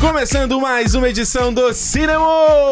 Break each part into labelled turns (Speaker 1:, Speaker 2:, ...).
Speaker 1: Começando mais uma edição do Cinema,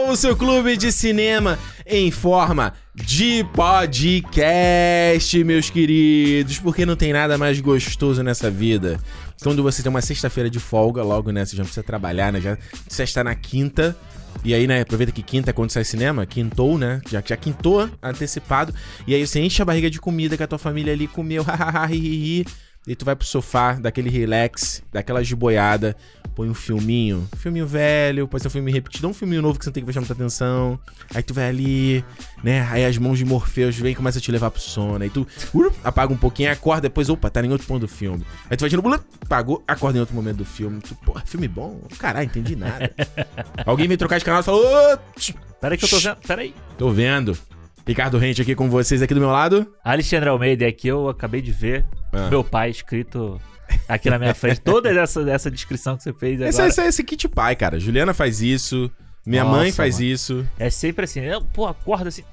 Speaker 1: o seu clube de cinema em forma de podcast, meus queridos, porque não tem nada mais gostoso nessa vida. Quando você tem uma sexta-feira de folga, logo né, você já não precisa trabalhar, né? Já sexta na quinta. E aí, né, aproveita que quinta é quando sai cinema, quintou, né? Já, já quintou antecipado. E aí você enche a barriga de comida que a tua família ali comeu, hahaha, ri, ri, ri. E tu vai pro sofá, daquele relax, daquela jiboiada, põe um filminho. Filminho velho, pode ser um filme repetido, ou um filminho novo que você não tem que prestar muita atenção. Aí tu vai ali, né? Aí as mãos de Morpheus vem e começa a te levar pro sono. Aí tu urup, apaga um pouquinho, acorda, depois, opa, tá em outro ponto do filme. Aí tu vai de novo, blup, apagou, acorda em outro momento do filme. Tu, pô, filme bom? Caralho, entendi nada. Alguém vem trocar de canal e falou, ô, tch,
Speaker 2: Peraí que eu tô vendo. Peraí.
Speaker 1: tô vendo. Ricardo Rente aqui com vocês, aqui do meu lado.
Speaker 2: Alexandre Almeida, aqui eu acabei de ver
Speaker 1: Ah.
Speaker 2: meu pai escrito aqui na minha frente. Toda essa, essa descrição que você fez
Speaker 1: Esse, é
Speaker 2: agora.
Speaker 1: esse, esse kit pai, cara. Juliana faz isso, minha
Speaker 2: Nossa,
Speaker 1: mãe faz
Speaker 2: mano.
Speaker 1: isso.
Speaker 2: É sempre assim. eu, pô, acorda assim.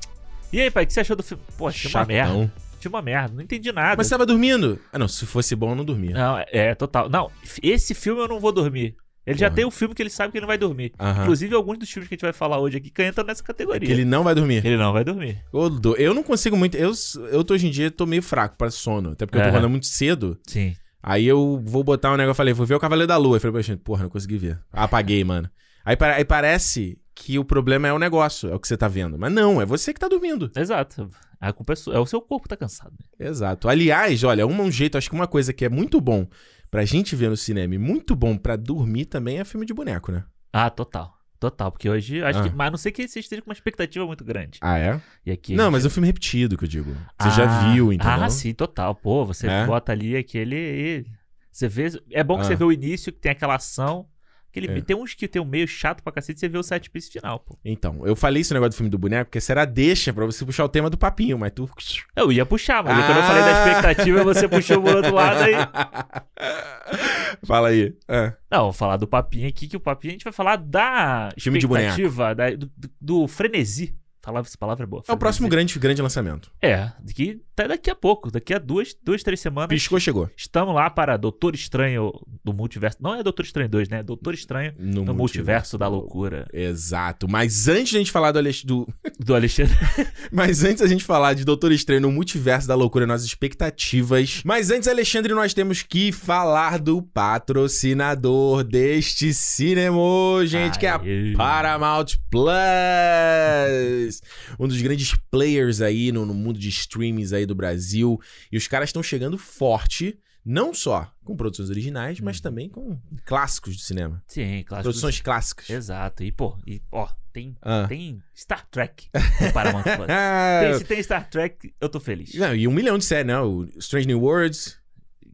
Speaker 2: E aí, pai, o que você achou do filme? Pô, achei uma
Speaker 1: Chatão.
Speaker 2: merda. Achei uma merda. Não entendi nada.
Speaker 1: Mas você tava dormindo? Ah, não, se fosse bom, eu não dormia.
Speaker 2: Não, é, é total. Não, f- esse filme eu não vou dormir. Ele já
Speaker 1: Porra.
Speaker 2: tem um filme que ele sabe que ele não vai dormir.
Speaker 1: Aham.
Speaker 2: Ah, Inclusive, alguns dos filmes que a gente vai falar hoje aqui que entram nessa
Speaker 1: É
Speaker 2: categoria.
Speaker 1: que ele não vai dormir.
Speaker 2: Ele não vai dormir.
Speaker 1: Eu, dou- eu não consigo muito. Eu, eu tô, hoje em dia tô meio fraco pra sono. Até porque eu tô
Speaker 2: É.
Speaker 1: rodando muito cedo.
Speaker 2: Sim.
Speaker 1: Aí eu vou botar um negócio. Falei, vou ver o Cavaleiro da Lua. Eu falei, gente, porra, não consegui ver. Apaguei, mano. Aí, pa- aí parece que o problema é o negócio, é o que você tá vendo. Mas não, é você que tá dormindo.
Speaker 2: Exato. A culpa é sua. É o seu corpo que tá cansado. né?
Speaker 1: Exato. Aliás, olha, um, um jeito, acho que uma coisa que é muito bom pra gente ver no cinema e muito bom pra dormir também é filme de boneco, né?
Speaker 2: Ah, total. Total, porque hoje acho
Speaker 1: Ah.
Speaker 2: que. Mas a não sei que você esteja com uma expectativa muito grande.
Speaker 1: Ah, é?
Speaker 2: E aqui.
Speaker 1: Não, mas é um filme repetido que eu digo. Você
Speaker 2: Ah,
Speaker 1: já viu, entendeu?
Speaker 2: Ah, sim, total. Pô, você
Speaker 1: É?
Speaker 2: bota ali aquele. e Você vê. É bom que
Speaker 1: Ah.
Speaker 2: você vê o início, que tem aquela ação. Aquele...
Speaker 1: É.
Speaker 2: Tem uns que tem um meio chato pra cacete, você vê o set piece final, pô.
Speaker 1: Então, eu falei esse negócio do filme do boneco, porque será deixa pra você puxar o tema do papinho, mas tu.
Speaker 2: Eu ia puxar, mas aí
Speaker 1: Ah!
Speaker 2: quando eu falei da expectativa, você puxou o outro lado aí.
Speaker 1: Fala aí. Ah,
Speaker 2: Não, vou falar do papinho aqui, que o papinho a gente vai falar da
Speaker 1: Filme de boneco.
Speaker 2: expectativa, da- do, do- do frenesi. Falar essa palavra é boa.
Speaker 1: É o próximo
Speaker 2: frenesi.
Speaker 1: grande, grande lançamento.
Speaker 2: É, que tá daqui a pouco, daqui a duas, duas três semanas.
Speaker 1: Piscou, chegou.
Speaker 2: Estamos lá para Doutor Estranho do Multiverso. Não é Doutor Estranho 2, né? É Doutor Estranho
Speaker 1: No,
Speaker 2: no Multiverso da Loucura.
Speaker 1: Exato. Mas antes de a gente falar do, Alex- do...
Speaker 2: Do Alexandre.
Speaker 1: Mas antes a gente falar de Doutor Estranho no Multiverso da Loucura, nossas expectativas. Mas antes, Alexandre, nós temos que falar do patrocinador deste cinema, gente, que é a
Speaker 2: Aê.
Speaker 1: Paramount Plus, um dos grandes players aí no, no mundo de streamings aí do Brasil. E os caras estão chegando forte, não só com produções originais,
Speaker 2: Hum.
Speaker 1: mas também com clássicos do cinema.
Speaker 2: Sim, claro.
Speaker 1: Produções clássicas.
Speaker 2: Exato. E, pô, e, ó, tem,
Speaker 1: Ah.
Speaker 2: tem Star Trek no Paramount Plus.
Speaker 1: Ah,
Speaker 2: Tem- se tem Star Trek, eu tô feliz.
Speaker 1: não, e um milhão de séries, né? O Strange New Worlds.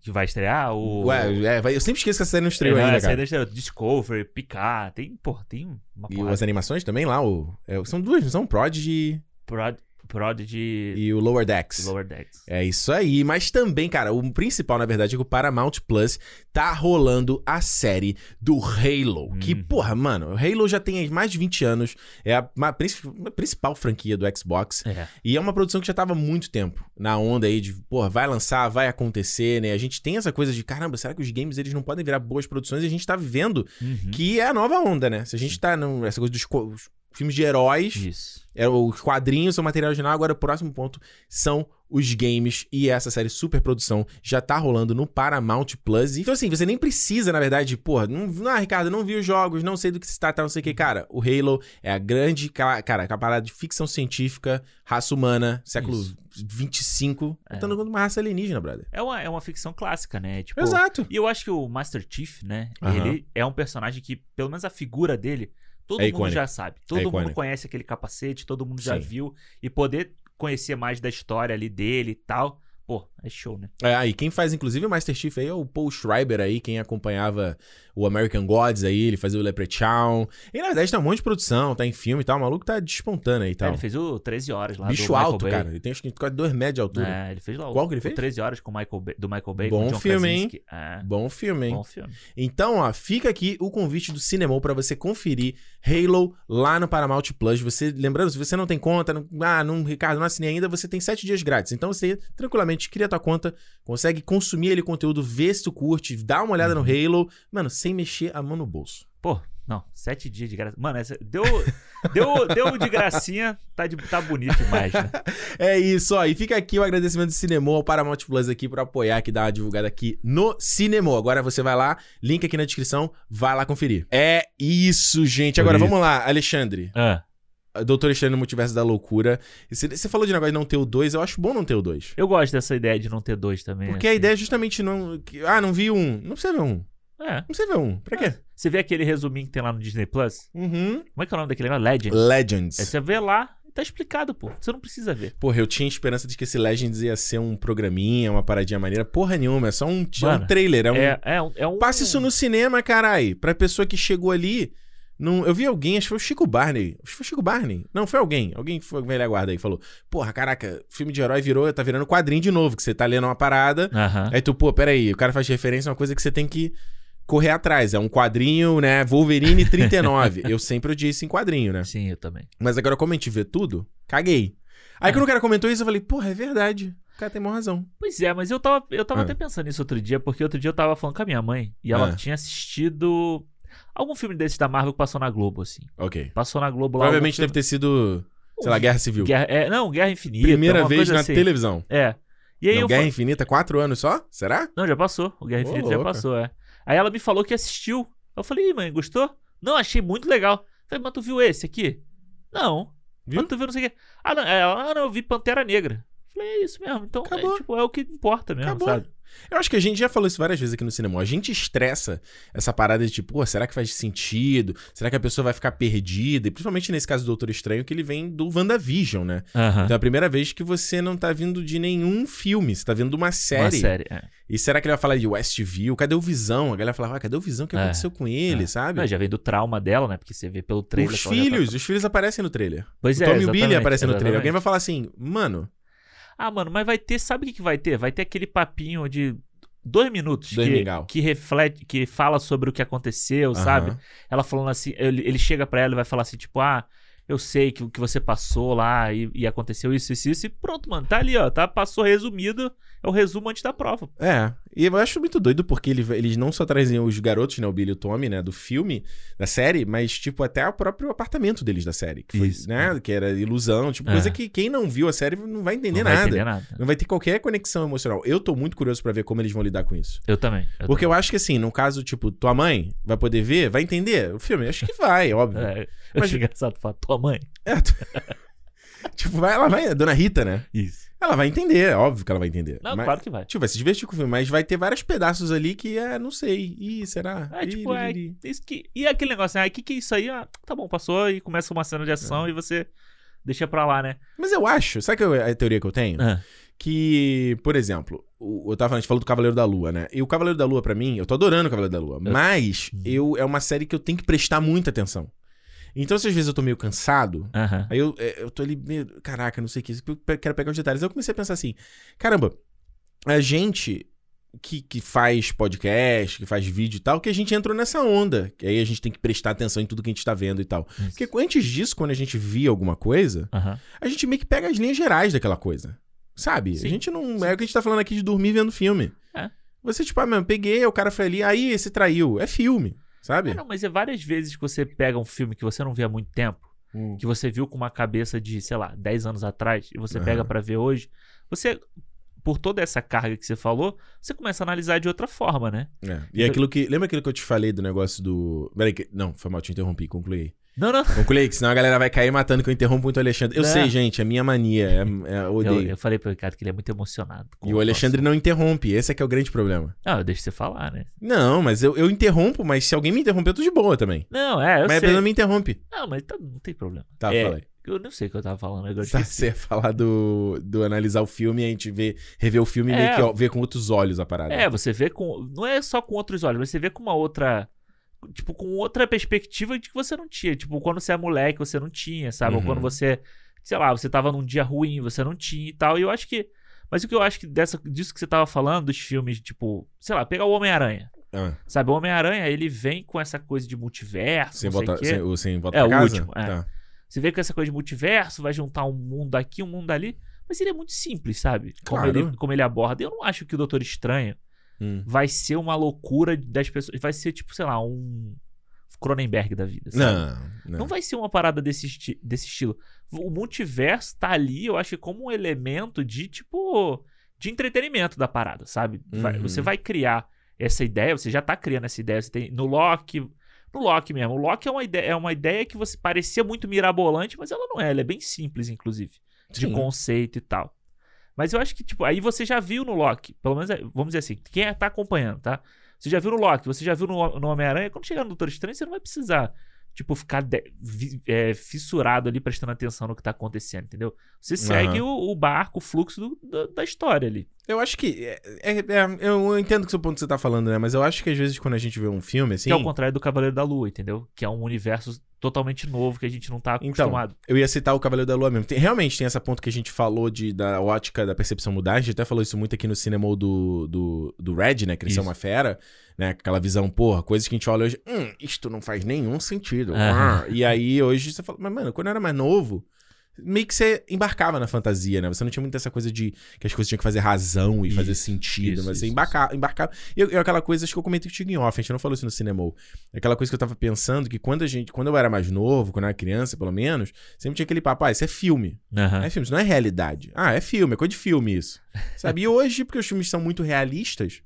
Speaker 2: Que vai estrear o.
Speaker 1: Ué, é, vai- eu sempre esqueço que essa série não
Speaker 2: Não,
Speaker 1: estreou ainda,
Speaker 2: essa aí
Speaker 1: cara.
Speaker 2: não estreou. Discovery, Picard. Tem, pô, tem uma
Speaker 1: E
Speaker 2: porrada.
Speaker 1: as animações também lá, o, é, são duas, não são? O Prodigy
Speaker 2: Prod, Prodigy
Speaker 1: e o Lower Decks.
Speaker 2: Lower Decks.
Speaker 1: É isso aí, mas também, cara, o principal, na verdade, é que o Paramount Plus tá rolando a série do Halo. Que,
Speaker 2: Uhum.
Speaker 1: porra, mano, o Halo já tem mais de 20 anos, é a, ma- princi- a principal franquia do Xbox.
Speaker 2: É.
Speaker 1: E é uma produção que já tava há muito tempo na onda aí de, porra, vai lançar, vai acontecer, né? A gente tem essa coisa de, caramba, será que os games eles não podem virar boas produções? E a gente tá vivendo
Speaker 2: Uhum.
Speaker 1: que é a nova onda, né? Se a gente tá nessa essa coisa dos co- os filmes de heróis,
Speaker 2: Isso.
Speaker 1: é, os quadrinhos são material original, agora o próximo ponto são os games e essa série super produção já tá rolando no Paramount Plus. Então assim, você nem precisa, na verdade, de, porra, não, ah, Ricardo, não vi os jogos, não sei do que se trata, não sei o que, cara. O Halo é a grande, ca- cara, a parada de ficção científica, raça humana, século
Speaker 2: Isso.
Speaker 1: 25,
Speaker 2: É.
Speaker 1: lutando contra uma raça alienígena, brother.
Speaker 2: É uma, é uma ficção clássica, né? Tipo,
Speaker 1: Exato.
Speaker 2: E eu acho que o Master Chief, né?
Speaker 1: Aham.
Speaker 2: Ele é um personagem que, pelo menos a figura dele, todo
Speaker 1: É
Speaker 2: mundo
Speaker 1: icônico.
Speaker 2: já sabe. Todo
Speaker 1: icônico.
Speaker 2: mundo conhece aquele capacete, todo mundo já
Speaker 1: Sim.
Speaker 2: viu. E poder conhecer mais da história ali dele e tal. Pô, é show, né?
Speaker 1: É, aí quem faz, inclusive, o Master Chief aí é o Paul Schreiber aí, quem acompanhava o American Gods aí, ele fazia o Leprechaun. E na verdade tá um monte de produção, tá em filme e tal, o maluco tá despontando aí e tal.
Speaker 2: Ele fez o 13 horas lá do
Speaker 1: Bicho
Speaker 2: Michael
Speaker 1: alto,
Speaker 2: Bay.
Speaker 1: cara. Ele tem acho que quase dois metros de altura.
Speaker 2: É, ele fez lá o-
Speaker 1: Qual que ele
Speaker 2: o
Speaker 1: fez?
Speaker 2: 13 horas com o Michael Bay, do Michael Bay
Speaker 1: Bom
Speaker 2: com o John
Speaker 1: filme, hein?
Speaker 2: Krasinski. É,
Speaker 1: Bom filme, hein?
Speaker 2: bom filme.
Speaker 1: Então, ó, fica aqui o convite do Cinemol pra você conferir Halo lá no Paramount Plus. Você, lembrando, se você não tem conta, não- ah, não, Ricardo, não assinei ainda, você tem sete dias grátis. Então você tranquilamente cria tua conta, consegue consumir ele conteúdo, ver se tu curte, dá uma olhada no Halo, mano, sem mexer a mão no bolso.
Speaker 2: Não, sete dias de graça. Mano, essa- deu, deu, deu de gracinha, tá, de, tá bonito demais, né?
Speaker 1: É isso, ó. E fica aqui o agradecimento do Cinemol ao Paramount Plus aqui por apoiar, que dá uma divulgada aqui no Cinemol. Agora você vai lá, link aqui na descrição, vai lá conferir. É isso, gente. Agora
Speaker 2: Bonito.
Speaker 1: vamos lá, Alexandre.
Speaker 2: Ah, Doutor
Speaker 1: Doutor Estranho no Multiverso da Loucura. E Você você falou de negócio de não ter o 2, eu acho bom não ter o 2.
Speaker 2: eu gosto dessa ideia de não ter dois também.
Speaker 1: Porque a
Speaker 2: assim.
Speaker 1: ideia é justamente não. que- Ah, não vi um. Não precisa ver um. Não
Speaker 2: É.
Speaker 1: precisa ver um. Pra quê?
Speaker 2: Você vê aquele resuminho que tem lá no Disney Plus?
Speaker 1: Uhum.
Speaker 2: Como é que é o nome daquele negócio? Legend. Aí
Speaker 1: Legends.
Speaker 2: você vê lá e tá explicado, pô. Você não precisa ver.
Speaker 1: Porra, eu tinha esperança de que esse Legends ia ser um programinha, uma paradinha maneira. Porra nenhuma, é só um, é um
Speaker 2: Mano,
Speaker 1: trailer. É um,
Speaker 2: É, é, um- é um.
Speaker 1: Passa isso no cinema, carai. Pra pessoa que chegou ali. Não, eu vi alguém, acho que foi o Chico Barney. Acho que foi o Chico Barney. Não, foi alguém. Alguém que foi velha guarda aí que falou: Porra, caraca, filme de herói virou, tá virando quadrinho de novo, que você tá lendo uma parada.
Speaker 2: Aham.
Speaker 1: Aí É tu, pô, peraí, o cara faz referência a uma coisa que você tem que correr atrás. É um quadrinho, né? Wolverine 39. eu sempre odiei isso em quadrinho, né?
Speaker 2: Sim, eu também.
Speaker 1: Mas agora, como a gente vê tudo, caguei. Aí
Speaker 2: É.
Speaker 1: quando o cara comentou isso, eu falei, porra, é verdade. O cara tem maior razão.
Speaker 2: Pois é, mas eu tava, eu tava
Speaker 1: Ah.
Speaker 2: até pensando nisso outro dia, porque outro dia eu tava falando com a minha mãe e ela
Speaker 1: Ah.
Speaker 2: tinha assistido algum filme desses da Marvel que passou na Globo, assim.
Speaker 1: Ok.
Speaker 2: Passou na Globo lá.
Speaker 1: Provavelmente deve
Speaker 2: algum
Speaker 1: ter sido,
Speaker 2: filme-
Speaker 1: sei lá, Guerra Civil.
Speaker 2: Guerra, é, não, Guerra Infinita.
Speaker 1: Primeira
Speaker 2: alguma
Speaker 1: vez
Speaker 2: coisa
Speaker 1: na
Speaker 2: assim.
Speaker 1: televisão.
Speaker 2: É. E aí
Speaker 1: Não,
Speaker 2: eu
Speaker 1: Guerra
Speaker 2: fa-
Speaker 1: Infinita, quatro anos só? Será?
Speaker 2: Não, já passou. O
Speaker 1: Ô,
Speaker 2: Guerra Infinita já
Speaker 1: louca.
Speaker 2: passou, é. Aí ela me falou que assistiu. Eu falei, Ih, mãe, gostou? Não, achei muito legal. Eu falei, mas tu viu esse aqui? Não.
Speaker 1: Viu?
Speaker 2: Mas tu viu não sei o quê. Ah, não, ela, ah, não eu vi Pantera Negra. Eu falei, é isso mesmo. Então, é,
Speaker 1: Acabou.
Speaker 2: tipo, é o que importa mesmo,
Speaker 1: Acabou.
Speaker 2: sabe?
Speaker 1: Eu acho que a gente já falou isso várias vezes aqui no cinema. A gente estressa essa parada de tipo, pô, será que faz sentido? Será que a pessoa vai ficar perdida? E principalmente nesse caso do Doutor Estranho, que ele vem do WandaVision, né?
Speaker 2: Aham.
Speaker 1: Então é a primeira vez que você não tá vindo de nenhum filme, você tá vindo de uma série.
Speaker 2: Uma série, é.
Speaker 1: E será que ele vai falar de Westview? Cadê o Visão? A galera fala, ah, cadê o Visão? O que
Speaker 2: É.
Speaker 1: aconteceu com ele,
Speaker 2: É.
Speaker 1: sabe?
Speaker 2: Não, já vem do trauma dela, né? Porque você vê pelo trailer.
Speaker 1: os
Speaker 2: que ela já tá-
Speaker 1: filhos, os filhos aparecem no trailer.
Speaker 2: Pois
Speaker 1: O
Speaker 2: é,
Speaker 1: Tom e o Billy
Speaker 2: exatamente,
Speaker 1: aparecem no trailer. Alguém
Speaker 2: exatamente.
Speaker 1: vai falar assim, mano,
Speaker 2: Ah, mano, mas vai ter, sabe o que, que vai ter? Vai ter aquele papinho de dois minutos
Speaker 1: Dois
Speaker 2: que,
Speaker 1: mingau.
Speaker 2: que reflete, que fala sobre o que aconteceu, sabe?
Speaker 1: aham.
Speaker 2: Ela falando assim, ele, ele chega pra ela e vai falar assim, tipo, ah, eu sei que o que você passou lá e, e aconteceu isso, isso, isso, e pronto, mano, tá ali, ó, tá, passou resumido, é o resumo antes da prova.
Speaker 1: É, e eu acho muito doido porque ele- eles não só trazem os garotos, né, o Billy e o Tommy, né, do filme, da série, mas, tipo, até o próprio apartamento deles da série, que foi,
Speaker 2: Isso,
Speaker 1: né, que era ilusão, tipo,
Speaker 2: É.
Speaker 1: coisa que quem não viu a série não vai entender
Speaker 2: Não
Speaker 1: nada.
Speaker 2: vai entender nada.
Speaker 1: Não vai ter qualquer conexão emocional. Eu tô muito curioso pra ver como eles vão lidar com isso.
Speaker 2: Eu também. eu
Speaker 1: Porque eu acho que, assim, no caso, tipo, tua mãe vai poder ver, vai entender o filme? Acho que vai, óbvio.
Speaker 2: também. É, eu
Speaker 1: Mas-
Speaker 2: acho engraçado falar, tua mãe.
Speaker 1: Tipo, vai, ela vai, a dona Rita, né?
Speaker 2: Isso.
Speaker 1: Ela vai entender, é óbvio que ela vai entender.
Speaker 2: Não,
Speaker 1: mas,
Speaker 2: claro que vai.
Speaker 1: Tipo, vai se divertir com o filme, mas vai ter vários pedaços ali que é, não sei. Ih, será?
Speaker 2: É,
Speaker 1: Ih,
Speaker 2: tipo, é,
Speaker 1: liriri.
Speaker 2: isso que, e aquele negócio, né? O que, que é isso aí? Ah, tá bom, passou e começa uma cena de ação e você deixa pra lá, né?
Speaker 1: Mas eu acho, sabe qual é a teoria que eu tenho? Que, por exemplo, o, eu tava falando, a gente falou do Cavaleiro da Lua, né? E o Cavaleiro da Lua, pra mim, eu tô adorando o Cavaleiro da Lua, mas eu é uma série que eu tenho que prestar muita atenção. Então, se às vezes eu tô meio cansado,
Speaker 2: Aham.
Speaker 1: aí eu, é, eu tô ali meio, caraca, não sei o que, eu pe- quero pegar os detalhes. Aí eu comecei a pensar assim, caramba, a gente que, que faz podcast, que faz vídeo e tal, que a gente entrou nessa onda, que aí a gente tem que prestar atenção em tudo que a gente tá vendo e tal.
Speaker 2: Isso.
Speaker 1: Porque antes disso, quando a gente via alguma coisa,
Speaker 2: Aham.
Speaker 1: a gente meio que pega as linhas gerais daquela coisa. Sabe?
Speaker 2: Sim.
Speaker 1: A gente não. É o que a gente tá falando aqui de dormir vendo filme.
Speaker 2: É.
Speaker 1: Você, tipo, ah, mano, peguei, o cara foi ali, aí esse traiu. É filme, sabe?
Speaker 2: Ah, não, mas é várias vezes que você pega um filme que você não vê há muito tempo. que você viu com uma cabeça de, sei lá, 10 anos atrás e você
Speaker 1: Aham.
Speaker 2: pega pra ver hoje, você por toda essa carga que você falou, você começa a analisar de outra forma, né?
Speaker 1: É. E aquilo que. Lembra aquilo que eu te falei do negócio do. Peraí, que... não, foi mal, te interrompi, concluí.
Speaker 2: Não, não.
Speaker 1: Concluí, que senão a galera vai cair matando que eu interrompo muito o Alexandre. Eu
Speaker 2: Não.
Speaker 1: sei, gente, é minha mania. É, é- eu
Speaker 2: Eu,
Speaker 1: odeio.
Speaker 2: eu falei pro Ricardo que ele é muito emocionado. com
Speaker 1: E o Alexandre não interrompe, esse é que é o grande problema.
Speaker 2: assunto. Não, eu deixo você falar, né?
Speaker 1: Não, mas eu, eu interrompo, mas se alguém me interromper, eu tô de boa também.
Speaker 2: Não, é, eu
Speaker 1: mas a
Speaker 2: sei.
Speaker 1: pessoa me interrompe.
Speaker 2: Não, mas tá- não tem problema.
Speaker 1: Tá,
Speaker 2: é,
Speaker 1: fala aí.
Speaker 2: Eu não sei o que eu tava falando agora.
Speaker 1: Tá,
Speaker 2: esqueci.
Speaker 1: você ia falar do, do analisar o filme e a gente vê, rever o filme e
Speaker 2: É.
Speaker 1: meio que ó, ver com outros olhos a parada.
Speaker 2: É, você vê com. Não é só com outros olhos, mas você vê com uma outra. Tipo, com outra perspectiva de que você não tinha. Tipo, quando você é moleque, você não tinha, sabe? Ou
Speaker 1: Uhum.
Speaker 2: quando você. Sei lá, você tava num dia ruim, você não tinha e tal. E eu acho que. Mas o que eu acho que dessa, disso que você tava falando, dos filmes, tipo, sei lá, pegar o Homem-Aranha.
Speaker 1: Ah,
Speaker 2: Sabe, o Homem-Aranha, ele vem com essa coisa de multiverso.
Speaker 1: sem,
Speaker 2: não sei
Speaker 1: voltar,
Speaker 2: o quê.
Speaker 1: sem, o sem voltar
Speaker 2: É,
Speaker 1: pra
Speaker 2: o
Speaker 1: casa?
Speaker 2: último, é.
Speaker 1: Tá.
Speaker 2: Você vê com essa coisa de multiverso, vai juntar um mundo aqui, um mundo ali. Mas ele é muito simples, sabe? Como,
Speaker 1: Claro.
Speaker 2: ele, como ele aborda. Eu não acho que o Doutor Estranho
Speaker 1: Hum.
Speaker 2: vai ser uma loucura das pessoas. Vai ser tipo, sei lá, um, Cronenberg da vida. sabe?
Speaker 1: Não,
Speaker 2: Não
Speaker 1: não.
Speaker 2: vai ser uma parada desse, esti- desse estilo. O multiverso tá ali, eu acho, que como um elemento de, tipo, de entretenimento da parada, sabe? Vai-
Speaker 1: Uhum.
Speaker 2: Você vai criar essa ideia, você já tá criando essa ideia. Você tem no Loki. No Loki mesmo. O Loki é uma ideia, é uma ideia que você parecia muito mirabolante, mas ela não é. Ela é bem simples, inclusive de
Speaker 1: Sim.
Speaker 2: conceito e tal. Mas eu acho que, tipo, aí você já viu no Loki, pelo menos, é- vamos dizer assim, quem é- tá acompanhando, tá? Você já viu no Loki, você já viu no, no Homem-Aranha, quando chegar no Doutor Estranho, você não vai precisar, tipo, ficar de- vi- é, fissurado ali, prestando atenção no que tá acontecendo, entendeu? Você segue o, o barco, o fluxo do- do- da história ali.
Speaker 1: Eu acho que. é- é- é- eu entendo que seu ponto que você tá falando, né? Mas eu acho que às vezes quando a gente vê um filme, assim.
Speaker 2: Que é o contrário do Cavaleiro da Lua, entendeu? Que é um universo totalmente novo que a gente não tá
Speaker 1: Então,
Speaker 2: acostumado.
Speaker 1: Eu ia citar o Cavaleiro da Lua mesmo. Tem- realmente tem essa ponto que a gente falou de, da ótica da percepção mudar. A gente até falou isso muito aqui no cinema do, do, do Red, né? Crescer é
Speaker 2: Isso.
Speaker 1: uma fera, né? Aquela visão, porra, coisas que a gente olha hoje. Hum, isto não faz nenhum sentido.
Speaker 2: Aham.
Speaker 1: Ah, E aí hoje você fala, mas mano, quando eu era mais novo. Meio que você embarcava na fantasia, né? Você não tinha muito essa coisa de que as coisas tinham que fazer razão e
Speaker 2: Isso,
Speaker 1: fazer sentido,
Speaker 2: isso,
Speaker 1: mas você
Speaker 2: isso,
Speaker 1: embarca, embarcava. E, eu- e aquela coisa, acho que eu comentei contigo em off, a gente não falou isso no cinema. é Aquela coisa que eu tava pensando que quando a gente, quando eu era mais novo, quando eu era criança, pelo menos, sempre tinha aquele papo, ah, isso é filme.
Speaker 2: Aham.
Speaker 1: É filme, isso não é realidade. Ah, é filme, é coisa de filme isso. Sabe? E hoje, porque os filmes são muito realistas,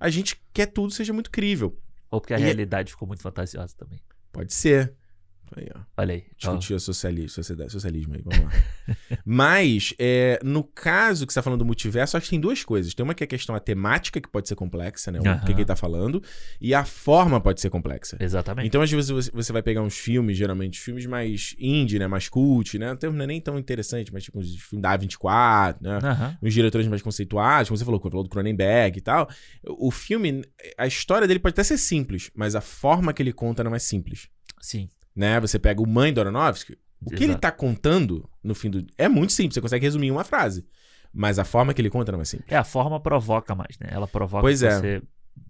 Speaker 1: a gente quer tudo seja muito crível.
Speaker 2: Ou porque a
Speaker 1: e- é
Speaker 2: realidade ficou muito fantasiosa também.
Speaker 1: Pode ser. Aí, ó.
Speaker 2: Olha aí. então, ó.
Speaker 1: Discutir a sociali- sociedade, socialismo aí, vamos lá. Mas, é, no caso que você tá falando do multiverso, acho que tem duas coisas. Tem uma que é a questão a temática, que pode ser complexa, né? O
Speaker 2: Aham.
Speaker 1: que, que ele tá falando. E a forma pode ser complexa.
Speaker 2: Exatamente.
Speaker 1: Então, às vezes, você- você vai pegar uns filmes, geralmente, os filmes mais indie, né? Mais cult, né? Até Não é nem tão interessante, mas tipo uns filmes da A24, né?
Speaker 2: Aham.
Speaker 1: Os diretores mais conceituados, como você falou, falou do Cronenberg e tal. O filme, a história dele pode até ser simples, mas a forma que ele conta não é simples.
Speaker 2: Sim.
Speaker 1: Né? Você pega o Mãe do Aronofsky, o que ele
Speaker 2: Exato.
Speaker 1: tá contando, no fim do... É muito simples, você consegue resumir em uma frase. Mas a forma que ele conta não é simples.
Speaker 2: É, a forma provoca mais, né? Ela provoca
Speaker 1: Pois
Speaker 2: que
Speaker 1: é.
Speaker 2: você.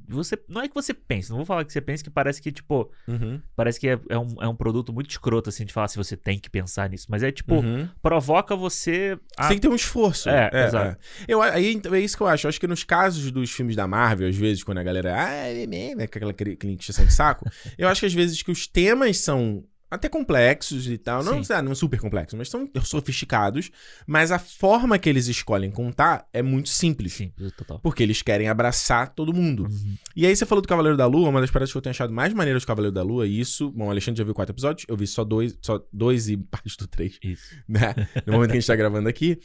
Speaker 2: Você. Não é que você pense, não vou falar que você pense que parece que, tipo,
Speaker 1: Uhum.
Speaker 2: parece que é, é um, é um produto muito escroto, assim, de falar se você tem que pensar nisso. Mas é tipo,
Speaker 1: Uhum.
Speaker 2: provoca você.
Speaker 1: Você
Speaker 2: a-
Speaker 1: tem que ter um esforço.
Speaker 2: Ah. É, exato.
Speaker 1: Eu, aí, então, é isso que eu acho. Eu acho que nos casos dos filmes da Marvel, às vezes, quando a galera. Ah, é mesmo", né, com aquela cri- aquela encheção de saco. eu acho que às vezes que os temas são até complexos e tal. Não,
Speaker 2: Sim.
Speaker 1: sei lá, não é super complexos, mas são sofisticados. Mas a forma que eles escolhem contar é muito simples.
Speaker 2: Sim, total.
Speaker 1: Porque eles querem abraçar todo mundo.
Speaker 2: Uhum.
Speaker 1: E aí você falou do Cavaleiro da Lua, uma das paradas que eu tenho achado mais maneira de Cavaleiro da Lua, e isso. Bom, o Alexandre já viu quatro episódios, eu vi só dois, só dois e parte do três
Speaker 2: Isso.
Speaker 1: né? No momento que a gente tá gravando aqui.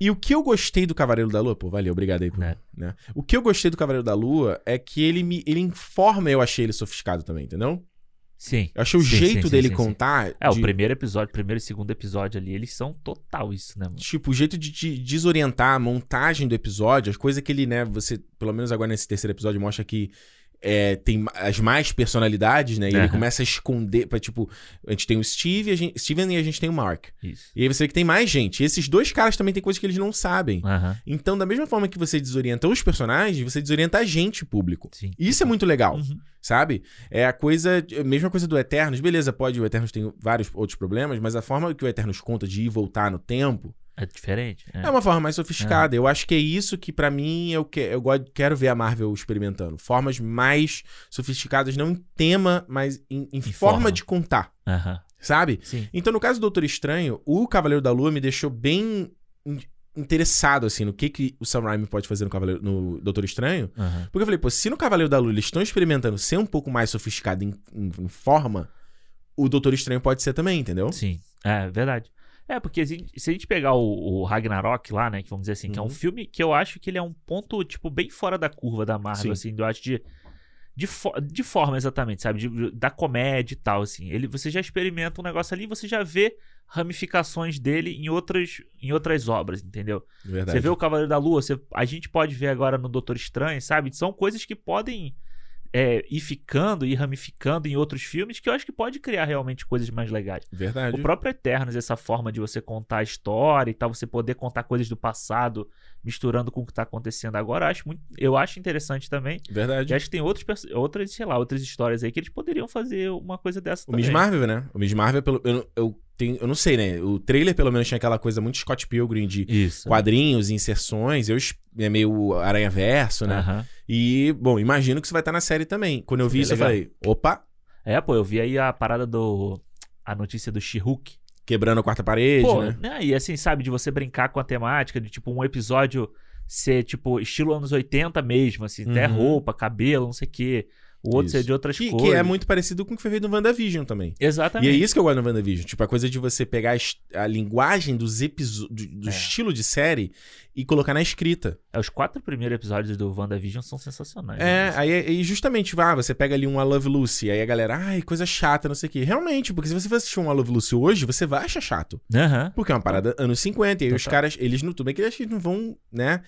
Speaker 1: E o que eu gostei do Cavaleiro da Lua, pô, valeu, obrigado aí, por,
Speaker 2: Né.
Speaker 1: né? O que eu gostei do Cavaleiro da Lua é que ele me ele informa, eu achei ele sofisticado também, entendeu?
Speaker 2: Sim.
Speaker 1: Eu achei o
Speaker 2: Sim,
Speaker 1: jeito
Speaker 2: sim, sim,
Speaker 1: dele
Speaker 2: sim,
Speaker 1: contar,
Speaker 2: É,
Speaker 1: de-
Speaker 2: o primeiro episódio, primeiro e segundo episódio ali, eles são total isso, né, mano?
Speaker 1: tipo, o jeito de te desorientar a montagem do episódio, as coisas que ele, né, você, pelo menos agora nesse terceiro episódio mostra que é, tem ma- as mais personalidades, né? E ele
Speaker 2: Aham.
Speaker 1: começa a esconder, pra, tipo, a gente tem o Steve, a gente, Steven e a gente tem o Mark.
Speaker 2: Isso.
Speaker 1: E aí você vê que tem mais gente. E esses dois caras também tem coisas que eles não sabem.
Speaker 2: Aham.
Speaker 1: Então, da mesma forma que você desorienta os personagens, você desorienta a gente, público.
Speaker 2: Sim.
Speaker 1: E Isso é muito legal,
Speaker 2: Uhum.
Speaker 1: sabe? É a coisa, a mesma coisa do Eternos. Beleza, pode, o Eternos tem vários outros problemas, mas a forma que o Eternos conta de ir e voltar no tempo
Speaker 2: É diferente.
Speaker 1: é,
Speaker 2: É.
Speaker 1: uma forma mais sofisticada. Eu acho que é isso que, pra mim, eu, que, eu go- quero ver a Marvel experimentando. Formas mais sofisticadas, não em tema, mas em, em forma.
Speaker 2: forma.
Speaker 1: de contar,
Speaker 2: Aham.
Speaker 1: sabe?
Speaker 2: Sim.
Speaker 1: Então, no caso do Doutor Estranho, o Cavaleiro da Lua me deixou bem in- interessado, assim, no que, que o Sam Raimi pode fazer no, Cavaleiro, no Doutor Estranho.
Speaker 2: Aham.
Speaker 1: Porque eu falei, pô, se no Cavaleiro da Lua eles estão experimentando ser um pouco mais sofisticado em, em- em forma, o Doutor Estranho pode ser também, entendeu?
Speaker 2: Sim, é verdade. É, porque se, se a gente pegar o, o Ragnarok lá, né, que vamos dizer assim, que é um
Speaker 1: Uhum.
Speaker 2: filme que eu acho que ele é um ponto, tipo, bem fora da curva da Marvel,
Speaker 1: Sim.
Speaker 2: assim, eu acho de, de, fo- de forma exatamente, sabe, De- de- da comédia e tal, assim. Ele, você já experimenta um negócio ali, você já vê ramificações dele em outras, em outras obras, entendeu?
Speaker 1: Verdade.
Speaker 2: Você vê o Cavaleiro da Lua, você- a gente pode ver agora no Doutor Estranho, sabe? São coisas que podem é, ir ficando, ir ramificando em outros filmes, que eu acho que pode criar realmente coisas mais legais.
Speaker 1: Verdade.
Speaker 2: O próprio Eternos, essa forma de você contar a história e tal, você poder contar coisas do passado, misturando com o que tá acontecendo agora, eu acho, muito, eu acho interessante também. E
Speaker 1: Verdade.
Speaker 2: acho que tem outros, perso- outras, sei lá, outras histórias aí que eles poderiam fazer uma coisa dessa
Speaker 1: O
Speaker 2: também.
Speaker 1: Miss Marvel, né? O Miss Marvel, pelo, eu, eu, tenho, eu não sei, né? O trailer, pelo menos, tinha aquela coisa muito Scott Pilgrim de
Speaker 2: Isso.
Speaker 1: quadrinhos, inserções. Eu, es- é meio Aranha Verso, né?
Speaker 2: Aham.
Speaker 1: E, bom, imagino que isso vai estar tá na série também. Quando eu vi
Speaker 2: Seria
Speaker 1: isso, eu
Speaker 2: legal.
Speaker 1: falei, opa,
Speaker 2: É, pô, eu vi aí a parada do. A notícia do She-Hulk.
Speaker 1: Quebrando a quarta parede,
Speaker 2: Pô,
Speaker 1: né?
Speaker 2: né, E assim, sabe, de você brincar com a temática, de tipo um episódio ser tipo estilo anos 80 mesmo, assim, até
Speaker 1: Uhum.
Speaker 2: roupa, cabelo, não sei o quê. O outro
Speaker 1: Isso.
Speaker 2: ser de outras
Speaker 1: Que,
Speaker 2: cores.
Speaker 1: que é muito parecido com o que foi feito no WandaVision também. E
Speaker 2: Exatamente.
Speaker 1: é isso que eu gosto no WandaVision. Tipo, a coisa de você pegar a, es- a linguagem dos episódios, do
Speaker 2: É.
Speaker 1: estilo de série e colocar na escrita.
Speaker 2: É, Os quatro primeiros episódios do WandaVision são sensacionais. né?
Speaker 1: É, aí e justamente, vá, você pega ali um I Love Lucy, aí a galera, ai, coisa chata, não sei o quê. Realmente, porque se você for assistir um I Love Lucy hoje, você vai achar chato.
Speaker 2: Aham.
Speaker 1: Porque é uma parada anos 50. E aí os
Speaker 2: Total.
Speaker 1: caras, eles não. Tudo bem que eles não vão, né?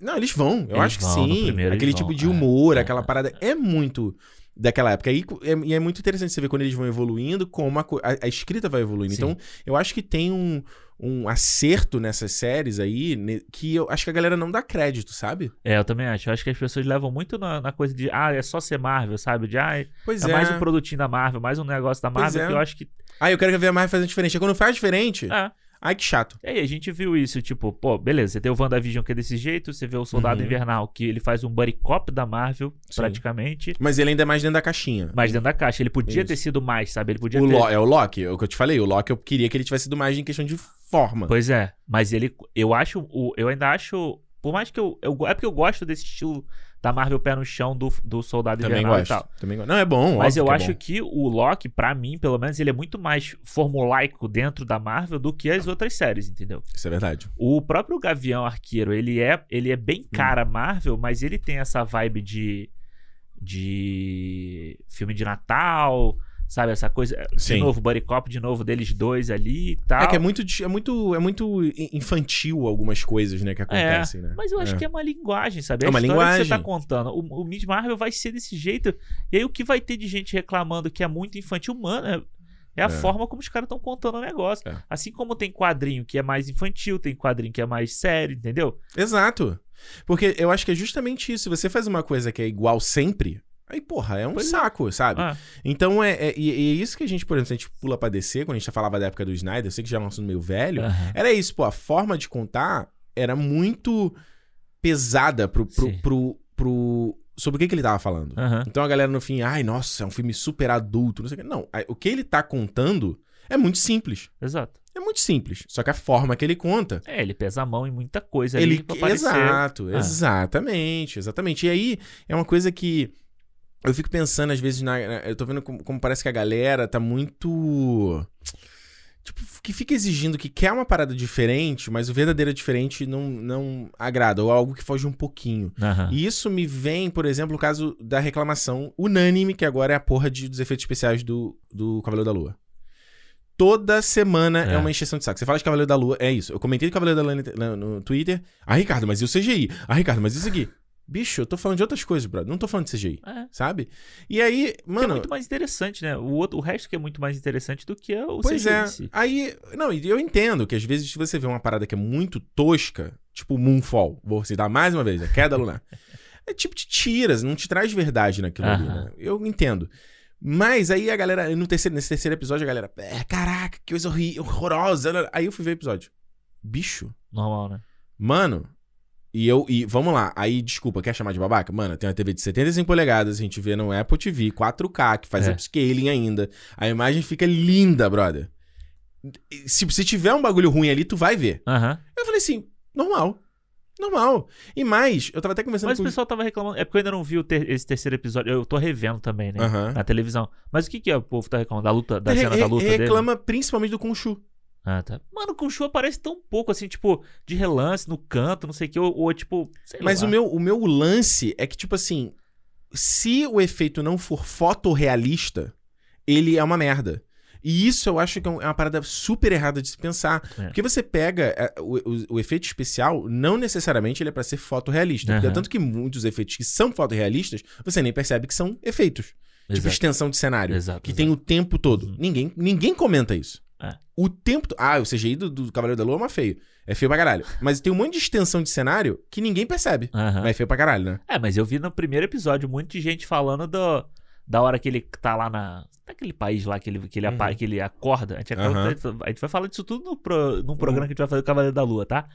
Speaker 1: Não, eles vão, eu
Speaker 2: Eles
Speaker 1: acho que
Speaker 2: vão, no
Speaker 1: sim.
Speaker 2: primeiro
Speaker 1: Aquele
Speaker 2: eles
Speaker 1: tipo
Speaker 2: vão,
Speaker 1: de
Speaker 2: é,
Speaker 1: humor,
Speaker 2: é,
Speaker 1: aquela
Speaker 2: é.
Speaker 1: parada é muito daquela época. E é, e é muito interessante você ver quando eles vão evoluindo, como a, co- a- a escrita vai evoluindo.
Speaker 2: Sim.
Speaker 1: Então, eu acho que tem um, um acerto nessas séries aí ne- que eu acho que a galera não dá crédito, sabe?
Speaker 2: É, eu também acho. Eu acho que as pessoas levam muito na, na coisa de, ah, é só ser Marvel, sabe? De, ah, é,
Speaker 1: Pois
Speaker 2: é mais um produtinho da Marvel, mais um negócio da
Speaker 1: Pois
Speaker 2: Marvel,
Speaker 1: é.
Speaker 2: que eu acho que.
Speaker 1: Ah, eu quero ver a Marvel fazendo diferente. Aí quando faz diferente,
Speaker 2: É.
Speaker 1: ai que chato.
Speaker 2: E aí, a gente viu isso, tipo, pô, beleza, você tem o WandaVision que é desse jeito, você vê o Soldado
Speaker 1: Uhum.
Speaker 2: Invernal, que ele faz um buddy cop da Marvel,
Speaker 1: Sim.
Speaker 2: praticamente,
Speaker 1: Mas ele ainda é mais dentro da caixinha.
Speaker 2: mas dentro da caixa. Ele podia
Speaker 1: Isso.
Speaker 2: ter sido mais, sabe? Ele podia
Speaker 1: o
Speaker 2: ter.
Speaker 1: Lo, é o Loki, é o que eu te falei. O Loki eu queria que ele tivesse sido mais em questão de forma.
Speaker 2: Pois é, mas ele. Eu acho. o- Eu ainda acho. Por mais que eu, eu. É porque eu gosto desse estilo da Marvel pé no chão do, do Soldado
Speaker 1: Também
Speaker 2: Invernal
Speaker 1: gosto.
Speaker 2: e tal.
Speaker 1: Também gosto. Não, é bom.
Speaker 2: Mas eu
Speaker 1: óbvio que é
Speaker 2: acho
Speaker 1: bom.
Speaker 2: que o Loki, pra mim, pelo menos, ele é muito mais formulaico dentro da Marvel do que as outras séries, entendeu?
Speaker 1: Isso é verdade.
Speaker 2: O próprio Gavião Arqueiro, ele é, ele é bem cara Marvel, mas ele tem essa vibe de de filme de Natal, sabe essa coisa,
Speaker 1: Sim.
Speaker 2: de novo Buddy Cop de novo deles dois ali e tal.
Speaker 1: É que é muito, de- é muito, é muito i- infantil algumas coisas, né, que acontecem, né?
Speaker 2: Mas eu acho
Speaker 1: É.
Speaker 2: que é uma linguagem, sabe?
Speaker 1: É uma
Speaker 2: a história que você
Speaker 1: linguagem.
Speaker 2: tá contando. O, o Miss Marvel vai ser desse jeito. E aí o que vai ter de gente reclamando que é muito infantil, mano, é, é a
Speaker 1: É.
Speaker 2: forma como os caras estão contando o negócio.
Speaker 1: É.
Speaker 2: Assim como tem quadrinho que é mais infantil, tem quadrinho que é mais sério, entendeu?
Speaker 1: é Exato. Porque eu acho que é justamente isso. Você faz uma coisa que é igual sempre, aí, porra, é um
Speaker 2: Pois é.
Speaker 1: saco, sabe?
Speaker 2: Ah,
Speaker 1: Então, é, é- e, e é isso que a gente, por exemplo, se a gente pula pra descer, quando a gente já falava da época do Snyder, eu sei que já é um assunto meio velho,
Speaker 2: aham.
Speaker 1: Era isso, pô. A forma de contar era muito pesada pro. pro,
Speaker 2: Sim.
Speaker 1: pro, pro- sobre o que, que ele tava falando.
Speaker 2: é. Aham.
Speaker 1: Então a galera no fim, ai, nossa, é um filme super adulto, não sei o que. Não, a- o que ele tá contando é muito simples.
Speaker 2: Exato.
Speaker 1: É muito simples. Só que a forma que ele conta.
Speaker 2: É, ele pesa a mão em muita coisa
Speaker 1: Ele,
Speaker 2: ali pra aparecer.
Speaker 1: exato,
Speaker 2: Ah.
Speaker 1: exatamente, exatamente. E aí é uma coisa que eu fico pensando às vezes na, na- eu tô vendo como, como parece que a galera tá muito tipo que fica exigindo que quer uma parada diferente, mas o verdadeiro é diferente não não agrada ou algo que foge um pouquinho.
Speaker 2: Aham.
Speaker 1: E isso me vem, por exemplo, o caso da reclamação unânime que agora é a porra de- dos efeitos especiais do do Cavaleiro da Lua. Toda semana é.
Speaker 2: É.
Speaker 1: uma encheção de saco. Você fala de Cavaleiro da Lua, é isso. Eu comentei do Cavaleiro da Lua no- na- no Twitter. Ah, Ricardo, mas e o CGI? Ah, Ricardo, mas isso aqui? Bicho, eu tô falando de outras coisas, brother. Não tô falando de CGI,
Speaker 2: É.
Speaker 1: sabe? E aí,
Speaker 2: Que é
Speaker 1: mano.
Speaker 2: muito mais interessante, né? O, outro, o resto que é muito mais interessante do que o
Speaker 1: Pois
Speaker 2: CGI
Speaker 1: é.
Speaker 2: em si.
Speaker 1: Aí, não, e eu entendo que às vezes se você vê uma parada que é muito tosca, tipo Moonfall, vou citar mais uma vez, a queda lunar. É tipo te tiras, não te traz verdade naquilo ali,
Speaker 2: Aham.
Speaker 1: né? Eu entendo. Mas aí a galera, no terceiro, nesse terceiro episódio, a galera, "É, caraca, que coisa horri- horrorosa. né? Aí eu fui ver o episódio. Bicho,
Speaker 2: Normal, né?
Speaker 1: Mano, e eu. E vamos lá, aí desculpa, quer chamar de babaca? Mano, tem uma TV de 75 polegadas, a gente vê no Apple TV 4K, que faz
Speaker 2: É.
Speaker 1: upscaling ainda. A imagem fica linda, brother. E Se, se tiver um bagulho ruim ali, tu vai ver.
Speaker 2: Aham.
Speaker 1: Eu falei assim, normal. Normal. E mais, eu tava até conversando
Speaker 2: Mas
Speaker 1: com
Speaker 2: o pessoal tava reclamando. É porque eu ainda não vi o ter- esse terceiro episódio. Eu tô revendo também, né?
Speaker 1: Aham.
Speaker 2: Na televisão. Mas o que que é o povo tá reclamando? Da luta, da
Speaker 1: Re-
Speaker 2: cena da
Speaker 1: re-
Speaker 2: luta dele?
Speaker 1: reclama principalmente do Kunshu.
Speaker 2: Ah, tá. Mano, o show aparece tão pouco, assim, tipo, de relance, no canto, não sei o que, ou, ou, tipo, sei
Speaker 1: Mas
Speaker 2: lá.
Speaker 1: o meu, o meu lance é que, tipo assim, se o efeito não for fotorrealista, ele é uma merda. E isso eu acho que é um- é uma parada super errada de se pensar.
Speaker 2: É.
Speaker 1: Porque você pega é, o, o- o efeito especial, não necessariamente ele é pra ser fotorrealista. Porque é
Speaker 2: Aham.
Speaker 1: tanto que muitos efeitos que são fotorrealistas, você nem percebe que são efeitos. Tipo
Speaker 2: Exato.
Speaker 1: extensão de cenário.
Speaker 2: Exato,
Speaker 1: que
Speaker 2: exato.
Speaker 1: tem o tempo todo.
Speaker 2: Uhum.
Speaker 1: Ninguém, ninguém comenta isso.
Speaker 2: É.
Speaker 1: O tempo. to- Ah, o CGI do, do Cavaleiro da Lua é uma feio. É feio pra caralho. Mas tem um monte de extensão de cenário que ninguém percebe.
Speaker 2: Aham.
Speaker 1: Mas é feio pra caralho, né?
Speaker 2: É, mas eu vi no primeiro episódio um monte de gente falando do, da hora que ele tá lá na. Naquele país lá que ele, que ele, apa-
Speaker 1: Uhum.
Speaker 2: que ele acorda. A gente,
Speaker 1: Aham. Uhum.
Speaker 2: acaba- a gente vai falar disso tudo no pro, num programa que a gente vai fazer do Cavaleiro da Lua, tá?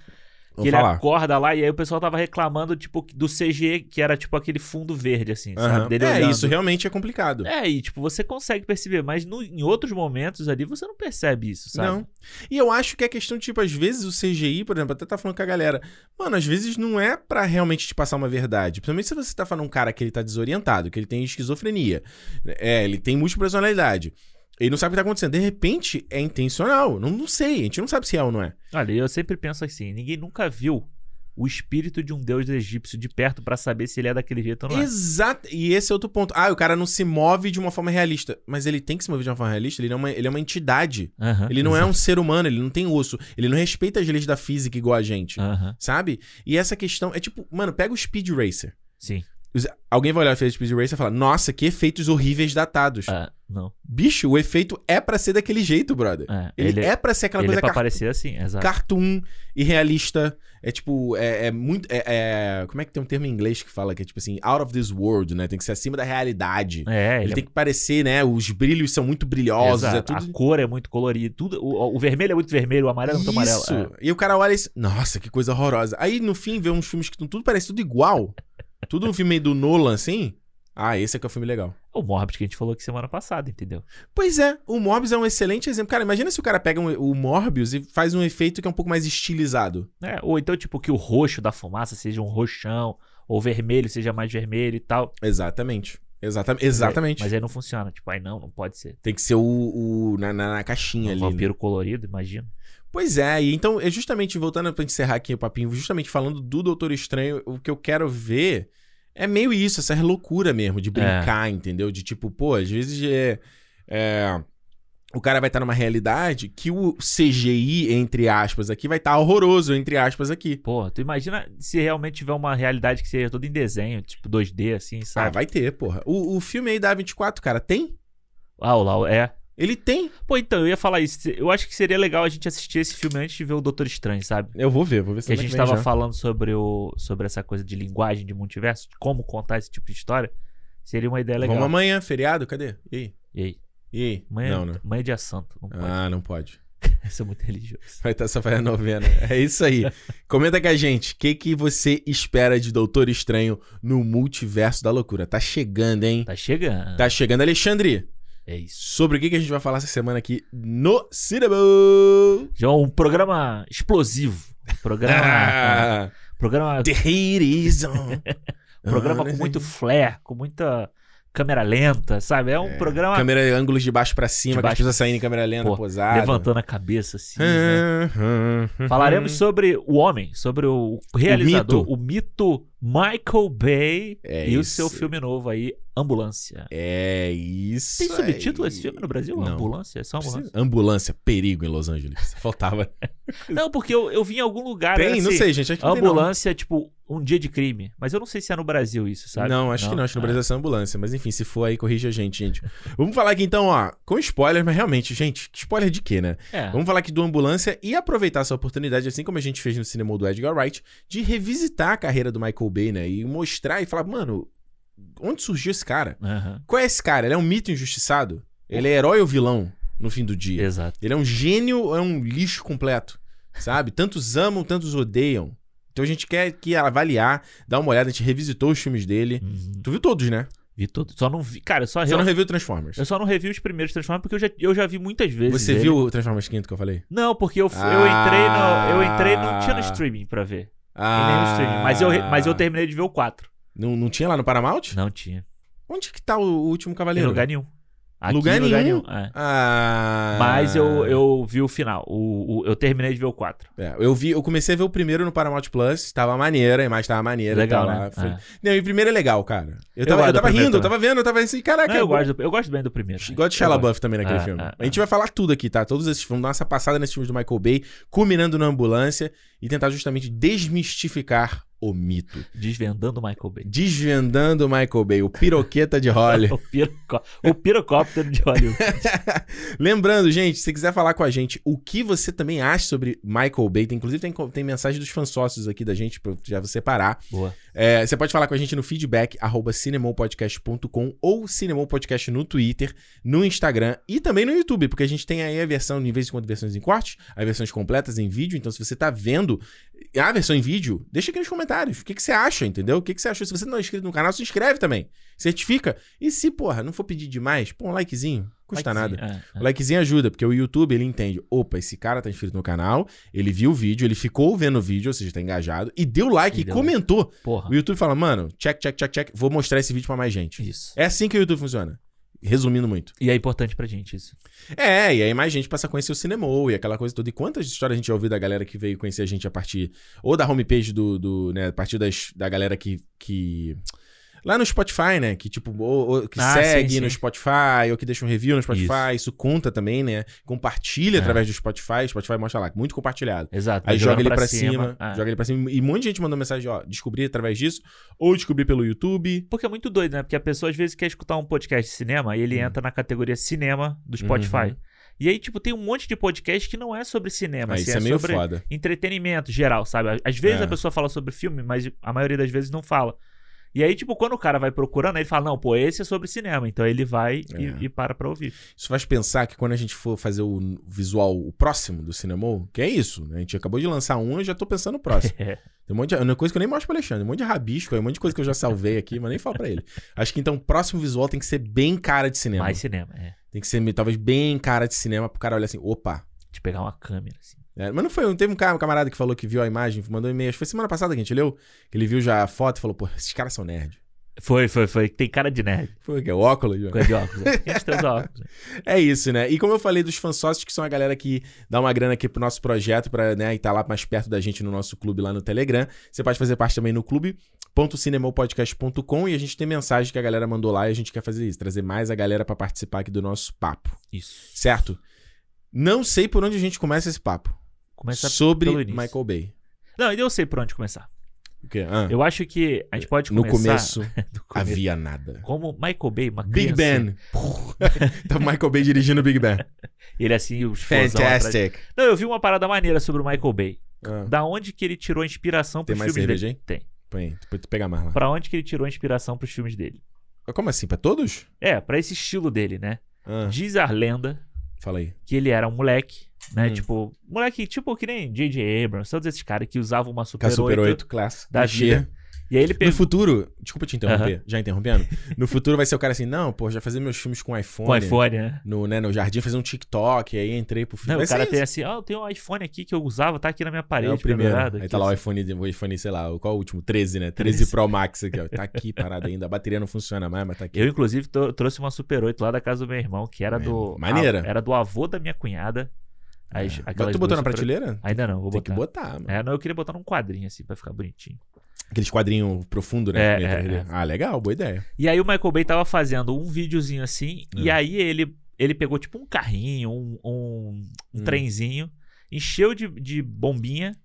Speaker 2: Que ele acorda lá e aí o pessoal tava reclamando, tipo, do CG, que era tipo aquele fundo verde, assim,
Speaker 1: Aham.
Speaker 2: sabe? Dele
Speaker 1: É,
Speaker 2: olhando.
Speaker 1: isso realmente é complicado.
Speaker 2: É, e tipo, você consegue perceber, mas no- em outros momentos ali você não percebe isso, sabe?
Speaker 1: Não. E eu acho que é questão, de, tipo, às vezes o CGI, por exemplo, até tá falando com a galera. Mano, às vezes não é pra realmente te passar uma verdade. Principalmente se você tá falando um cara que ele tá desorientado, que ele tem esquizofrenia. É, ele tem multipersonalidade. Ele não sabe o que tá acontecendo. De repente, é intencional. Não, não sei. A gente não sabe se é ou não é.
Speaker 2: Olha, eu sempre penso assim, ninguém nunca viu o espírito de um deus egípcio de perto pra saber se ele é daquele jeito ou não. é.
Speaker 1: Exato. E esse é outro ponto. Ah, o cara não se move de uma forma realista. Mas ele tem que se mover de uma forma realista. Ele é uma, ele é uma entidade.
Speaker 2: Aham,
Speaker 1: Ele não é
Speaker 2: exato.
Speaker 1: um ser humano. Ele não tem osso. Ele não respeita as leis da física igual a gente.
Speaker 2: Aham,
Speaker 1: Sabe? E essa questão é tipo, mano, pega o Speed Racer.
Speaker 2: Sim.
Speaker 1: Os- Alguém vai olhar o efeito Speed Racer e falar, nossa, que efeitos horríveis datados.
Speaker 2: Ah, não.
Speaker 1: Bicho, o efeito é pra ser daquele jeito, brother.
Speaker 2: É,
Speaker 1: Ele,
Speaker 2: ele,
Speaker 1: é pra ser aquela
Speaker 2: ele é
Speaker 1: coisa
Speaker 2: pra
Speaker 1: car-
Speaker 2: parecer assim, exato.
Speaker 1: cartoon, irrealista. É tipo, é, é muito. É, é- Como é que tem um termo em inglês que fala que é tipo assim, out of this world, né? Tem que ser acima da realidade.
Speaker 2: É, ele,
Speaker 1: Ele
Speaker 2: é-
Speaker 1: tem que parecer, né? Os brilhos são muito brilhosos, é
Speaker 2: exato.
Speaker 1: tudo.
Speaker 2: A cor é muito colorida, tudo, o, o vermelho é muito vermelho, o amarelo é muito amarelo.
Speaker 1: Isso.
Speaker 2: é.
Speaker 1: E o cara olha e diz, nossa, que coisa horrorosa. Aí no fim vê uns filmes que tão- tudo parece tudo igual. tudo um filme meio do Nolan assim. Ah, esse é que é o filme legal.
Speaker 2: O Morbius que a gente falou aqui semana passada, entendeu?
Speaker 1: Pois é, o Morbius é um excelente exemplo. Cara, imagina se o cara pega um- o Morbius e faz um efeito que é um pouco mais estilizado.
Speaker 2: É, ou então, tipo, que o roxo da fumaça seja um roxão, ou o vermelho seja mais vermelho e tal.
Speaker 1: Exatamente. Exata exatamente.
Speaker 2: Mas aí não funciona. Tipo, aí não, não pode ser.
Speaker 1: Tem que ser o, o- na, na- na
Speaker 2: Um
Speaker 1: caixinha ali. né?
Speaker 2: vampiro colorido, imagina.
Speaker 1: Pois é, e então, é justamente voltando pra encerrar aqui o papinho, justamente falando do Doutor Estranho, o que eu quero ver é meio isso, essa loucura mesmo, de brincar, entendeu? De tipo, pô, às vezes é. é, o cara vai estar numa realidade que o CGI, entre aspas, aqui vai estar horroroso, entre aspas, aqui.
Speaker 2: Porra, tu imagina se realmente tiver uma realidade que seja toda em desenho, tipo 2D, assim,
Speaker 1: Ah,
Speaker 2: sabe?
Speaker 1: vai ter, porra. O, o filme aí da A24, cara, tem?
Speaker 2: Ah, o Lau, é.
Speaker 1: Ele tem.
Speaker 2: Pô, então, eu ia falar isso. Eu acho que seria legal a gente assistir esse filme antes de ver o Doutor Estranho, sabe?
Speaker 1: Eu vou ver, vou ver
Speaker 2: Que a gente tava falando sobre, o, sobre essa coisa de linguagem de multiverso, de como contar esse tipo de história. Seria uma ideia é legal.
Speaker 1: Vamos amanhã, feriado? Cadê? E aí?
Speaker 2: E aí?
Speaker 1: E aí?
Speaker 2: Amanhã,
Speaker 1: Não, não.
Speaker 2: amanhã é dia santo. Não pode.
Speaker 1: Ah, não pode.
Speaker 2: Isso é muito religioso.
Speaker 1: Vai estar essa vai a novena. É isso aí. Comenta com a gente. O que, que você espera de Doutor Estranho no multiverso da loucura? Tá chegando, hein?
Speaker 2: Tá chegando.
Speaker 1: Tá chegando, Alexandre.
Speaker 2: É isso.
Speaker 1: Sobre o que, que a gente vai falar essa semana aqui no Cinema.
Speaker 2: João, um programa explosivo. Um Programa.
Speaker 1: Ah,
Speaker 2: programa
Speaker 1: the Haterism.
Speaker 2: programa com muito flare, com muita câmera lenta, sabe? É um programa
Speaker 1: Câmera, ângulos de baixo pra cima,
Speaker 2: De
Speaker 1: que as
Speaker 2: baixo.
Speaker 1: pessoas saindo em câmera lenta,
Speaker 2: Pô,
Speaker 1: posada.
Speaker 2: levantando a cabeça assim. né?
Speaker 1: Aham.
Speaker 2: Falaremos sobre o homem, sobre o realizador,
Speaker 1: Uhum. mito.
Speaker 2: o mito, Michael Bay
Speaker 1: É
Speaker 2: e o
Speaker 1: isso.
Speaker 2: seu filme novo aí, Ambulância.
Speaker 1: É isso.
Speaker 2: Tem subtítulo
Speaker 1: aí.
Speaker 2: esse filme no Brasil?
Speaker 1: Não.
Speaker 2: Ambulância? É só
Speaker 1: Precisa-
Speaker 2: ambulância?
Speaker 1: Ambulância, perigo em Los Angeles. Faltava.
Speaker 2: Não, porque eu, eu vi em algum lugar. era
Speaker 1: Tem, não
Speaker 2: assim,
Speaker 1: sei, gente. Acho que não tem, não.
Speaker 2: Ambulância, tipo, um dia de crime. Mas eu não sei se é no Brasil isso, sabe?
Speaker 1: Não, acho que não. Acho que no
Speaker 2: Ah.
Speaker 1: Brasil é só ambulância. Mas enfim, se for aí, corrige a gente, gente. Vamos falar aqui então, ó, com spoiler, mas realmente, gente, que spoiler de quê, né?
Speaker 2: É.
Speaker 1: Vamos falar aqui do Ambulância e aproveitar essa oportunidade, assim como a gente fez no cinema do Edgar Wright, de revisitar a carreira do Michael Bay, né? E mostrar e falar, mano, onde surgiu esse cara?
Speaker 2: Aham.
Speaker 1: Qual é esse cara? Ele é um mito injustiçado? Ele é herói ou vilão no fim do dia?
Speaker 2: Exato.
Speaker 1: Ele é um gênio ou é um lixo completo? Sabe? Tantos amam, tantos odeiam. Então a gente quer que avaliar, dar uma olhada, a gente revisitou os filmes dele.
Speaker 2: Uhum.
Speaker 1: Tu viu todos, né?
Speaker 2: Vi tudo. Só não vi. Cara, eu só
Speaker 1: Você não reviu Transformers?
Speaker 2: Eu só não revi os primeiros Transformers porque eu já, eu já vi muitas vezes.
Speaker 1: Você
Speaker 2: ele.
Speaker 1: viu o Transformers quinto que eu falei?
Speaker 2: Não, porque eu, f- eu entrei
Speaker 1: Ah.
Speaker 2: no. Eu entrei não tinha no streaming pra ver. Tem nem no streaming. Mas eu, re- mas eu terminei de ver o 4.
Speaker 1: Ah. Não, não tinha lá no Paramount?
Speaker 2: Não tinha.
Speaker 1: Onde que tá o último
Speaker 2: Em
Speaker 1: cavaleiro?
Speaker 2: lugar nenhum. Aqui,
Speaker 1: Lugar
Speaker 2: em lugar
Speaker 1: nenhum?
Speaker 2: nenhum. é.
Speaker 1: Ah...
Speaker 2: Mas eu, eu vi o final. O, o- eu terminei de ver o 4.
Speaker 1: É, eu vi, eu comecei a ver o primeiro no Paramount Plus, tava maneira, a imagem tava maneira.
Speaker 2: Legal,
Speaker 1: tava tá lá,
Speaker 2: né?
Speaker 1: foi-
Speaker 2: É.
Speaker 1: Não, e o primeiro é legal, cara. Eu
Speaker 2: Eu
Speaker 1: tava, eu
Speaker 2: gosto do
Speaker 1: tava
Speaker 2: primeiro
Speaker 1: rindo, eu
Speaker 2: também.
Speaker 1: tava vendo, eu tava assim, caraca.
Speaker 2: Não, eu,
Speaker 1: bom.
Speaker 2: gosto, do- eu gosto bem do primeiro. né?
Speaker 1: Igual de Shia
Speaker 2: Eu
Speaker 1: LaBeouf também naquele
Speaker 2: É,
Speaker 1: filme.
Speaker 2: é,
Speaker 1: a gente vai falar tudo aqui, tá? Todos esses filmes, dar essa passada nesses filmes do Michael Bay, culminando na ambulância e tentar justamente desmistificar o mito.
Speaker 2: gosto. Desvendando o Michael Bay.
Speaker 1: Desvendando o Michael Bay, o piroqueta de Holly.
Speaker 2: O, pirocó- o pirocóptero de Hollywood.
Speaker 1: Lembrando, gente, se quiser falar com a gente o que você também acha sobre Michael Bay, tem, inclusive tem, co- tem mensagem dos fãs sócios aqui da gente, pra eu já separar.
Speaker 2: Boa.
Speaker 1: É, você pode falar com a gente no feedback, arroba cinemopodcast.com ou cinemopodcast no Twitter, no Instagram e também no YouTube, porque a gente tem aí a versão, em vez de quando versões em corte, as versões completas em vídeo. Então, se você tá vendo a versão em vídeo, deixa aqui nos comentários. O que, que você acha, entendeu? O que, que você achou? Se você não é inscrito no canal, se inscreve também. Certifica. E se, porra, não for pedir demais, põe um likezinho. é. Custa nada.
Speaker 2: é,
Speaker 1: O likezinho ajuda, porque o YouTube ele entende. Opa, esse cara tá inscrito no canal, ele viu o vídeo, ele ficou vendo o vídeo, ou seja, tá engajado, e deu like
Speaker 2: E
Speaker 1: e,
Speaker 2: deu
Speaker 1: comentou.
Speaker 2: é. Porra.
Speaker 1: O YouTube fala, mano, check, check, check, check, vou mostrar esse vídeo pra mais gente.
Speaker 2: Isso.
Speaker 1: É assim que o YouTube funciona. Resumindo muito.
Speaker 2: E é importante pra gente isso.
Speaker 1: É, e aí mais gente passa a conhecer o cinema e aquela coisa toda. E quantas histórias a gente já ouviu da galera que veio conhecer a gente a partir ou da homepage do, do né, a partir das, da galera que, que lá no Spotify, né, que tipo ou- ou que
Speaker 2: Ah,
Speaker 1: segue
Speaker 2: sim, sim.
Speaker 1: no Spotify ou que deixa um review no Spotify, isso, conta também, né? Compartilha
Speaker 2: É.
Speaker 1: através do Spotify, Spotify mostra lá, muito compartilhado.
Speaker 2: Exato.
Speaker 1: Aí
Speaker 2: Tá
Speaker 1: joga
Speaker 2: jogando
Speaker 1: ele pra, cima,
Speaker 2: Ah.
Speaker 1: joga ele pra cima. E um monte de gente mandou mensagem, ó, descobri através disso ou descobri pelo YouTube.
Speaker 2: Porque é muito doido, né? Porque a pessoa às vezes quer escutar um podcast de cinema e ele
Speaker 1: Uhum.
Speaker 2: entra na categoria cinema do Spotify.
Speaker 1: Uhum.
Speaker 2: E aí, tipo, tem um monte de podcast que não é sobre cinema,
Speaker 1: Aí
Speaker 2: assim,
Speaker 1: isso é meio
Speaker 2: sobre
Speaker 1: foda.
Speaker 2: entretenimento geral, sabe? Às vezes
Speaker 1: É.
Speaker 2: a pessoa fala sobre filme, mas a maioria das vezes não fala. E aí, tipo, quando o cara vai procurando, aí ele fala, não, pô, esse é sobre cinema. Então ele vai e-
Speaker 1: É.
Speaker 2: e, para pra ouvir.
Speaker 1: Isso faz pensar que quando a gente for fazer o visual, o próximo do cinema, que é isso, né? A gente acabou de lançar um e já tô pensando no próximo. Tem um monte de é uma coisa que eu nem mostro pro Alexandre, um monte de rabisco, aí, um monte de coisa que eu já salvei aqui, mas nem falo pra ele. Acho que então o próximo visual tem que ser bem cara de cinema.
Speaker 2: Mais cinema, é.
Speaker 1: Tem que ser talvez bem cara de cinema pro cara olhar assim, opa.
Speaker 2: De pegar uma câmera, assim.
Speaker 1: É, mas não foi, não teve um cara, um camarada que falou que viu a imagem, mandou um e-mail, acho que foi semana passada que a gente leu, que ele viu já a foto e falou, pô, esses caras são nerd.
Speaker 2: Foi, foi, foi. Tem cara de nerd.
Speaker 1: Foi o quê? O óculos? João?
Speaker 2: Coisa de óculos. né? A gente tem os óculos. né?
Speaker 1: É isso, né? E como eu falei dos fansócios, que são a galera que dá uma grana aqui pro nosso projeto, pra, né, e tá lá mais perto da gente no nosso clube lá no Telegram. Você pode fazer parte também no clube.cinemopodcast.com e a gente tem mensagem que a galera mandou lá e a gente quer fazer isso, trazer mais a galera pra participar aqui do nosso papo,
Speaker 2: Isso.
Speaker 1: certo? Não sei por onde a gente começa esse papo.
Speaker 2: Começa
Speaker 1: sobre
Speaker 2: pelo início.
Speaker 1: Michael Bay.
Speaker 2: Não, eu sei por onde começar.
Speaker 1: O quê? Ah,
Speaker 2: Eu acho que a gente pode
Speaker 1: no
Speaker 2: começar...
Speaker 1: começo
Speaker 2: do começo.
Speaker 1: havia nada.
Speaker 2: Como Michael Bay, uma
Speaker 1: Big
Speaker 2: criança,
Speaker 1: Ben. tá o Michael Bay dirigindo o Big Ben.
Speaker 2: Ele assim, os fãzão atrás.
Speaker 1: Fantastic.
Speaker 2: Não, eu vi uma parada maneira sobre o Michael Bay.
Speaker 1: Ah,
Speaker 2: Da onde que ele tirou a inspiração
Speaker 1: Tem
Speaker 2: pros
Speaker 1: mais
Speaker 2: filmes dele?
Speaker 1: cerveja, hein?
Speaker 2: Tem.
Speaker 1: põe, depois tu pega mais lá.
Speaker 2: Pra onde que ele tirou a inspiração pros filmes dele?
Speaker 1: Como assim? Pra todos?
Speaker 2: É, pra esse estilo dele, né?
Speaker 1: Ah,
Speaker 2: Diz a lenda
Speaker 1: fala aí.
Speaker 2: que ele era um moleque, né?
Speaker 1: Hum.
Speaker 2: Tipo, moleque tipo que nem J.J. Abrams, todos esses caras que usavam uma
Speaker 1: Com a
Speaker 2: Super,
Speaker 1: Super
Speaker 2: 8.
Speaker 1: 8, classe.
Speaker 2: da
Speaker 1: clichê.
Speaker 2: vida. E aí ele
Speaker 1: No
Speaker 2: pegou
Speaker 1: futuro, desculpa te interromper, já interrompendo. No futuro vai ser o cara assim, não, pô, já fazer meus filmes com iPhone.
Speaker 2: com o iPhone, né?
Speaker 1: No, né, no jardim, fazer um TikTok, aí entrei pro filme.
Speaker 2: Não,
Speaker 1: Vai
Speaker 2: o cara
Speaker 1: ser
Speaker 2: tem
Speaker 1: isso.
Speaker 2: assim, ah, eu tenho um iPhone aqui que eu usava, tá aqui na minha parede,
Speaker 1: É o primeiro.
Speaker 2: pendurado
Speaker 1: Aí
Speaker 2: aqui,
Speaker 1: tá lá o
Speaker 2: assim.
Speaker 1: iPhone, o iPhone, sei lá, qual o último? 13, né? 13,
Speaker 2: 13.
Speaker 1: Pro Max aqui, ó. Tá aqui parado ainda. A bateria não funciona mais, mas tá aqui.
Speaker 2: Eu, inclusive, to- trouxe uma Super 8 lá da casa do meu irmão, que era do.
Speaker 1: Maneira.
Speaker 2: a- era do avô da minha cunhada.
Speaker 1: É.
Speaker 2: As,
Speaker 1: Mas
Speaker 2: aquelas
Speaker 1: tu botou
Speaker 2: duas
Speaker 1: na
Speaker 2: Super 8.
Speaker 1: prateleira?
Speaker 2: Ainda não, vou
Speaker 1: Tem que
Speaker 2: botar.
Speaker 1: botar, mano.
Speaker 2: É, não, eu queria botar num quadrinho assim, pra ficar bonitinho.
Speaker 1: Aqueles quadrinhos profundos, né?
Speaker 2: É,
Speaker 1: que vem
Speaker 2: é,
Speaker 1: atrás dele.
Speaker 2: é.
Speaker 1: Ah, legal, boa ideia.
Speaker 2: E aí o Michael Bay tava fazendo um videozinho assim, e
Speaker 1: É.
Speaker 2: aí ele, ele pegou tipo um carrinho, um, um, um
Speaker 1: Hum.
Speaker 2: trenzinho, encheu de, de bombinha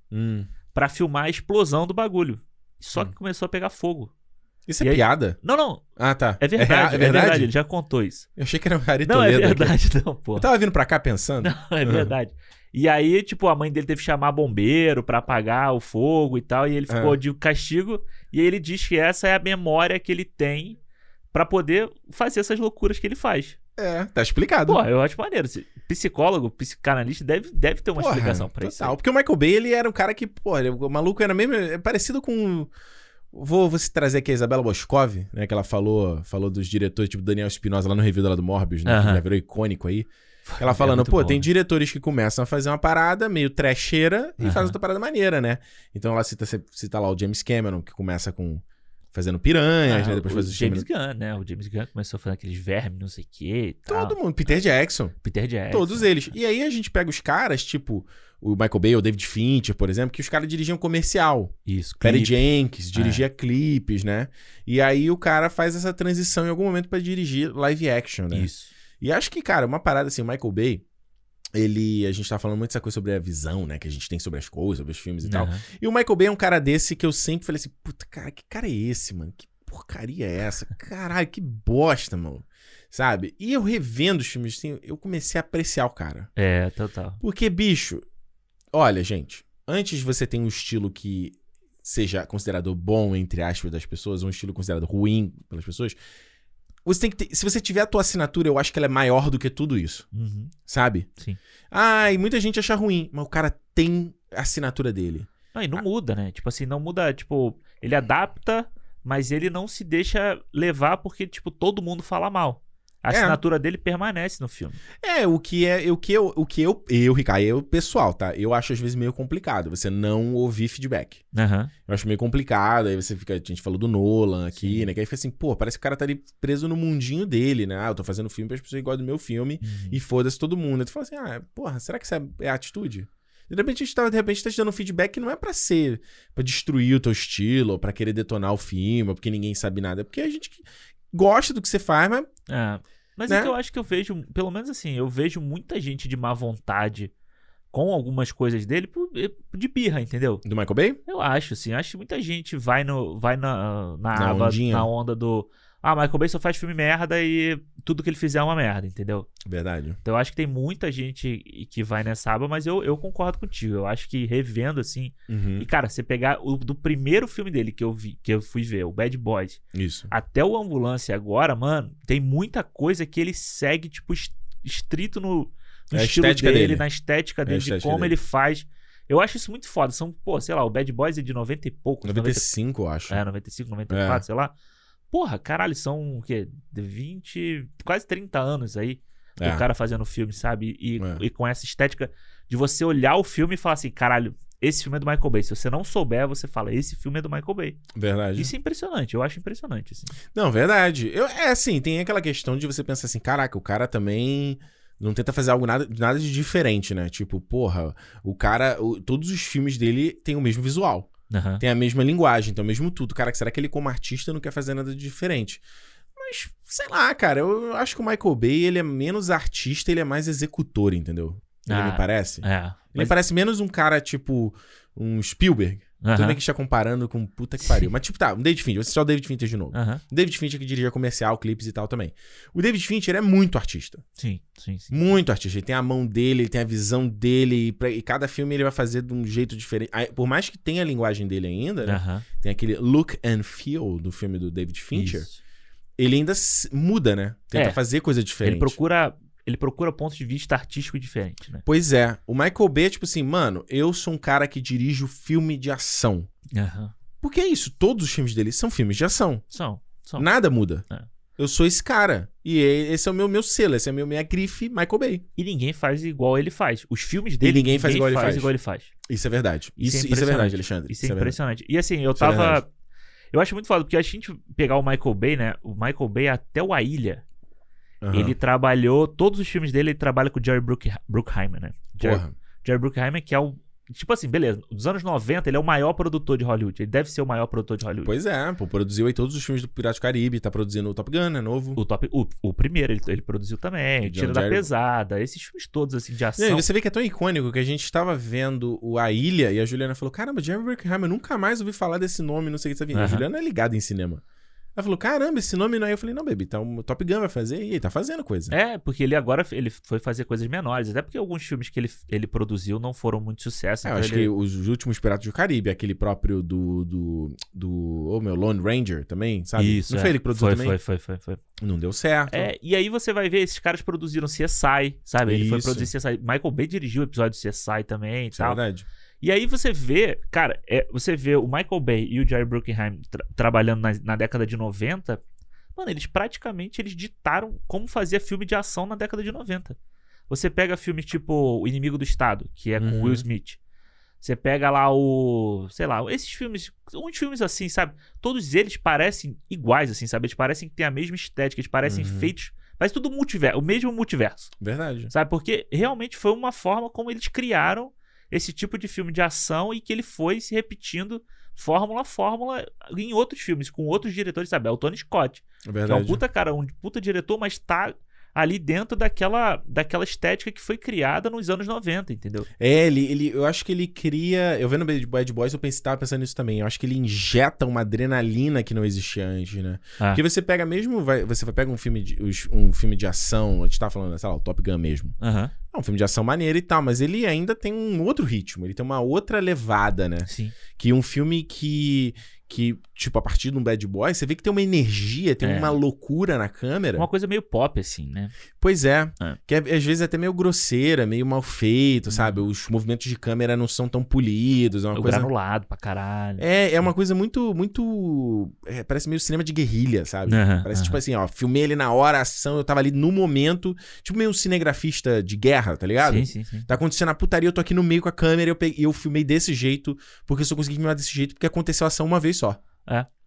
Speaker 2: pra filmar a explosão do bagulho. Só
Speaker 1: Hum.
Speaker 2: que começou a pegar fogo.
Speaker 1: Isso
Speaker 2: E
Speaker 1: é
Speaker 2: aí-
Speaker 1: piada?
Speaker 2: Não, não,
Speaker 1: Ah, tá.
Speaker 2: é verdade, é,
Speaker 1: real-
Speaker 2: verdade? ele já contou isso.
Speaker 1: Eu achei que era o Ari
Speaker 2: Não, é
Speaker 1: Toledo aqui.
Speaker 2: verdade, não, pô.
Speaker 1: Eu tava vindo pra cá pensando.
Speaker 2: Não, é verdade. E aí, tipo, a mãe dele teve que chamar bombeiro pra apagar o fogo e tal, e ele ficou
Speaker 1: Ah.
Speaker 2: de castigo. E ele diz que essa é a memória que ele tem pra poder fazer essas loucuras que ele faz.
Speaker 1: É, tá explicado.
Speaker 2: Pô, eu acho maneiro. Esse Psicólogo, psicanalista deve, deve ter uma
Speaker 1: Porra,
Speaker 2: explicação pra isso.
Speaker 1: total.
Speaker 2: aí.
Speaker 1: Porque o Michael Bay, ele era um cara que, pô, ele- o maluco era mesmo. É parecido com. Vou, vou se trazer aqui a Isabela Boscov, né? Que ela falou, falou dos diretores, tipo Daniel Espinosa lá no review dela do Morbius, né? Que
Speaker 2: Aham.
Speaker 1: já virou icônico aí. Ela
Speaker 2: É
Speaker 1: falando,
Speaker 2: muito
Speaker 1: pô,
Speaker 2: bom,
Speaker 1: tem
Speaker 2: né?
Speaker 1: diretores que começam a fazer uma parada meio trecheira e
Speaker 2: Aham.
Speaker 1: fazem outra parada maneira, né? Então ela cita, cita lá o James Cameron, que começa com. Fazendo piranhas,
Speaker 2: Ah,
Speaker 1: né? Depois
Speaker 2: o
Speaker 1: faz o
Speaker 2: James Gunn, né? O James Gunn começou a fazer aqueles vermes, não sei o quê e tal.
Speaker 1: Todo mundo, Peter Jackson.
Speaker 2: Peter Jackson.
Speaker 1: Todos eles. E aí a gente pega os caras, tipo o Michael Bay, o David Fincher, por exemplo, que os caras dirigiam comercial.
Speaker 2: Isso,
Speaker 1: Perry
Speaker 2: clipe. É.
Speaker 1: Jenkins dirigia clipes, né? E aí o cara faz essa transição em algum momento pra dirigir live action, né?
Speaker 2: Isso.
Speaker 1: E acho que, cara, uma parada assim, o Michael Bay, ele. A gente tá falando muito essa coisa sobre a visão, né? Que a gente tem sobre as coisas, sobre os filmes e tal.
Speaker 2: Aham.
Speaker 1: E o Michael Bay é um cara desse que eu sempre falei assim, puta, cara, que cara é esse, mano? Que porcaria é essa? Caralho, que bosta, mano. Sabe? E eu revendo os filmes, assim, eu comecei a apreciar o cara.
Speaker 2: É, total.
Speaker 1: Porque, bicho, olha, gente, antes você tem um estilo que seja considerado bom, entre aspas, das pessoas, ou um estilo considerado ruim pelas pessoas, você tem que ter, se você tiver a tua assinatura, eu acho que ela é maior do que tudo isso,
Speaker 2: Uhum.
Speaker 1: sabe?
Speaker 2: Sim.
Speaker 1: Ah, e muita gente acha ruim, mas o cara tem a assinatura dele.
Speaker 2: Não, e não muda, né? Tipo assim, não muda, tipo, ele adapta, mas ele não se deixa levar porque, tipo, todo mundo fala mal. A
Speaker 1: É.
Speaker 2: assinatura dele permanece no filme.
Speaker 1: É, o que é, o que eu, o que eu, eu, Ricardo, eu pessoal, tá? Eu acho às vezes meio complicado você não ouvir feedback.
Speaker 2: Aham.
Speaker 1: Eu acho meio complicado, aí você fica, a gente falou do Nolan aqui, né? Que aí fica assim, pô, parece que o cara tá ali preso no mundinho dele, né? Ah, eu tô fazendo filme para as pessoas gostam do meu filme
Speaker 2: Uhum.
Speaker 1: e foda-se todo mundo. Aí tu fala assim, ah, porra, será que isso é, é a atitude? De repente a gente tá, de repente tá te dando um feedback que não é pra ser, pra destruir o teu estilo, ou pra querer detonar o filme, ou porque ninguém sabe nada. É porque a gente que gosta do que você faz, mas
Speaker 2: É. Mas
Speaker 1: Né?
Speaker 2: é que eu acho que eu vejo, pelo menos assim, eu vejo muita gente de má vontade com algumas coisas dele por- eh, de birra, entendeu?
Speaker 1: do Michael Bay?
Speaker 2: Eu acho, assim. Acho que muita gente vai, no, vai na, na,
Speaker 1: Na
Speaker 2: aba,
Speaker 1: ondinha.
Speaker 2: na onda do. Ah, Michael Bay só faz filme merda e tudo que ele fizer é uma merda, entendeu?
Speaker 1: Verdade.
Speaker 2: Então eu acho que tem muita gente que vai nessa aba, mas eu, eu concordo contigo. Eu acho que revendo, assim.
Speaker 1: Uhum.
Speaker 2: E, cara, você pegar o do primeiro filme dele que eu vi, que eu fui ver, o Bad Boys,
Speaker 1: Isso.
Speaker 2: até o Ambulância agora, mano, tem muita coisa que ele segue, tipo, es- estrito no, no
Speaker 1: É a
Speaker 2: estilo
Speaker 1: estética
Speaker 2: dele,
Speaker 1: dele. É
Speaker 2: na estética
Speaker 1: a
Speaker 2: dele, de
Speaker 1: estética
Speaker 2: como
Speaker 1: dele.
Speaker 2: ele faz. Eu acho isso muito foda. São, pô, sei lá, o Bad Boys é de 90 e pouco,
Speaker 1: 95,
Speaker 2: 95,
Speaker 1: eu acho.
Speaker 2: é, 95 94, sei lá. Porra, caralho, são o quê? De 20, quase 30 anos aí do
Speaker 1: É.
Speaker 2: cara fazendo filme, sabe? E,
Speaker 1: É.
Speaker 2: e com essa estética de você olhar o filme e falar assim, caralho, esse filme é do Michael Bay. Se você não souber, você fala, esse filme é do Michael Bay.
Speaker 1: Verdade.
Speaker 2: Isso é impressionante, eu acho impressionante, assim.
Speaker 1: Não, verdade. Eu, é assim, tem aquela questão de você pensar assim, caraca, o cara também não tenta fazer algo nada, nada de diferente, né? Tipo, porra, o cara, o- todos os filmes dele têm o mesmo visual,
Speaker 2: Aham.
Speaker 1: tem a mesma linguagem, tem o mesmo tudo. Cara, será que ele como artista não quer fazer nada de diferente? Mas, sei lá, cara, eu eu acho que o Michael Bay, ele é menos artista, ele é mais executor, entendeu? Ele
Speaker 2: Ah,
Speaker 1: me parece.
Speaker 2: É.
Speaker 1: Ele
Speaker 2: Mas,
Speaker 1: parece menos um cara, tipo, um Spielberg. Tudo
Speaker 2: aham,
Speaker 1: bem que está comparando com puta que pariu. Mas, tipo, tá, um David Fincher. Vou assistir o David Fincher de novo.
Speaker 2: aham.
Speaker 1: O David Fincher que dirigia comercial, clipes e tal também. O David Fincher é muito artista.
Speaker 2: Sim, sim, sim.
Speaker 1: Muito artista. Ele tem a mão dele, ele tem a visão dele. E, pra- e cada filme ele vai fazer de um jeito diferente. Aí, por mais que tenha a linguagem dele ainda, né?
Speaker 2: Aham.
Speaker 1: Tem aquele look and feel do filme do David Fincher.
Speaker 2: É. Isso.
Speaker 1: Ele ainda se- muda, né? Tenta
Speaker 2: É.
Speaker 1: fazer coisa diferente.
Speaker 2: Ele procura, ele procura pontos de vista artístico diferente, né?
Speaker 1: Pois é. O Michael Bay é tipo assim, mano, eu sou um cara que dirige o filme de ação.
Speaker 2: Aham.
Speaker 1: Porque é isso. Todos os filmes dele são filmes de ação.
Speaker 2: São, são.
Speaker 1: Nada muda.
Speaker 2: É.
Speaker 1: Eu sou esse cara. E é- esse é o meu, meu selo, esse é o meu, minha grife Michael Bay.
Speaker 2: E ninguém faz igual ele faz. Os filmes dele,
Speaker 1: ninguém faz igual ele faz.
Speaker 2: igual ele faz.
Speaker 1: Isso é verdade. Isso,
Speaker 2: Isso é
Speaker 1: isso é, verdade,
Speaker 2: impressionante.
Speaker 1: Alexandre.
Speaker 2: Isso é
Speaker 1: verdade.
Speaker 2: impressionante. E assim, eu
Speaker 1: Isso é
Speaker 2: tava.
Speaker 1: verdade.
Speaker 2: eu acho muito foda, porque a gente pegar o Michael Bay, né? O Michael Bay até o A Ilha,
Speaker 1: Aham.
Speaker 2: ele trabalhou. Todos os filmes dele, ele trabalha com o Jerry Bruck, Bruckheimer, né? Jerry,
Speaker 1: Porra.
Speaker 2: Jerry Bruckheimer, que é o. Tipo assim, beleza, dos anos 90, ele é o maior produtor de Hollywood. Ele deve ser o maior produtor de Hollywood.
Speaker 1: Pois é, pô, produziu aí todos os filmes do Pirata do Caribe, tá produzindo o Top Gun, né? Novo.
Speaker 2: O, top, o, o primeiro, ele, ele produziu também,
Speaker 1: O
Speaker 2: o Tira
Speaker 1: John
Speaker 2: da
Speaker 1: Jerry-
Speaker 2: Pesada, esses filmes todos, assim, de
Speaker 1: E aí,
Speaker 2: ação.
Speaker 1: você vê que é tão icônico que a gente tava vendo o A Ilha e a Juliana falou: Caramba, Jerry Bruckheimer, eu nunca mais ouvi falar desse nome, não sei o que você vindo. A
Speaker 2: Aham.
Speaker 1: Juliana é ligada em cinema. Ela falou: Caramba, esse nome não é. Eu falei: Não, baby, tá, o Top Gun vai fazer e ele tá fazendo coisa.
Speaker 2: É, porque ele agora ele foi fazer coisas menores, até porque alguns filmes que ele, ele produziu não foram muito sucesso.
Speaker 1: É, eu
Speaker 2: então
Speaker 1: acho
Speaker 2: ele-
Speaker 1: que os últimos Piratas do Caribe, aquele próprio do. do. do. Ô meu, Lone Ranger também, sabe?
Speaker 2: Isso,
Speaker 1: não
Speaker 2: é.
Speaker 1: foi ele que produziu
Speaker 2: foi,
Speaker 1: também?
Speaker 2: Foi, foi, foi, foi.
Speaker 1: Não deu certo.
Speaker 2: É, e aí você vai ver, esses caras produziram CSI, sabe? Ele foi
Speaker 1: Isso.
Speaker 2: produzir CSI. Michael Bay dirigiu o episódio do CSI também e
Speaker 1: Isso é
Speaker 2: tal.
Speaker 1: verdade.
Speaker 2: E aí você vê, cara, é, você vê o Michael Bay e o Jerry Bruckheimer tra- trabalhando na, na década de 90. Mano, eles praticamente eles ditaram como fazia filme de ação na década de 90. Você pega filmes tipo O Inimigo do Estado, que é com
Speaker 1: Uhum.
Speaker 2: Will Smith. Você pega lá o. Sei lá, esses filmes. Uns filmes assim, sabe? Todos eles parecem iguais, assim, sabe? Eles parecem que têm a mesma estética, eles parecem
Speaker 1: Uhum.
Speaker 2: feitos. Parece tudo multiverso, o mesmo multiverso.
Speaker 1: Verdade.
Speaker 2: Sabe? Porque realmente foi uma forma como eles criaram esse tipo de filme de ação e que ele foi se repetindo fórmula a fórmula em outros filmes, com outros diretores, sabe? É o Tony Scott,
Speaker 1: É
Speaker 2: que é
Speaker 1: verdade.
Speaker 2: um puta cara, um puta diretor, mas tá ali dentro daquela, daquela estética que foi criada nos anos 90, entendeu?
Speaker 1: É, ele, ele, eu acho que ele cria. Eu vendo o Bad Bad Boys, eu pensei, tava pensando nisso também. Eu acho que ele injeta uma adrenalina que não existia antes, né?
Speaker 2: Ah.
Speaker 1: Porque você pega mesmo. vai- você vai pega um filme de, os- um filme de ação, a gente tá falando, sei lá, o Top Gun mesmo.
Speaker 2: Aham.
Speaker 1: É um filme de ação maneiro e tal, mas ele ainda tem
Speaker 2: É.
Speaker 1: um outro ritmo, ele tem uma outra levada, né?
Speaker 2: Sim.
Speaker 1: Que um filme que, que tipo, a partir de um bad boy, você vê que tem uma energia, tem
Speaker 2: É.
Speaker 1: uma loucura na câmera.
Speaker 2: Uma coisa meio pop, assim, né?
Speaker 1: Pois é.
Speaker 2: É.
Speaker 1: Que é- às vezes é até meio grosseira, meio mal feito, sabe? Os movimentos de câmera não são tão polidos, é uma
Speaker 2: o
Speaker 1: coisa.
Speaker 2: granulado pra caralho.
Speaker 1: É, é uma coisa muito, muito. é, parece meio cinema de guerrilha, sabe?
Speaker 2: Aham,
Speaker 1: Parece
Speaker 2: Né? aham.
Speaker 1: tipo assim, ó, filmei ele na hora, a ação, eu tava ali no momento, tipo meio um cinegrafista de guerra, tá ligado?
Speaker 2: Sim, sim, sim.
Speaker 1: Tá acontecendo a putaria, eu tô aqui no meio com a câmera, eu, peguei- eu filmei desse jeito, porque eu só consegui filmar desse jeito porque aconteceu a ação uma vez só.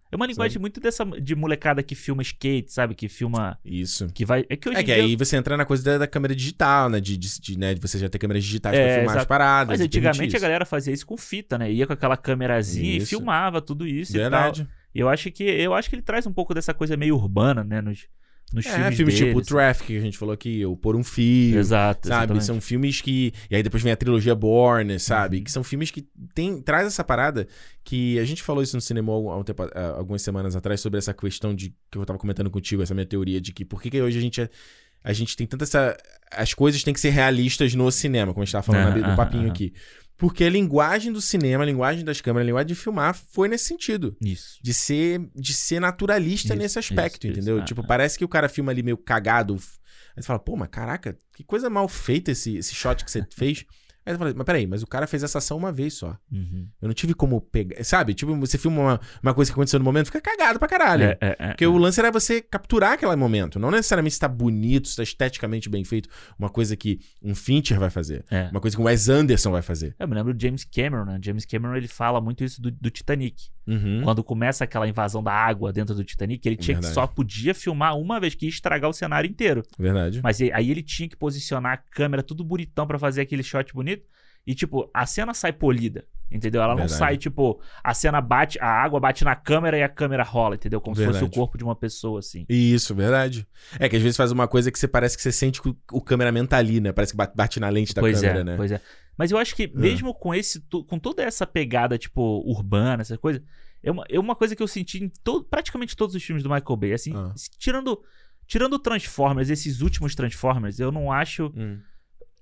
Speaker 2: É uma linguagem muito dessa de molecada que filma skate, sabe? Que filma.
Speaker 1: Isso.
Speaker 2: Que vai. É que hoje
Speaker 1: É
Speaker 2: em
Speaker 1: que
Speaker 2: dia.
Speaker 1: aí você entra na coisa da, da câmera digital, né? De, de- de, né? de você já ter câmeras digitais pra
Speaker 2: É,
Speaker 1: filmar as
Speaker 2: exato.
Speaker 1: paradas.
Speaker 2: Mas
Speaker 1: e permitir
Speaker 2: antigamente
Speaker 1: Ah,
Speaker 2: a
Speaker 1: isso.
Speaker 2: galera fazia isso com fita, né? Ia com aquela câmerazinha e
Speaker 1: Isso.
Speaker 2: filmava tudo isso e tal.
Speaker 1: Verdade.
Speaker 2: E Eu acho que eu acho que ele traz um pouco dessa coisa meio urbana, né? Nos, nos
Speaker 1: É,
Speaker 2: filmes.
Speaker 1: filmes
Speaker 2: dele,
Speaker 1: tipo
Speaker 2: assim.
Speaker 1: Traffic, que a gente falou aqui, ou Por um Fio.
Speaker 2: Exato.
Speaker 1: Sabe,
Speaker 2: exatamente.
Speaker 1: são filmes que. E aí depois vem a trilogia Born, sabe?
Speaker 2: Uhum.
Speaker 1: Que são filmes que tem, traz essa parada que a gente falou isso no cinema há um tempo- há algumas semanas atrás sobre essa questão de que eu tava comentando contigo, essa minha teoria de que por que, que hoje a gente é- a gente tem tanta essa as coisas têm que ser realistas no cinema, como a gente tava falando
Speaker 2: Aham,
Speaker 1: na- no
Speaker 2: aham,
Speaker 1: papinho
Speaker 2: aham.
Speaker 1: aqui. Porque a linguagem do cinema, a linguagem das câmeras, a linguagem de filmar foi nesse sentido
Speaker 2: Isso.
Speaker 1: de ser de ser naturalista
Speaker 2: Isso,
Speaker 1: nesse aspecto,
Speaker 2: isso, isso.
Speaker 1: entendeu?
Speaker 2: Ah,
Speaker 1: tipo,
Speaker 2: ah.
Speaker 1: parece que o cara filma ali meio cagado. f- Aí você fala, pô, mas caraca, que coisa mal feita esse, esse shot que você fez. Aí você fala, mas peraí, mas o cara fez essa ação uma vez só.
Speaker 2: Uhum.
Speaker 1: Eu não tive como pegar. Sabe? Tipo, você filma uma, uma coisa que aconteceu no momento, fica cagado pra caralho.
Speaker 2: É, é, é.
Speaker 1: Porque o lance era você capturar aquele momento. Não necessariamente se tá bonito, se tá esteticamente bem feito. Uma coisa que um Fincher vai fazer.
Speaker 2: É.
Speaker 1: Uma coisa que um Wes Anderson vai fazer.
Speaker 2: Eu me lembro do James Cameron, né? James Cameron ele fala muito isso do, do Titanic.
Speaker 1: Uhum.
Speaker 2: Quando começa aquela invasão da água dentro do Titanic, ele tinha que
Speaker 1: Verdade.
Speaker 2: só podia filmar uma vez que ia estragar o cenário inteiro.
Speaker 1: Verdade.
Speaker 2: Mas e- aí ele tinha que posicionar a câmera tudo bonitão pra fazer aquele shot bonito. E, tipo, a cena sai polida, entendeu? Ela não
Speaker 1: Verdade.
Speaker 2: sai, tipo, a cena bate, a água bate na câmera e a câmera rola, entendeu? Como se fosse
Speaker 1: Verdade.
Speaker 2: o corpo de uma pessoa, assim.
Speaker 1: Isso, verdade. É que às vezes faz uma coisa que você parece que você sente que o, o cameraman tá ali, né? Parece que bate, bate na lente da
Speaker 2: pois
Speaker 1: câmera,
Speaker 2: é,
Speaker 1: né? Ah.
Speaker 2: pois é. Mas eu acho que mesmo com esse, tu- com toda essa pegada, tipo, urbana, essa coisa, é uma, é uma coisa que eu senti em to- praticamente todos os filmes do Michael Bay, assim,
Speaker 1: Ah.
Speaker 2: s- tirando... Tirando Transformers, esses últimos Transformers, eu não acho.
Speaker 1: Hum.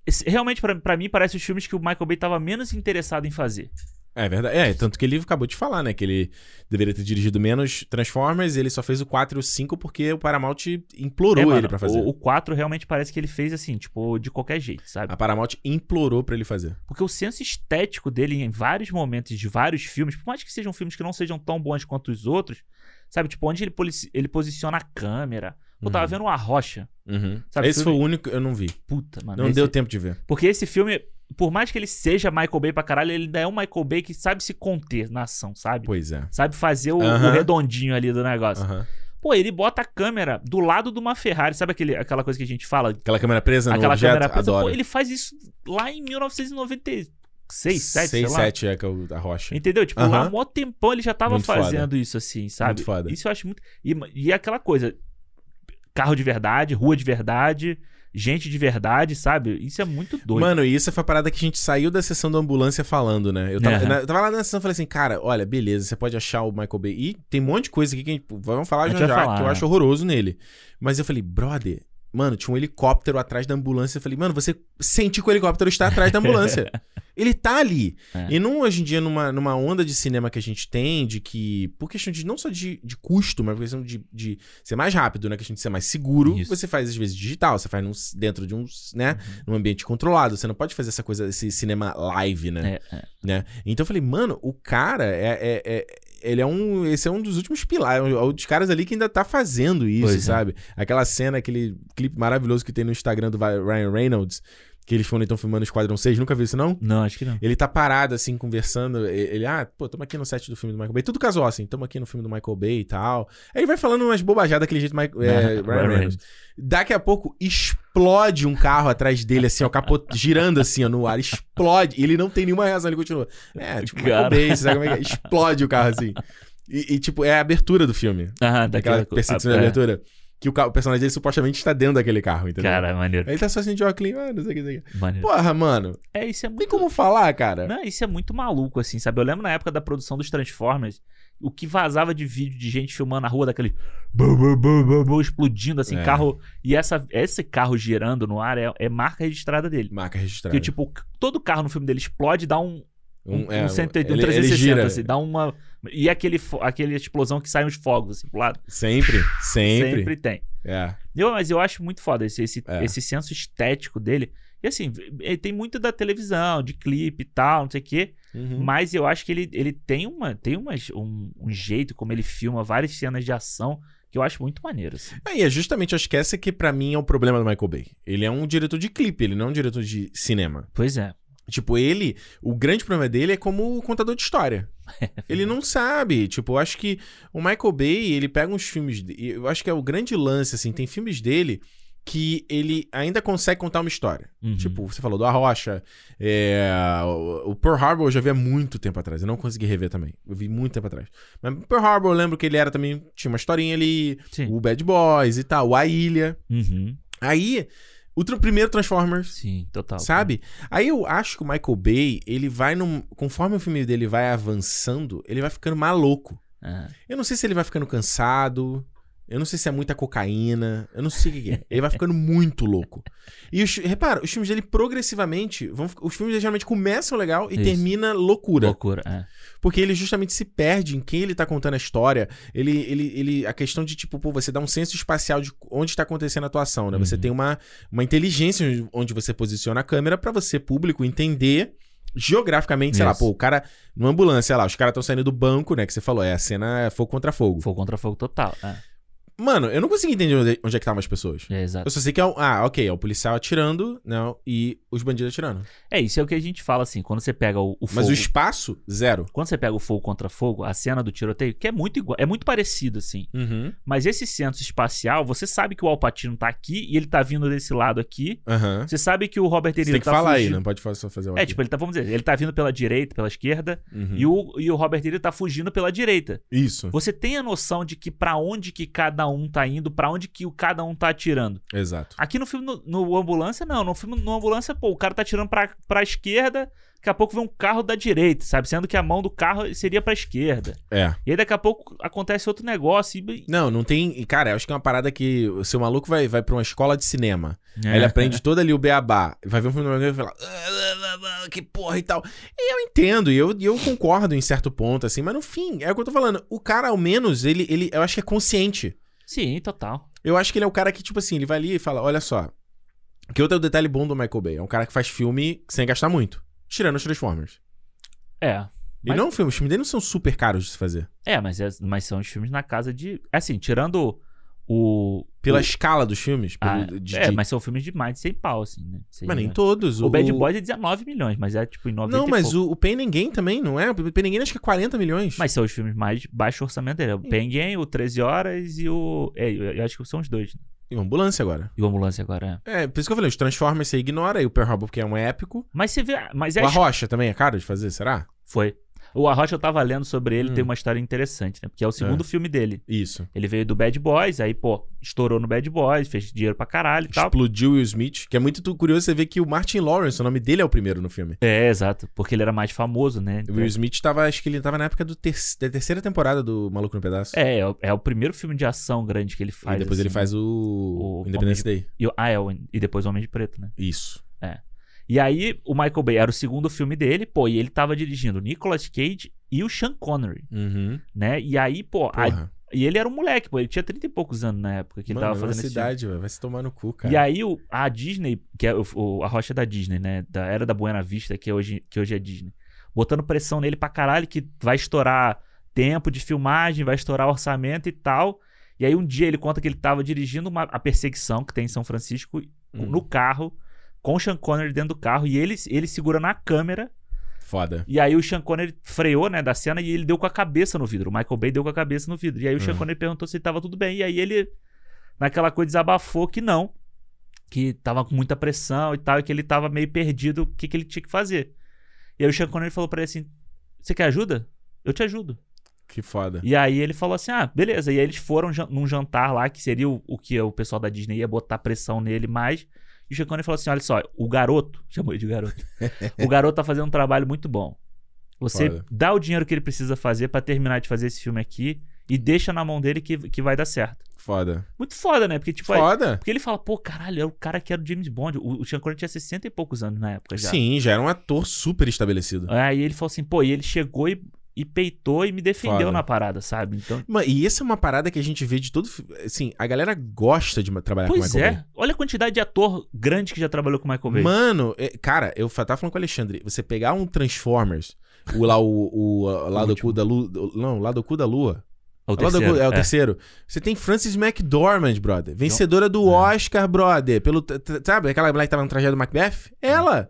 Speaker 2: esse- Realmente, pra- pra mim, parece os filmes que o Michael Bay tava menos interessado em fazer.
Speaker 1: É verdade. É, tanto que ele acabou de falar, né? Que ele deveria ter dirigido menos Transformers, ele só fez o 4 e o 5 porque o Paramount implorou
Speaker 2: É, mano,
Speaker 1: ele pra fazer.
Speaker 2: O, o 4 realmente parece que ele fez assim, tipo, de qualquer jeito, sabe?
Speaker 1: A Paramount implorou pra ele fazer.
Speaker 2: Porque o senso estético dele em vários momentos de vários filmes, por mais que sejam filmes que não sejam tão bons quanto os outros, sabe? Tipo, onde ele, polici- ele posiciona a câmera. Pô, tava
Speaker 1: Uhum.
Speaker 2: vendo uma rocha.
Speaker 1: Uhum.
Speaker 2: Sabe,
Speaker 1: esse foi
Speaker 2: filme-
Speaker 1: o único que eu não vi.
Speaker 2: Puta, mano.
Speaker 1: Não
Speaker 2: esse-
Speaker 1: deu tempo de ver.
Speaker 2: Porque esse filme, por mais que ele seja Michael Bay pra caralho, ele ainda é um Michael Bay que sabe se conter na ação, sabe?
Speaker 1: Pois é.
Speaker 2: Sabe fazer o, o
Speaker 1: Aham.
Speaker 2: redondinho ali do negócio.
Speaker 1: Aham.
Speaker 2: Pô, ele bota a câmera do lado de uma Ferrari. Sabe aquele, aquela coisa que a gente fala
Speaker 1: Aquela câmera presa no um
Speaker 2: Aquela
Speaker 1: objeto,
Speaker 2: câmera presa,
Speaker 1: adoro.
Speaker 2: pô, ele faz isso lá em 1996, 7, sei
Speaker 1: 6,
Speaker 2: lá.
Speaker 1: 7 é que é o- a rocha.
Speaker 2: Entendeu? Tipo, lá
Speaker 1: Aham.
Speaker 2: há mó tempão ele já tava
Speaker 1: Muito foda.
Speaker 2: fazendo isso assim, sabe?
Speaker 1: Muito foda.
Speaker 2: Isso eu acho muito... E, e aquela coisa, carro de verdade, rua de verdade, gente de verdade, sabe? Isso é muito doido.
Speaker 1: Mano, e isso foi a parada que a gente saiu da sessão da ambulância falando, né? Eu tava,
Speaker 2: Aham.
Speaker 1: na- eu tava lá na sessão e falei assim, cara, olha, beleza, você pode achar o Michael Bay. E tem um monte de coisa aqui que a gente, vamos
Speaker 2: A
Speaker 1: falar
Speaker 2: gente
Speaker 1: já já,
Speaker 2: vai falar,
Speaker 1: que eu
Speaker 2: né?
Speaker 1: acho horroroso nele. Mas eu falei, brother, mano, tinha um helicóptero atrás da ambulância. Eu falei, mano, você sentir que o helicóptero está atrás da ambulância. Ele tá ali.
Speaker 2: É.
Speaker 1: E não hoje em dia, numa, numa onda de cinema que a gente tem, de que, por questão de não só de, de custo, mas por questão de, de ser mais rápido, né? Questão de ser mais seguro,
Speaker 2: Isso.
Speaker 1: você faz às vezes digital, você faz num- dentro de um, né? num ambiente controlado. Você não pode fazer essa coisa, esse cinema live, né?
Speaker 2: É, é.
Speaker 1: Né? Então eu falei, mano, o cara é. é- é- ele é um. Esse é um dos últimos pilares. É um dos caras ali que ainda tá fazendo isso,
Speaker 2: Pois é.
Speaker 1: sabe? Aquela cena, aquele clipe maravilhoso que tem no Instagram do Vi- Ryan Reynolds, que eles foram então filmando Esquadrão 6. Nunca viu isso, não?
Speaker 2: Não, acho que não.
Speaker 1: Ele tá parado, assim, conversando. e- Ele, ah, pô, tamo aqui no set do filme do Michael Bay. Tudo casual, assim, tamo aqui no filme do Michael Bay e tal. Aí ele vai falando umas bobajadas daquele jeito, Mike, é, Ryan Reynolds. Daqui a pouco explode um carro atrás dele, assim, ó, capot... girando assim, ó, no ar, explode. E ele não tem nenhuma reação, ele continua. É, tipo, Michael
Speaker 2: Cara.
Speaker 1: Bay, você sabe como é que é? Explode o carro assim. E, e, tipo, é a abertura do filme.
Speaker 2: Ah,
Speaker 1: Daquela
Speaker 2: daquela
Speaker 1: perseguição da
Speaker 2: ah, é.
Speaker 1: abertura. Que o, ca- o personagem dele supostamente está dentro daquele carro, entendeu?
Speaker 2: Cara, maneiro.
Speaker 1: Aí ele tá só assim de óculos, ah, não sei o que, não sei o que.
Speaker 2: maneiro.
Speaker 1: Porra, mano,
Speaker 2: É, isso é muito
Speaker 1: tem como falar, cara?
Speaker 2: Não, isso é muito maluco, assim, sabe? Eu lembro na época da produção dos Transformers, o que vazava de vídeo de gente filmando na rua, daquele bu, bu, bu, bu, bu, explodindo, assim,
Speaker 1: É.
Speaker 2: carro. E essa, esse carro girando no ar é, é marca registrada dele.
Speaker 1: Marca registrada.
Speaker 2: Porque, tipo, c- todo carro no filme dele explode e dá um, Um,
Speaker 1: é,
Speaker 2: um, 180, um
Speaker 1: ele-
Speaker 2: 360,
Speaker 1: ele gira.
Speaker 2: assim, dá uma. E aquele, fo- aquele explosão que saem os fogos, assim, pro lado.
Speaker 1: Sempre, sempre.
Speaker 2: Sempre tem.
Speaker 1: É.
Speaker 2: Eu, mas eu acho muito foda esse, esse,
Speaker 1: É.
Speaker 2: esse senso estético dele. E assim, ele tem muito da televisão, de clipe e tal, não sei o quê.
Speaker 1: Uhum.
Speaker 2: Mas eu acho que ele, ele tem, uma, tem umas, um, um jeito como ele filma várias cenas de ação que eu acho muito maneiro. assim.
Speaker 1: Aí é justamente, eu acho que essa que pra mim é o problema do Michael Bay. Ele é um diretor de clipe, ele não é um diretor de cinema.
Speaker 2: Pois é.
Speaker 1: Tipo, ele, o grande problema dele é como contador de história. ele não sabe. Tipo, eu acho que o Michael Bay, ele pega uns filmes. de- e Eu acho que é o grande lance, assim. Tem filmes dele que ele ainda consegue contar uma história.
Speaker 2: Uhum.
Speaker 1: Tipo, você falou do Arrocha. É, o, o Pearl Harbor eu já vi há muito tempo atrás. Eu não consegui rever também. Eu vi muito tempo atrás. Mas Pearl Harbor eu lembro que ele era também. Tinha uma historinha ali.
Speaker 2: Sim.
Speaker 1: O Bad Boys e tal. A Ilha.
Speaker 2: Uhum.
Speaker 1: Aí, o tr- primeiro Transformers.
Speaker 2: Sim, total.
Speaker 1: Sabe? Aí eu acho que o Michael Bay, ele vai num. Conforme o filme dele vai avançando, ele vai ficando maluco.
Speaker 2: É.
Speaker 1: Eu não sei se ele vai ficando cansado. Eu não sei se é muita cocaína. Eu não sei o que, que é. Ele vai ficando muito louco. E os, repara, os filmes dele progressivamente. Vão, fi- os filmes dele geralmente começam legal e
Speaker 2: Isso.
Speaker 1: termina loucura.
Speaker 2: Loucura. é.
Speaker 1: Porque ele justamente se perde em quem ele tá contando a história. Ele, ele, ele, a questão de, tipo, pô, você dá um senso espacial de onde tá acontecendo a atuação, né? Você
Speaker 2: Uhum.
Speaker 1: tem uma, uma inteligência onde- onde você posiciona a câmera pra você, público, entender geograficamente, sei lá,
Speaker 2: Isso.
Speaker 1: pô, o cara numa ambulância, sei lá, os caras estão saindo do banco, né? Que você falou, é a cena é fogo contra fogo.
Speaker 2: Fogo contra fogo total. É,
Speaker 1: Mano, eu não consegui entender onde, onde é que estavam as pessoas.
Speaker 2: é exato.
Speaker 1: Eu só sei que é um. Ah, ok, é o policial atirando, não, e os bandidos atirando.
Speaker 2: É, isso é o que a gente fala assim, quando você pega o, o fogo.
Speaker 1: Mas o espaço, zero.
Speaker 2: Quando você pega o fogo contra fogo, a cena do tiroteio, que é muito igual, é muito parecido, assim.
Speaker 1: Uhum.
Speaker 2: Mas esse centro espacial, você sabe que o Alpatino tá aqui e ele tá vindo desse lado aqui.
Speaker 1: Aham.
Speaker 2: Você sabe que o Robert De
Speaker 1: Você
Speaker 2: Niro
Speaker 1: tem que
Speaker 2: tá
Speaker 1: falar aí, né?
Speaker 2: fugindo.
Speaker 1: não pode só fazer o
Speaker 2: É, tipo, ele tá, vamos dizer, ele tá vindo pela direita, pela esquerda,
Speaker 1: Uhum.
Speaker 2: e, o, e o Robert De Niro tá fugindo pela direita.
Speaker 1: Isso,
Speaker 2: Você tem a noção de que pra onde que cada um tá indo, pra onde que o cada um tá atirando.
Speaker 1: exato.
Speaker 2: Aqui no filme, no, no Ambulância, não. No filme, no Ambulância, pô, o cara tá tirando pra, pra esquerda, daqui a pouco vem um carro da direita, sabe? Sendo que a mão do carro seria pra esquerda.
Speaker 1: É.
Speaker 2: E aí daqui a pouco acontece outro negócio e...
Speaker 1: Não, não tem. e, Cara, eu acho que é uma parada que o seu maluco vai, vai pra uma escola de cinema.
Speaker 2: É.
Speaker 1: Aí ele aprende todo ali o beabá. Vai ver um filme do Michael Bay e fala. "Ah, ah, ah, Que porra e tal. E eu entendo, e eu, e eu concordo em certo ponto, assim, mas no fim, é o que eu tô falando. O cara, ao menos, ele, ele eu acho que é consciente.
Speaker 2: Sim, total.
Speaker 1: Eu acho que ele é o cara que, tipo assim, ele vai ali e fala: olha só. Que outro é o detalhe bom do Michael Bay? É um cara que faz filme sem gastar muito. Tirando os Transformers.
Speaker 2: É.
Speaker 1: E
Speaker 2: Mas-
Speaker 1: não filmes, os filmes dele não são super caros de se fazer.
Speaker 2: É, mas, é- mas são os filmes na casa de... Assim, tirando o...
Speaker 1: Pela
Speaker 2: o-
Speaker 1: escala dos filmes. pelo-
Speaker 2: Ah,
Speaker 1: de-
Speaker 2: é,
Speaker 1: de-
Speaker 2: mas são filmes de mais de 100 pau, assim, né? Sei
Speaker 1: Mas nem
Speaker 2: lá.
Speaker 1: todos.
Speaker 2: O Bad Boys é 19 milhões, mas é tipo em 90
Speaker 1: Não,
Speaker 2: e
Speaker 1: mas
Speaker 2: pouco.
Speaker 1: o, o Pain and Gain também, não é? O Pain and Gain acho que é 40 milhões.
Speaker 2: Mas são os filmes mais de baixo orçamento dele. É O Pain Game, o 13 Horas e o... É, eu eu acho que são os dois. né?
Speaker 1: E uma ambulância agora.
Speaker 2: E o Ambulância agora, é.
Speaker 1: É, por isso que eu falei, os Transformers você ignora, e o Pearl Harbor porque é um épico.
Speaker 2: Mas você vê... Mas é
Speaker 1: O Arrocha também é caro de fazer, será?
Speaker 2: Foi. O Arrocha, eu tava lendo sobre ele,
Speaker 1: Hum.
Speaker 2: tem uma história interessante, né? Porque é o segundo filme dele.
Speaker 1: Isso.
Speaker 2: Ele veio do Bad Boys, aí, pô, estourou no Bad Boys, fez dinheiro pra caralho e tal.
Speaker 1: Explodiu Will Smith, que é muito tu- curioso você ver que o Martin Lawrence, o nome dele é o primeiro no filme.
Speaker 2: É, exato. Porque ele era mais famoso, né?
Speaker 1: O
Speaker 2: Então-
Speaker 1: Will Smith tava, acho que ele tava na época do ter- da terceira temporada do Maluco no Pedaço.
Speaker 2: É, é o, é o primeiro filme de ação grande que ele faz.
Speaker 1: e depois ele
Speaker 2: assim.
Speaker 1: faz o,
Speaker 2: O
Speaker 1: Independence Day.
Speaker 2: E, o- ah, é, o- e depois o Homem de Preto, né?
Speaker 1: Isso.
Speaker 2: E aí, o Michael Bay era o segundo filme dele, pô, e ele tava dirigindo o Nicolas Cage e o Sean Connery,
Speaker 1: Uhum.
Speaker 2: né? E aí, pô, a-
Speaker 1: Porra.
Speaker 2: e ele era um moleque, pô, ele tinha 30 e poucos anos na época que ele
Speaker 1: Mano,
Speaker 2: tava fazendo
Speaker 1: nossa
Speaker 2: esse filme.
Speaker 1: idade, velho. Vai se tomar no cu, cara.
Speaker 2: E aí o- a Disney, que é o- o- a rocha da Disney, né? Da era da Buena Vista, que hoje, que hoje é Disney. Botando pressão nele pra caralho, que vai estourar tempo de filmagem, vai estourar orçamento e tal. E aí um dia ele conta que ele tava dirigindo uma- a perseguição que tem em São Francisco
Speaker 1: Hum,
Speaker 2: no carro, com o Sean Connery dentro do carro, e ele, ele segurando a câmera.
Speaker 1: Foda.
Speaker 2: E aí o Sean Connery freou, né, da cena e ele deu com a cabeça no vidro. O Michael Bay deu com a cabeça no vidro. E aí o Sean
Speaker 1: Uhum.
Speaker 2: Connery perguntou se tava tudo bem. E aí ele, naquela coisa, desabafou que não. Que tava com muita pressão e tal, e que ele tava meio perdido o que, que ele tinha que fazer. E aí o Sean Connery falou pra ele assim: Você quer ajuda? Eu te ajudo.
Speaker 1: Que foda.
Speaker 2: E aí ele falou assim: Ah, beleza. E aí eles foram jan- num jantar lá, que seria o, o que o pessoal da Disney ia botar pressão nele mais. E o Sean Connery falou assim: Olha só, o garoto, chamou ele de garoto, o garoto tá fazendo um trabalho muito bom. Você
Speaker 1: Foda.
Speaker 2: dá o dinheiro que ele precisa fazer pra terminar de fazer esse filme aqui e deixa na mão dele que, que vai dar certo.
Speaker 1: Foda.
Speaker 2: Muito foda, né? Porque, tipo, aí-
Speaker 1: Foda?
Speaker 2: porque ele fala, pô, caralho, era o cara que era o James Bond. O, o Sean Connery tinha 60 e poucos anos na época já.
Speaker 1: Sim, já era um ator super estabelecido.
Speaker 2: Aí ele falou assim, pô, e ele chegou e, e peitou e me defendeu
Speaker 1: Foda.
Speaker 2: na parada, sabe? Então.
Speaker 1: Mano, e essa é uma parada que a gente vê de todo. fi- Assim, a galera gosta de ma- trabalhar com
Speaker 2: Pois
Speaker 1: Michael
Speaker 2: é, olha a quantidade de ator grande que já trabalhou com o Michael
Speaker 1: Bay.
Speaker 2: Bay.
Speaker 1: Mano, é- cara, eu fa- tava falando com o Alexandre. Você pegar um Transformers, o lá, o, o, a- lá
Speaker 2: O
Speaker 1: do
Speaker 2: último.
Speaker 1: cu da lua. Não, lá do cu da lua.
Speaker 2: é
Speaker 1: Lá
Speaker 2: o
Speaker 1: do cu-
Speaker 2: terceiro.
Speaker 1: é o
Speaker 2: é.
Speaker 1: terceiro. Você tem Frances McDormand, brother. Vencedora do Oscar, brother. Pelo, t- t- sabe aquela mulher que tava no trajado do Macbeth?
Speaker 2: Uhum.
Speaker 1: Ela.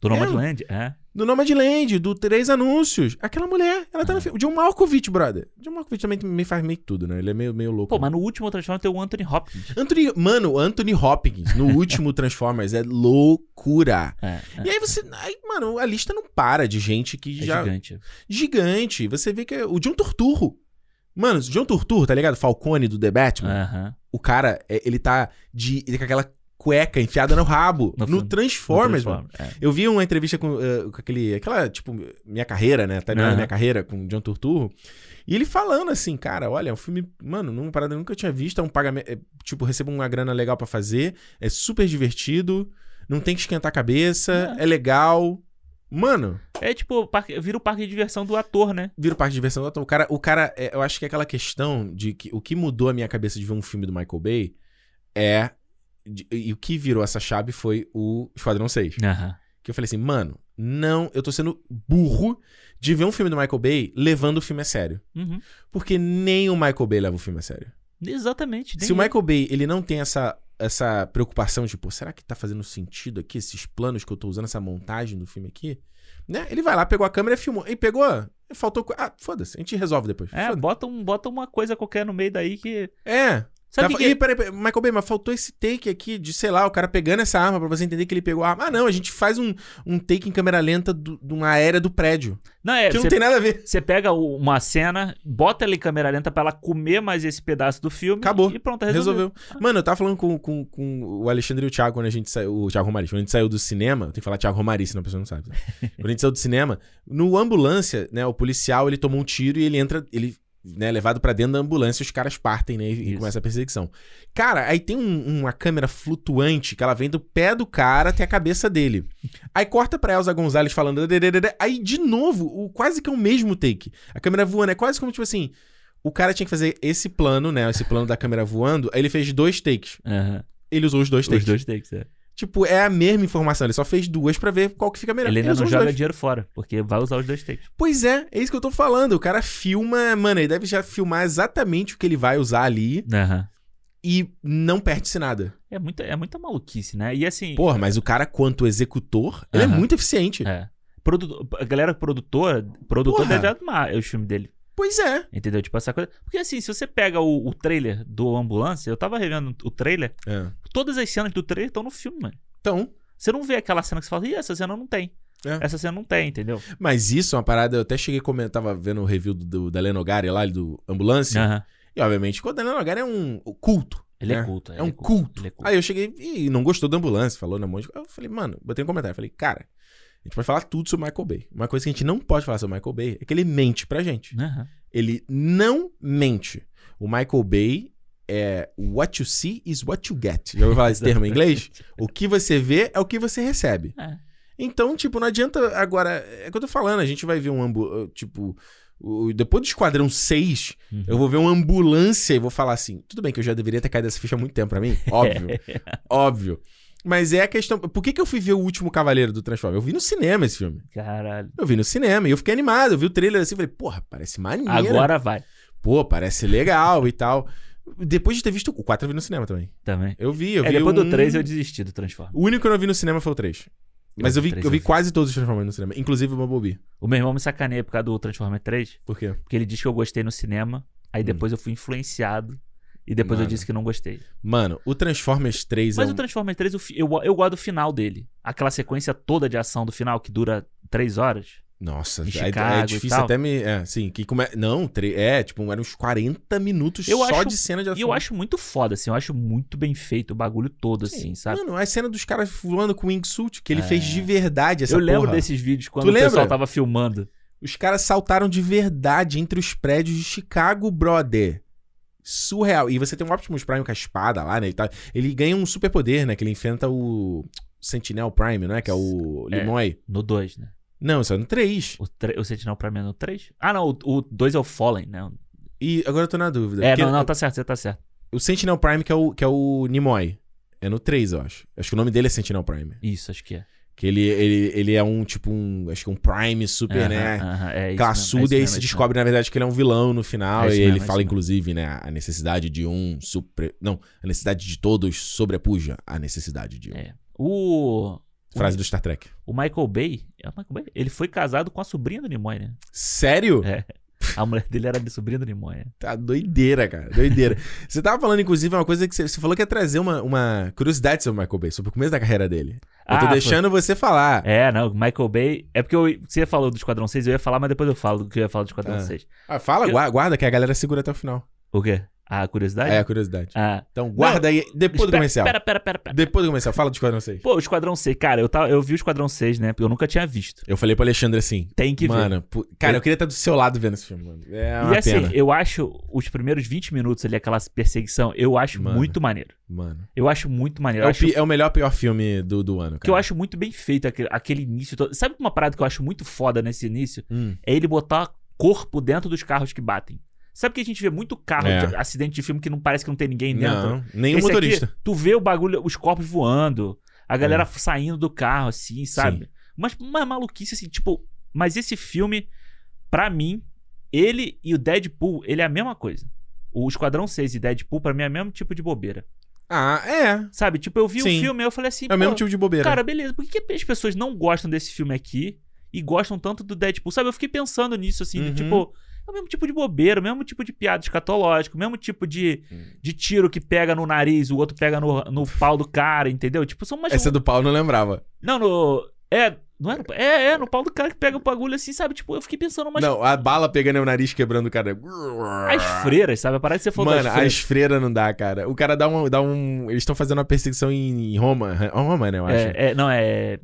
Speaker 2: Do Nomadland, é.
Speaker 1: Do Nomadland, do Três Anúncios. Aquela mulher, ela tá no filme. O John Malkovich, brother. O John Malkovich também me faz meio que tudo, né? Ele é meio, meio louco.
Speaker 2: Pô, mas no último Transformers tem o Anthony Hopkins.
Speaker 1: Anthony, mano, o Anthony Hopkins no último Transformers é loucura.
Speaker 2: É,
Speaker 1: E aí você, aí, mano, a lista não para de gente que
Speaker 2: é
Speaker 1: já Tipo,
Speaker 2: gigante.
Speaker 1: gigante. Você vê que é o John Turturro. Mano, o John Turturro, tá ligado? Falcone do The Batman.
Speaker 2: Aham.
Speaker 1: O cara, é, ele tá de ele com aquela cueca enfiada no rabo no,
Speaker 2: No filme.
Speaker 1: Transformers, mano.
Speaker 2: Transformers,
Speaker 1: Eu vi uma entrevista com, eh, com aquele. Aquela, tipo, minha carreira, né? Tá ligado?
Speaker 2: Aham.
Speaker 1: Minha carreira com o John Turturro. E ele falando assim, cara, olha, é um filme, mano, numa parada que eu nunca tinha visto, é um pagamento. é, tipo, recebo uma grana legal pra fazer, é super divertido, não tem que esquentar a cabeça, é, legal. Mano,
Speaker 2: É, É tipo, parque- vira o parque de diversão do ator, né?
Speaker 1: vira parte de diversão do ator. O cara, o cara é, eu acho que é aquela questão de que o que mudou a minha cabeça de ver um filme do Michael Bay é. de- e o que virou essa chave foi o Esquadrão 6.
Speaker 2: Aham.
Speaker 1: Que eu falei assim, mano, não, eu tô sendo burro de ver um filme do Michael Bay levando o filme a sério.
Speaker 2: Uhum.
Speaker 1: Porque nem o Michael Bay leva o filme a sério.
Speaker 2: Exatamente.
Speaker 1: Se o
Speaker 2: nem-
Speaker 1: Michael Bay, ele não tem essa, essa preocupação, tipo, será que tá fazendo sentido aqui esses planos que eu tô usando, essa montagem do filme aqui? Né? Ele vai lá, pegou a câmera e filmou. E pegou, faltou... co- Ah, foda-se, a gente resolve depois.
Speaker 2: É,
Speaker 1: Foda-
Speaker 2: bota, um, bota uma coisa qualquer no meio daí que.
Speaker 1: é.
Speaker 2: Sabe
Speaker 1: Tá,
Speaker 2: o que,
Speaker 1: Ih,
Speaker 2: que-
Speaker 1: peraí, peraí, Michael Bay, mas faltou esse take aqui de, sei lá, o cara pegando essa arma pra você entender que ele pegou a arma. Ah, não, a gente faz um, um take em câmera lenta do- de uma aérea do prédio.
Speaker 2: Não, é.
Speaker 1: que
Speaker 2: Você,
Speaker 1: não tem nada a ver.
Speaker 2: você pega o- uma cena, bota ela em câmera lenta pra ela comer mais esse pedaço do filme.
Speaker 1: Acabou.
Speaker 2: E pronto, resolveu.
Speaker 1: Resolveu. Mano, eu tava falando com, com, com o Alexandre e o Thiago quando a gente saiu. O Thiago Romari. Quando a gente saiu do cinema. Tem que falar Thiago Romari, senão a pessoa não sabe. né? quando a gente saiu do cinema, no ambulância, né? O policial ele tomou um tiro e ele entra. Ele né, é levado pra dentro da ambulância, os caras partem, né? E, e
Speaker 2: Isso.
Speaker 1: começa a perseguição. Cara, aí tem um- uma câmera flutuante que ela vem do pé do cara até a cabeça dele. Aí corta pra Elza Gonzalez falando. "Dedededé", Aí, de novo, o, quase que é o mesmo take. A câmera voando. É quase como tipo assim. O cara tinha que fazer esse plano, né? Esse plano da câmera voando. Aí ele fez dois takes.
Speaker 2: Aham.
Speaker 1: Ele usou os dois takes.
Speaker 2: Os dois takes, é.
Speaker 1: Tipo, é a mesma informação. Ele só fez duas pra ver qual que fica melhor.
Speaker 2: Ele ainda
Speaker 1: usou
Speaker 2: não
Speaker 1: os
Speaker 2: joga
Speaker 1: dois.
Speaker 2: dinheiro fora, porque vai usar os dois takes.
Speaker 1: Pois é, é isso que eu tô falando. O cara filma, mano, ele deve já filmar exatamente o que ele vai usar ali
Speaker 2: Aham.
Speaker 1: e não perde-se nada.
Speaker 2: É muita, é muita maluquice, né? E assim.
Speaker 1: Porra, mas o cara, quanto executor, ele é
Speaker 2: Aham.
Speaker 1: muito eficiente.
Speaker 2: É. Produto, a galera produtora, produtor
Speaker 1: Porra.
Speaker 2: deve amar o filme dele.
Speaker 1: Pois é.
Speaker 2: Entendeu? Tipo, essa coisa. Porque assim, se você pega o, o trailer do Ambulância, eu tava revendo o trailer,
Speaker 1: É.
Speaker 2: todas as cenas do trailer estão no filme, mano.
Speaker 1: Então,
Speaker 2: Você não vê aquela cena que você fala, ih, essa cena não tem.
Speaker 1: É.
Speaker 2: Essa cena não tem, entendeu?
Speaker 1: mas isso é uma parada. Eu até cheguei a comentar, tava vendo o review do, do- da Lenogari lá, do Ambulância.
Speaker 2: Aham.
Speaker 1: E obviamente, quando a Lenogari é um culto.
Speaker 2: É. Ele é,
Speaker 1: né?
Speaker 2: culto.
Speaker 1: É
Speaker 2: ele
Speaker 1: um
Speaker 2: Ele é
Speaker 1: culto.
Speaker 2: culto.
Speaker 1: Aí eu cheguei e não gostou da ambulância, falou na monte. Eu falei, mano, botei um comentário. Falei, cara, a gente vai falar tudo sobre o Michael Bay. Uma coisa que a gente não pode falar sobre o Michael Bay é que ele mente pra gente.
Speaker 2: Aham.
Speaker 1: Ele não mente. O Michael Bay é what you see is what you get. Já ouviu falar esse termo em inglês? O que você vê é o que você recebe.
Speaker 2: É.
Speaker 1: Então, tipo, não adianta agora. É o que eu tô falando, a gente vai ver um ambu... Tipo, o- depois do Esquadrão 6,
Speaker 2: Uhum.
Speaker 1: eu vou ver uma ambulância e vou falar assim: tudo bem que eu já deveria ter caído essa ficha há muito tempo pra mim, óbvio. óbvio. Mas é a questão. Por que, que eu fui ver o último Cavaleiro do Transformer? Eu vi no cinema esse filme.
Speaker 2: Caralho.
Speaker 1: Eu vi no cinema e eu fiquei animado. Eu vi o trailer assim e falei, porra, parece maneiro.
Speaker 2: Agora vai.
Speaker 1: Pô, parece legal e tal. Depois de ter visto o 4, eu vi no cinema também.
Speaker 2: Também.
Speaker 1: Eu vi, eu
Speaker 2: é,
Speaker 1: vi.
Speaker 2: depois
Speaker 1: o
Speaker 2: do
Speaker 1: um-
Speaker 2: 3 eu desisti do Transforma.
Speaker 1: O único que eu não vi no cinema foi o 3. Mas eu vi,
Speaker 2: três
Speaker 1: eu vi
Speaker 2: eu vi.
Speaker 1: quase todos os Transformers no cinema, inclusive o Bumblebee.
Speaker 2: O meu irmão me sacaneia por causa do Transformer 3,
Speaker 1: Por quê?
Speaker 2: porque ele disse que eu gostei no cinema, aí
Speaker 1: Hum.
Speaker 2: depois eu fui influenciado, e depois eu
Speaker 1: Mano.
Speaker 2: disse que não gostei.
Speaker 1: Mano, o Transformers 3
Speaker 2: Mas
Speaker 1: é
Speaker 2: o
Speaker 1: um...
Speaker 2: Transformers 3, o fi- eu, eu gosto do final dele. Aquela sequência toda de ação do final que dura três horas.
Speaker 1: Nossa,
Speaker 2: Em
Speaker 1: é,
Speaker 2: Chicago
Speaker 1: é
Speaker 2: e
Speaker 1: difícil
Speaker 2: tal.
Speaker 1: até me... É, sim, que come... Não, tre... é, tipo, eram uns 40 minutos
Speaker 2: Eu
Speaker 1: só
Speaker 2: acho-
Speaker 1: de cena de ação.
Speaker 2: E eu acho muito foda, assim. Eu acho muito bem feito o bagulho todo,
Speaker 1: Sim.
Speaker 2: assim, sabe?
Speaker 1: Mano, a cena dos caras voando com o wingsuit, que ele
Speaker 2: É.
Speaker 1: fez de verdade essa
Speaker 2: eu lembro
Speaker 1: porra.
Speaker 2: desses vídeos quando
Speaker 1: Tu
Speaker 2: o pessoal
Speaker 1: lembra?
Speaker 2: tava filmando.
Speaker 1: Os caras saltaram de verdade entre os prédios de Chicago, brother. Surreal. E você tem um Optimus Prime com a espada lá, né? Ele, tá- ele ganha um superpoder, né? Que ele enfrenta o Sentinel Prime, não é? Que é o
Speaker 2: É.
Speaker 1: Limoy.
Speaker 2: No 2, né?
Speaker 1: Não, isso é no 3.
Speaker 2: O, tre- o Sentinel Prime é no 3? Ah, não, o 2 é o Fallen, né?
Speaker 1: E agora eu tô na dúvida.
Speaker 2: É,
Speaker 1: Porque
Speaker 2: não, não, tá certo, você tá certo.
Speaker 1: O Sentinel Prime, que é o, que é o Nimoy. É no 3, eu acho. Acho que o nome dele é Sentinel Prime.
Speaker 2: Isso, acho que é.
Speaker 1: Que ele, ele, ele é um, tipo, um. Acho que um Prime super,
Speaker 2: Aham,
Speaker 1: né?
Speaker 2: aham, é isso
Speaker 1: Classudo,
Speaker 2: mesmo, é
Speaker 1: e
Speaker 2: isso
Speaker 1: aí
Speaker 2: mesmo,
Speaker 1: se
Speaker 2: é isso
Speaker 1: descobre, na verdade, que ele é um vilão no final.
Speaker 2: É isso
Speaker 1: e ele
Speaker 2: mesmo, é
Speaker 1: fala,
Speaker 2: isso
Speaker 1: inclusive, né, a necessidade de um super. Não, a necessidade de todos sobrepuja a necessidade de um.
Speaker 2: mesmo. É. um O,
Speaker 1: Frase do Star Trek.
Speaker 2: o Michael Bay, é o Michael Bay, ele foi casado com a sobrinha do Nimoy, né?
Speaker 1: Sério?
Speaker 2: É. A mulher dele era de sobrinha do Nimoy, né?
Speaker 1: Tá doideira, cara. Doideira. você tava falando, inclusive, uma coisa que você, você falou que ia trazer uma, uma curiosidade sobre o Michael Bay, sobre o começo da carreira dele. Eu tô
Speaker 2: Ah,
Speaker 1: deixando você falar.
Speaker 2: foi- É, não, o Michael Bay. É porque eu- você falou do Esquadrão 6, eu ia falar, mas depois eu falo do que eu ia falar do Esquadrão
Speaker 1: Ah.
Speaker 2: 6.
Speaker 1: Ah, fala, gua- guarda, que a galera segura até o final.
Speaker 2: O quê? A curiosidade?
Speaker 1: É a curiosidade.
Speaker 2: Ah,
Speaker 1: Então guarda aí, depois do
Speaker 2: espera,
Speaker 1: comercial.
Speaker 2: Pera, pera, pera, pera.
Speaker 1: Depois do comercial, fala do Esquadrão 6.
Speaker 2: Pô, o Esquadrão 6, cara, eu, tava, eu vi o Esquadrão 6, né? Porque eu nunca tinha visto.
Speaker 1: Eu falei pro Alexandre assim,
Speaker 2: Tem que ver.
Speaker 1: mano, pu- cara, eu queria estar do seu lado vendo esse filme, mano. É uma
Speaker 2: e assim,
Speaker 1: pena.
Speaker 2: eu acho os primeiros 20 minutos ali, aquela perseguição, eu acho
Speaker 1: Mano.
Speaker 2: muito maneiro.
Speaker 1: Mano,
Speaker 2: Eu acho
Speaker 1: é,
Speaker 2: muito maneiro. Eu
Speaker 1: o
Speaker 2: acho
Speaker 1: pi- é o melhor pior filme do, do ano, cara.
Speaker 2: que eu acho muito bem feito aquele, aquele início todo. Sabe uma parada que eu acho muito foda nesse início?
Speaker 1: Hum,
Speaker 2: É ele botar corpo dentro dos carros que batem. Sabe que a gente vê muito carro,
Speaker 1: É.
Speaker 2: de acidente de filme que não parece que não tem ninguém dentro?
Speaker 1: não, nenhum
Speaker 2: Esse aqui,
Speaker 1: motorista. É.
Speaker 2: tu vê o bagulho, os corpos voando, a galera saindo do carro, assim, sabe? Mas uma maluquice, assim, tipo. Mas esse filme, pra mim, ele e o Deadpool, ele é a mesma coisa. O Esquadrão 6 e Deadpool, pra mim, é o mesmo tipo de bobeira.
Speaker 1: Ah, é.
Speaker 2: Sabe? Tipo, eu vi
Speaker 1: Sim.
Speaker 2: o filme e eu falei assim,
Speaker 1: É o mesmo
Speaker 2: "Pô,
Speaker 1: tipo de bobeira.
Speaker 2: cara, beleza, por que, que as pessoas não gostam desse filme aqui e gostam tanto do Deadpool? Sabe? Eu fiquei pensando nisso, assim,
Speaker 1: Uhum.
Speaker 2: de, tipo. É o mesmo tipo de bobeira, o mesmo tipo de piada escatológica, o mesmo tipo de,
Speaker 1: Hum.
Speaker 2: de tiro que pega no nariz, o outro pega no, no pau do cara, entendeu? Tipo, são umas.
Speaker 1: Essa do pau eu não lembrava.
Speaker 2: Não, no. É, não é, no- é, é, no pau do cara que pega o bagulho assim, sabe? Tipo, eu fiquei pensando umas.
Speaker 1: Não, a bala pegando o nariz, quebrando o cara.
Speaker 2: As freiras, sabe? Parece que você falou
Speaker 1: Mano,
Speaker 2: das
Speaker 1: as
Speaker 2: freiras.
Speaker 1: freiras não dá, cara. O cara dá um. Dá um eles estão fazendo uma perseguição em em Roma. Roma, né, eu acho.
Speaker 2: É, é, não, é.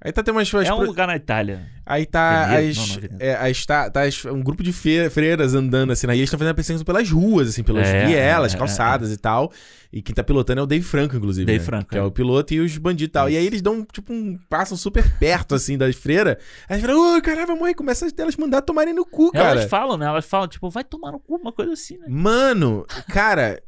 Speaker 1: Aí tá tendo umas.
Speaker 2: É um
Speaker 1: pro-
Speaker 2: lugar na Itália.
Speaker 1: Aí tá
Speaker 2: Veneno?
Speaker 1: as.
Speaker 2: Não, não é veneno.
Speaker 1: é, as tá, tá as- um grupo de fe- freiras andando, assim, né? E eles estão fazendo a perseguição pelas ruas, assim, pelas
Speaker 2: É,
Speaker 1: vielas,
Speaker 2: é, é,
Speaker 1: calçadas e tal. E quem tá pilotando é o Dave Franco, inclusive.
Speaker 2: Dave
Speaker 1: né?
Speaker 2: Franco,
Speaker 1: Que é.
Speaker 2: é.
Speaker 1: o piloto e os bandidos e tal. E aí eles dão, tipo, um. Passam super perto, assim, das freiras. Aí eles falam, ô, caralho, mãe, começa a elas mandar tomarem no cu, cara.
Speaker 2: Elas falam, né? Elas falam, tipo, vai tomar no cu, uma coisa assim, né?
Speaker 1: Mano, cara,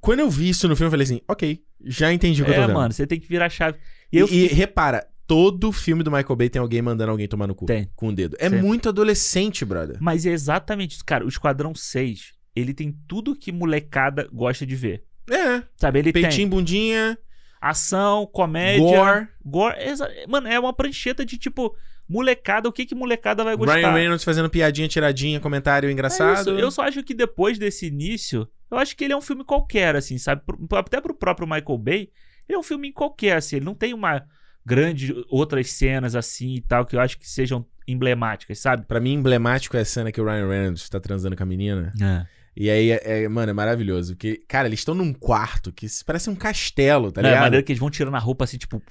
Speaker 1: quando eu vi isso no filme, eu falei assim, ok, já entendi o que eu tô
Speaker 2: É,
Speaker 1: vendo.
Speaker 2: mano, você tem que virar a chave. E
Speaker 1: E,
Speaker 2: eu
Speaker 1: e repara, todo filme do Michael Bay tem alguém mandando alguém tomar no cu.
Speaker 2: Tem.
Speaker 1: Com o dedo. É
Speaker 2: Sempre.
Speaker 1: muito adolescente, brother.
Speaker 2: Mas é exatamente isso, cara. O Esquadrão 6, ele tem tudo que molecada gosta de ver.
Speaker 1: É.
Speaker 2: Sabe, ele tem
Speaker 1: Peitinho, bundinha,
Speaker 2: ação, comédia,
Speaker 1: gore.
Speaker 2: gore, exa- mano, é uma prancheta de tipo molecada, o que que molecada vai gostar?
Speaker 1: Ryan Reynolds fazendo piadinha, tiradinha, comentário
Speaker 2: É
Speaker 1: engraçado.
Speaker 2: isso. Eu só acho que depois desse início, eu acho que ele é um filme qualquer assim, sabe? Pro- Até pro próprio Michael Bay, ele é um filme qualquer assim, ele não tem uma grande outras cenas assim e tal que eu acho que sejam emblemáticas, sabe?
Speaker 1: Pra mim, emblemático é a cena que o Ryan Reynolds tá transando com a menina.
Speaker 2: É.
Speaker 1: E aí, é, é- mano, é maravilhoso. Porque, cara, eles estão num quarto que se- parece um castelo, tá
Speaker 2: Não, é a
Speaker 1: ligado?
Speaker 2: maneira que eles vão tirando a roupa assim, tipo.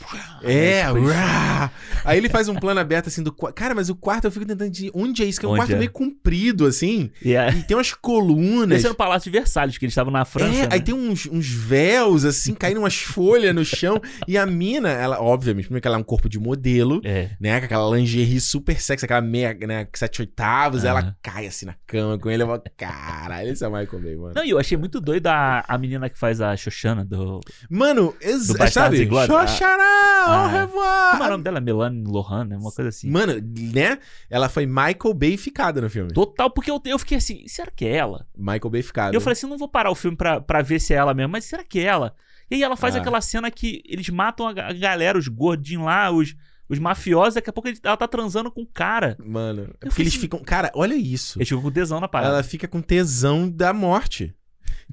Speaker 1: É,
Speaker 2: tipo, eles-
Speaker 1: rá. aí ele faz um plano aberto assim do quarto. Cara, mas o quarto eu fico tentando de onde é isso? Que é um
Speaker 2: Onde
Speaker 1: quarto
Speaker 2: é?
Speaker 1: meio comprido, assim.
Speaker 2: E é-
Speaker 1: E tem umas colunas.
Speaker 2: Esse era o Palácio de Versalhes, que eles estavam na França.
Speaker 1: é,
Speaker 2: né?
Speaker 1: aí tem uns, uns véus, assim, caindo umas folhas no chão. E a mina, ela, obviamente, primeiro que ela é um corpo de modelo,
Speaker 2: É.
Speaker 1: né? Com aquela lingerie super sexy, aquela meia, né? Sete oitavos. Ela
Speaker 2: Aham.
Speaker 1: cai assim na cama com ele. Eu falo, caralho, esse é o Michael Bay, mano.
Speaker 2: Não, e eu achei muito doido a, a menina que faz a Xoxana do.
Speaker 1: Mano, ex-
Speaker 2: Do Bastardos
Speaker 1: sabe?
Speaker 2: e Glórias.
Speaker 1: Xoxará,
Speaker 2: Ah.
Speaker 1: au revoir.
Speaker 2: Como é o nome dela? Melanie Lohan, né? Uma coisa assim.
Speaker 1: Mano, né? Ela foi Michael Bay ficada no filme.
Speaker 2: Total, porque eu, eu fiquei assim, será que é ela?
Speaker 1: Michael Bay ficado.
Speaker 2: E eu falei assim, não vou parar o filme pra, pra ver se é ela mesmo, mas será que é ela? E aí ela faz
Speaker 1: Ah.
Speaker 2: aquela cena que eles matam a, ga- a galera, os gordinhos lá, os, os mafiosos, daqui a pouco ele- ela tá transando com o cara.
Speaker 1: Mano, é porque
Speaker 2: falei
Speaker 1: eles
Speaker 2: assim-
Speaker 1: ficam. Cara, olha isso.
Speaker 2: Eles ficam com tesão na parada.
Speaker 1: Ela fica com tesão da morte.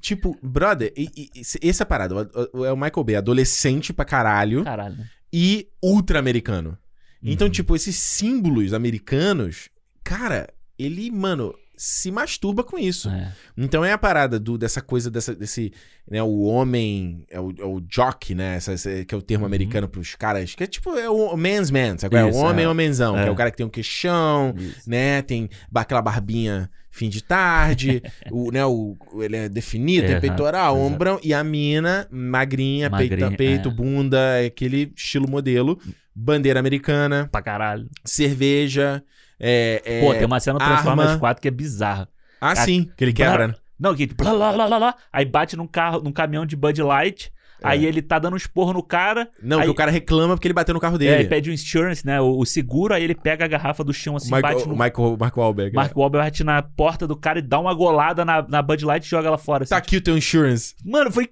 Speaker 1: Tipo, brother, e, e- e- se- essa parada o- o- é o Michael Bay, adolescente pra caralho
Speaker 2: Caralho. né?
Speaker 1: e ultra-americano. Então,
Speaker 2: Uhum.
Speaker 1: tipo, esses símbolos americanos, cara, ele, mano, se masturba com isso.
Speaker 3: É.
Speaker 1: Então é a parada do- dessa coisa, dessa, desse. Né, o homem. É o, é o jock, né? essa- essa- que é o termo americano pros caras. Que é tipo. É o man's man. Sabe? qual é o
Speaker 3: Uhum. Isso,
Speaker 1: homem
Speaker 3: é.
Speaker 1: homenzão. Que é
Speaker 3: É.
Speaker 1: o cara que tem um queixão,
Speaker 3: Isso.
Speaker 1: né? Tem ba- aquela barbinha fim de tarde. o, né, o, ele é definido,
Speaker 3: É,
Speaker 1: tem
Speaker 3: exato,
Speaker 1: peitoral,
Speaker 3: exato.
Speaker 1: ombrão. E a mina, magrinha, peito,
Speaker 3: Magrinha,
Speaker 1: peito
Speaker 3: é.
Speaker 1: bunda. é Aquele estilo modelo. Bandeira americana,
Speaker 2: Pra caralho.
Speaker 1: cerveja. É, é,
Speaker 2: Pô, tem um uma cena do
Speaker 1: arma.
Speaker 2: Transformers 4 que é bizarra.
Speaker 1: Ah, sim. Que ele quebra, né?
Speaker 2: Não, que blá, blá, blá, blá, blá. Aí bate num carro, num caminhão de Bud Light.
Speaker 1: É.
Speaker 2: Aí ele tá dando um esporro no cara.
Speaker 1: Não,
Speaker 2: Aí-
Speaker 1: que o cara reclama porque ele bateu no carro
Speaker 2: É,
Speaker 1: dele.
Speaker 2: ele pede o insurance, né? O, o seguro, aí ele pega a garrafa do chão assim, bate
Speaker 1: Michael,
Speaker 2: no.
Speaker 1: Michael, Marco Wahlberg.
Speaker 2: Mark Wahlberg bate na porta do cara e dá uma golada na, na Bud Light e joga ela fora.
Speaker 1: é. Tá
Speaker 2: assim.
Speaker 1: aqui o teu insurance.
Speaker 2: Mano, foi.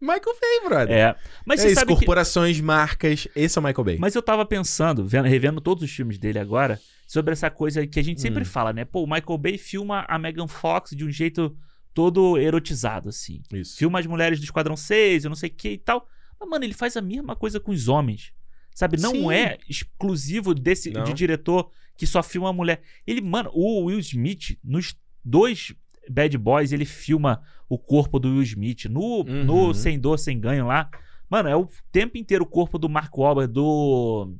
Speaker 1: Michael Bay, brother.
Speaker 2: É. Mas
Speaker 1: É,
Speaker 2: você
Speaker 1: isso,
Speaker 2: sabe que.
Speaker 1: corporações, marcas. Esse é o Michael Bay.
Speaker 2: Mas eu tava pensando, vendo- revendo todos os filmes dele agora, sobre essa coisa que a gente sempre
Speaker 1: Hum.
Speaker 2: fala, né? Pô, o Michael Bay filma a Megan Fox de um jeito todo erotizado, assim.
Speaker 1: Isso.
Speaker 2: Filma as mulheres do Esquadrão 6, eu não sei o que e tal. Mas, mano, ele faz a mesma coisa com os homens. Sabe, não
Speaker 1: Sim.
Speaker 2: é exclusivo desse
Speaker 1: Não.
Speaker 2: de diretor que só filma a mulher. Ele, mano, o Will Smith, nos dois Bad Boys, ele filma o corpo do Will Smith. No,
Speaker 1: Uhum.
Speaker 2: no Sem Dor, Sem Ganho lá, mano, é o tempo inteiro o corpo do Mark Wahlberg, do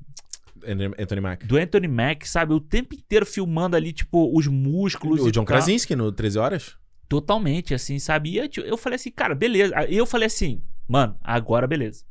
Speaker 1: Anthony- Anthony Mack.
Speaker 2: do Anthony Mack, sabe? O tempo inteiro filmando ali, tipo, os músculos.
Speaker 1: O
Speaker 2: e
Speaker 1: John
Speaker 2: tal.
Speaker 1: Krasinski no 13 Horas?
Speaker 2: Totalmente, assim, sabe? E eu, tipo, eu falei assim, cara, beleza. Aí Eu falei assim, mano, agora beleza.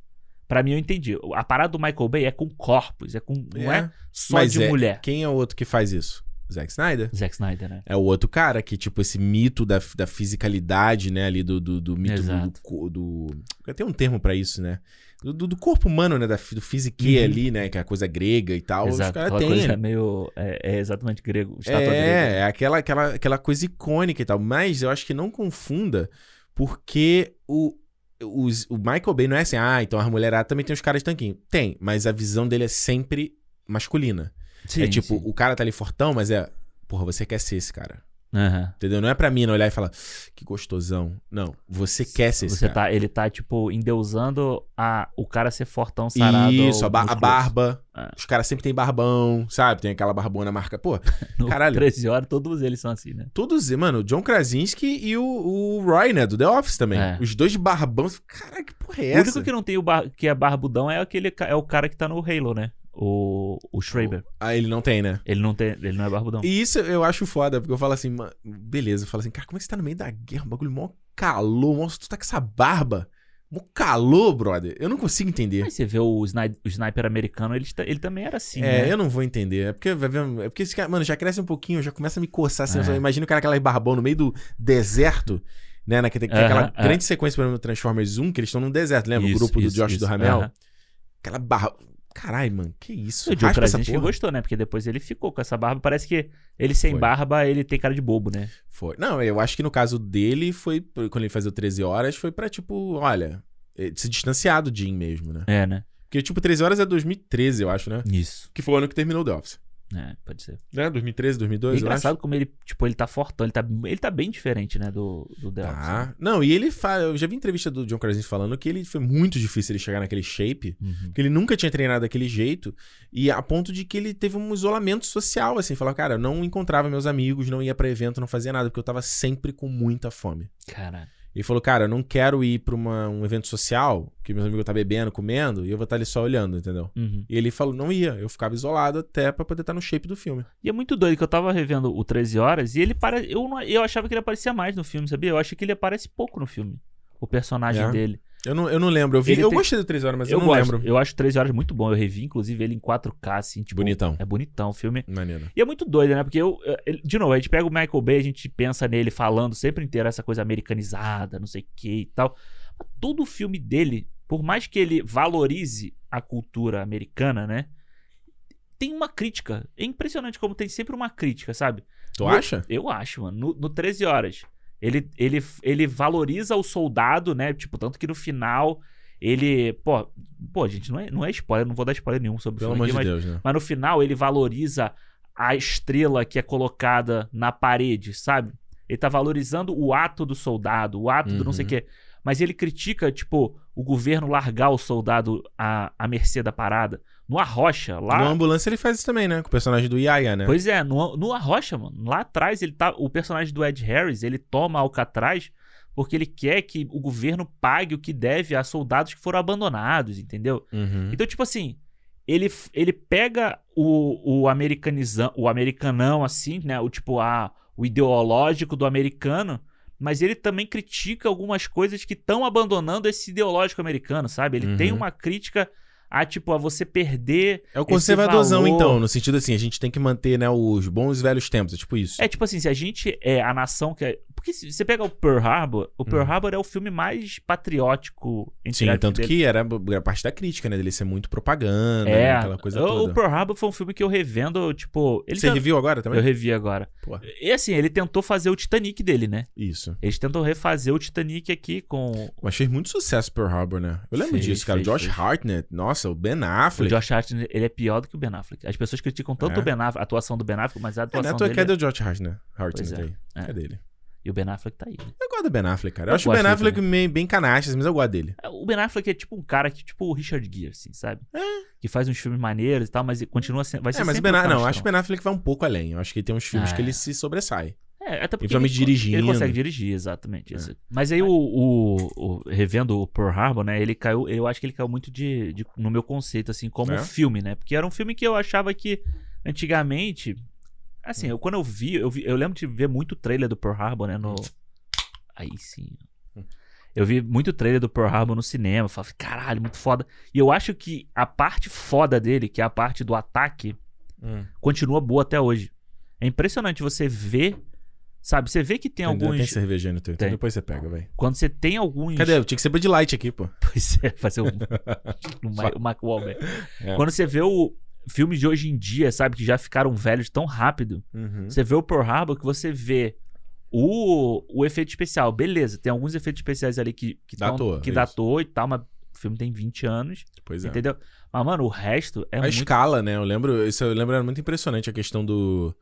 Speaker 2: Pra mim, eu entendi. A parada do Michael Bay é com corpos, é com. Não é, só
Speaker 1: Mas
Speaker 2: de
Speaker 1: é-
Speaker 2: mulher.
Speaker 1: Quem é o outro que faz isso? Zack Snyder?
Speaker 2: Zack Snyder, né?
Speaker 1: É o outro cara que, tipo, esse mito da, da fisicalidade, né? Ali do, do, do mito do- do,
Speaker 2: Exato.
Speaker 1: co- do, Tem um termo pra isso, né? Do, do- do corpo humano, né? Da, fi- do fisique
Speaker 2: Uhum.
Speaker 1: ali, né? Que é a coisa grega e tal. Os
Speaker 2: Exato.
Speaker 1: caras
Speaker 2: Aquela
Speaker 1: têm,
Speaker 2: coisa
Speaker 1: né?
Speaker 2: meio. É, é exatamente grego. Estátua grega. né?
Speaker 1: É, é aquela, aquela, aquela coisa icônica e tal. Mas eu acho que não confunda, porque o, os- o Michael Bay não é assim, ah, então a mulherada também tem os caras de tanquinho. Tem, mas a visão dele é sempre masculina.
Speaker 2: Sim,
Speaker 1: é tipo,
Speaker 2: sim.
Speaker 1: o cara tá ali fortão, mas é, porra, você quer ser esse cara.
Speaker 2: Aham.
Speaker 1: Entendeu? Não é pra mim não olhar e falar, que gostosão. Não, você quer ser esse
Speaker 2: Você
Speaker 1: cara.
Speaker 2: tá, ele tá, tipo, endeusando a, o cara ser fortão, sarado.
Speaker 1: Isso, a, ba- a
Speaker 2: musculoso.
Speaker 1: barba.
Speaker 2: É.
Speaker 1: Os caras sempre tem barbão, sabe? Tem aquela barbona marca. Pô,
Speaker 2: No
Speaker 1: Caralho.
Speaker 2: 13 horas, todos eles são assim, né?
Speaker 1: Todos, mano, o John Krasinski e o, o Roy, né, do The Office também.
Speaker 2: É.
Speaker 1: Os dois de barbão. Caraca, que porra é
Speaker 2: O
Speaker 1: essa?
Speaker 2: único que não tem o bar- que é barbudão é aquele ca- é o cara que tá no Halo, né? O, o Schreiber.
Speaker 1: Ah, ele não tem, né?
Speaker 2: Ele não tem, ele não é barbudão.
Speaker 1: E isso eu acho foda, porque eu falo assim, ma- beleza, eu falo assim, cara, como é que você tá no meio da guerra? Um bagulho mó calor, mó, tu tá com essa barba. Mó calor, brother. Eu não consigo entender.
Speaker 2: Aí você vê o, sni- o sniper americano, ele, ta- ele também era assim,
Speaker 1: é,
Speaker 2: né?
Speaker 1: eu não vou entender. É porque, vai ver, é porque esse cara, mano, já cresce um pouquinho, já começa a me coçar. Assim,
Speaker 2: É.
Speaker 1: eu imagino o cara aquela barbão no meio do deserto, né? Naquela, que é aquela
Speaker 2: Aham, é.
Speaker 1: grande sequência, por exemplo, do Transformers 1, que eles estão num deserto, lembra?
Speaker 2: Isso,
Speaker 1: o grupo
Speaker 2: isso,
Speaker 1: do Josh e do
Speaker 2: isso.
Speaker 1: Ramel.
Speaker 2: Aham.
Speaker 1: Aquela barra. Caralho, mano, que isso?
Speaker 2: O John
Speaker 1: Raspa essa
Speaker 2: Krasinski
Speaker 1: porra.
Speaker 2: gostou, né? Porque depois ele ficou com essa barba. Parece que ele sem
Speaker 1: Foi.
Speaker 2: barba, ele tem cara de bobo, né?
Speaker 1: Foi. Não, eu acho que no caso dele foi. Quando ele fazia o 13 horas, foi pra tipo, olha. eh, Se distanciar do Jim mesmo, né?
Speaker 2: É, né?
Speaker 1: Porque, tipo, 13 horas é 2013, eu acho, né?
Speaker 2: Isso.
Speaker 1: Que foi o ano que terminou The Office.
Speaker 2: É, pode ser.
Speaker 1: Né? 2013, 2012,
Speaker 2: E é
Speaker 1: eu acho.
Speaker 2: engraçado como ele, tipo, ele tá fortão, ele tá, ele tá bem diferente, né, do, do The Office, né?
Speaker 1: Tá. Não, e ele fala. Eu já vi entrevista do John Krasinski falando que ele foi muito difícil ele chegar naquele shape.
Speaker 2: Uhum.
Speaker 1: Porque ele nunca tinha treinado daquele jeito. E a ponto de que ele teve um isolamento social, assim. Falava, cara, eu não encontrava meus amigos, não ia pra evento, não fazia nada, porque eu tava sempre com muita fome.
Speaker 2: Caraca.
Speaker 1: Ele falou, cara, eu não quero ir pra uma- um evento social, que meus amigos tá bebendo, comendo, e eu vou estar ali só olhando, entendeu?
Speaker 2: Uhum.
Speaker 1: E ele falou, não ia, eu ficava isolado até pra poder estar no shape do filme.
Speaker 2: E é muito doido que eu tava revendo o 13 Horas e ele parece. Eu, não- eu achava que ele aparecia mais no filme, sabia? Eu achei que ele aparece pouco no filme. O personagem
Speaker 1: É.
Speaker 2: dele.
Speaker 1: Eu não, eu não lembro, eu vi.
Speaker 2: Ele
Speaker 1: eu
Speaker 2: tem-
Speaker 1: gostei do 3 horas, mas eu,
Speaker 2: eu
Speaker 1: não
Speaker 2: gosto.
Speaker 1: lembro.
Speaker 2: Eu acho o 13 Horas muito bom. Eu revi, inclusive, ele em 4K, assim, tipo.
Speaker 1: Bonitão.
Speaker 2: É bonitão o filme.
Speaker 1: Maneiro.
Speaker 2: E é muito doido, né? Porque eu. eu- ele- De novo, a gente pega o Michael Bay, a gente pensa nele falando sempre inteiro essa coisa americanizada, não sei o que e tal. Mas todo o filme dele, por mais que ele valorize a cultura americana, né? Tem uma crítica. É impressionante como tem sempre uma crítica, sabe?
Speaker 1: Tu
Speaker 2: No-
Speaker 1: acha?
Speaker 2: Eu acho, mano. No, no 13 horas. Ele, ele, ele valoriza o soldado, né? Tipo, tanto que no final ele. Pô, pô gente, não é, não é spoiler, não vou dar spoiler nenhum sobre
Speaker 1: Pelo
Speaker 2: o filme.
Speaker 1: amor
Speaker 2: aqui,
Speaker 1: de
Speaker 2: mas,
Speaker 1: Deus, né?
Speaker 2: mas no final ele valoriza a estrela que é colocada na parede, sabe? Ele tá valorizando o ato do soldado, o ato do não sei o
Speaker 1: Uhum.
Speaker 2: quê. Mas ele critica, tipo, o governo largar o soldado à, à mercê da parada. No Arrocha, lá.
Speaker 1: No Ambulância ele faz isso também, né? Com o personagem do Yaya, né?
Speaker 2: Pois é, no, no Arrocha, mano, lá atrás ele tá. O personagem do Ed Harris, ele toma Alcatraz porque ele quer que o governo pague o que deve a soldados que foram abandonados, entendeu?
Speaker 1: Uhum.
Speaker 2: Então, tipo assim, ele, f- ele pega o, o americanizão, o americanão, assim, né? O tipo, a, o ideológico do americano, mas ele também critica algumas coisas que estão abandonando esse ideológico americano, sabe? Ele
Speaker 1: Uhum.
Speaker 2: tem uma crítica a, tipo, a você perder.
Speaker 1: É o conservadorzão,
Speaker 2: valor-
Speaker 1: então, no sentido assim, a gente tem que manter, né, os bons e velhos tempos, é tipo isso.
Speaker 2: É tipo assim, se a gente é a nação que é. Porque se você pega o Pearl Harbor, o Pearl Harbor é o filme mais patriótico entre
Speaker 1: Uhum. Sim,
Speaker 2: aspas,
Speaker 1: tanto
Speaker 2: dele.
Speaker 1: que era b- a parte da crítica, né, dele ser muito propaganda,
Speaker 2: É,
Speaker 1: né, aquela coisa
Speaker 2: o,
Speaker 1: toda.
Speaker 2: o Pearl Harbor foi um filme que eu revendo, tipo. Ele
Speaker 1: Você
Speaker 2: já-
Speaker 1: reviu agora
Speaker 2: Eu
Speaker 1: também?
Speaker 2: revi agora.
Speaker 1: Pô,
Speaker 2: E assim, ele tentou fazer o Titanic dele, né?
Speaker 1: isso.
Speaker 2: Eles tentam refazer o Titanic aqui com
Speaker 1: Eu achei muito sucesso Pearl Harbor, né? Eu lembro
Speaker 2: Fez,
Speaker 1: disso, cara.
Speaker 2: fez,
Speaker 1: Josh
Speaker 2: fez.
Speaker 1: Hartnett, nossa, o Ben
Speaker 2: o
Speaker 1: Affleck.
Speaker 2: Josh Hartnett, ele é pior do que o Ben Affleck. As pessoas criticam tanto
Speaker 1: É.
Speaker 2: o ben Affleck, a atuação do Ben Affleck, mas a
Speaker 1: É, né?
Speaker 2: atuação
Speaker 1: Tu é
Speaker 2: dele...
Speaker 1: que é do Josh Hartnett, Hartnett
Speaker 2: Pois é,
Speaker 1: aí.
Speaker 2: é.
Speaker 1: É dele.
Speaker 2: E o Ben Affleck tá aí. né?
Speaker 1: Eu gosto do Ben Affleck, cara. Eu,
Speaker 2: Eu
Speaker 1: acho o
Speaker 2: gosto
Speaker 1: Ben
Speaker 2: dele
Speaker 1: Affleck meio bem canastas, mas eu gosto dele.
Speaker 2: O Ben Affleck é tipo um cara que, tipo o Richard Gere, assim, sabe? Que faz uns filmes maneiros e tal, mas ele continua sendo... Vai ser
Speaker 1: É, mas o
Speaker 2: sempre então.
Speaker 1: Ben
Speaker 2: o
Speaker 1: Affleck, não,
Speaker 2: Castro.
Speaker 1: acho que o Ben Affleck vai um pouco além. Eu acho que tem uns filmes
Speaker 2: Ah,
Speaker 1: que ele
Speaker 2: é.
Speaker 1: se sobressai.
Speaker 2: É, até porque
Speaker 1: principalmente dirigindo. É.
Speaker 2: Ele consegue dirigir, exatamente. isso. Mas aí o, o- o- revendo o Pearl Harbor, né? Ele caiu, eu acho que ele caiu muito de, de- no meu conceito, assim, como
Speaker 1: É?
Speaker 2: filme, né? Porque era um filme que eu achava que antigamente, assim, eu, quando eu vi, eu vi- eu lembro de ver muito trailer do Pearl Harbor, né?
Speaker 1: Hum.
Speaker 2: No aí sim. Eu vi muito trailer do Pearl Harbor no cinema, eu falava, caralho, muito foda. E eu acho que a parte foda dele, que é a parte do ataque, Hum. continua boa até hoje. É impressionante você ver, sabe? Você vê que tem
Speaker 1: Ainda Tem
Speaker 2: alguns.
Speaker 1: cerveja aí no teu, então
Speaker 2: Tem.
Speaker 1: depois você pega, velho.
Speaker 2: Quando você tem alguns.
Speaker 1: Cadê? Tinha que ser Bud Light aqui, pô.
Speaker 2: Pois é, fazer o, o, Ma- o Mark Wahlberg.
Speaker 1: É.
Speaker 2: Quando você vê o filmes de hoje em dia, sabe? Que já ficaram velhos tão rápido. Você vê o Pearl Harbor que você vê. O, o efeito especial, beleza. Tem alguns efeitos especiais ali que, que, tão-
Speaker 1: Datou,
Speaker 2: que
Speaker 1: é isso.
Speaker 2: datou e tal, mas o filme tem 20 anos,
Speaker 1: Pois é.
Speaker 2: entendeu? Mas, mano, o resto é
Speaker 1: a
Speaker 2: muito.
Speaker 1: escala, né? Eu lembro, isso eu lembro era muito impressionante a questão do,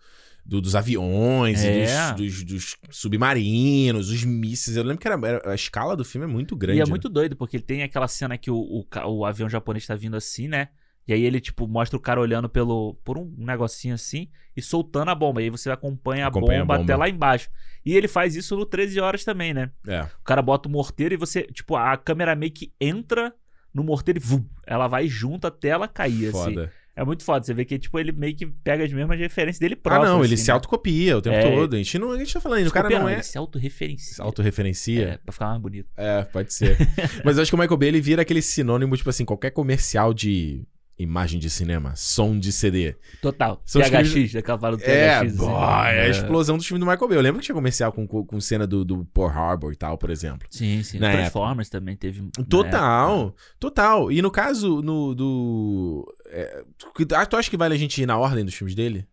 Speaker 1: do- dos aviões
Speaker 2: É.
Speaker 1: e dos, dos- dos submarinos, os mísseis. Eu lembro que era, era- a escala do filme é muito grande.
Speaker 2: E é
Speaker 1: né?
Speaker 2: muito doido, porque ele tem aquela cena que o, o, ca- o avião japonês tá vindo assim, né? E aí ele, tipo, mostra o cara olhando pelo, por um negocinho assim e soltando a bomba. E aí você acompanha a,
Speaker 1: Acompanha a
Speaker 2: bomba,
Speaker 1: bomba.
Speaker 2: até lá embaixo. E ele faz isso no 13 horas também, né?
Speaker 1: É.
Speaker 2: O cara bota o morteiro e você, tipo, a câmera meio que entra no morteiro e vum, ela vai junto até ela cair, assim.
Speaker 1: Foda.
Speaker 2: É muito foda. Você vê que, tipo, ele meio que pega as mesmas referências dele
Speaker 1: Ah,
Speaker 2: próprio.
Speaker 1: não, ele
Speaker 2: assim,
Speaker 1: se
Speaker 2: né?
Speaker 1: autocopia o tempo
Speaker 2: É.
Speaker 1: todo. A gente não, a gente tá falando, o cara
Speaker 2: Desculpa,
Speaker 1: não é.
Speaker 2: Ele se autorreferencia.
Speaker 1: Se autorreferencia?
Speaker 2: É, pra ficar mais bonito.
Speaker 1: É, pode ser. Mas eu acho que o Michael Bay ele vira aquele sinônimo, tipo assim, qualquer comercial de imagem de cinema, som de CD.
Speaker 2: Total.
Speaker 1: São os
Speaker 2: THX,
Speaker 1: filmes-
Speaker 2: daquela parada do
Speaker 1: É,
Speaker 2: THX. assim.
Speaker 1: boy, é a explosão do filme do Michael Bay. Eu lembro que tinha comercial com, com, com cena do, do Pearl Harbor e tal, por exemplo.
Speaker 2: Sim, sim.
Speaker 1: Na
Speaker 2: Transformers também teve. um, né? na
Speaker 1: Total,
Speaker 2: época.
Speaker 1: total. E no caso no, do. É, tu, ah, tu acha que vale a gente ir na ordem dos filmes dele?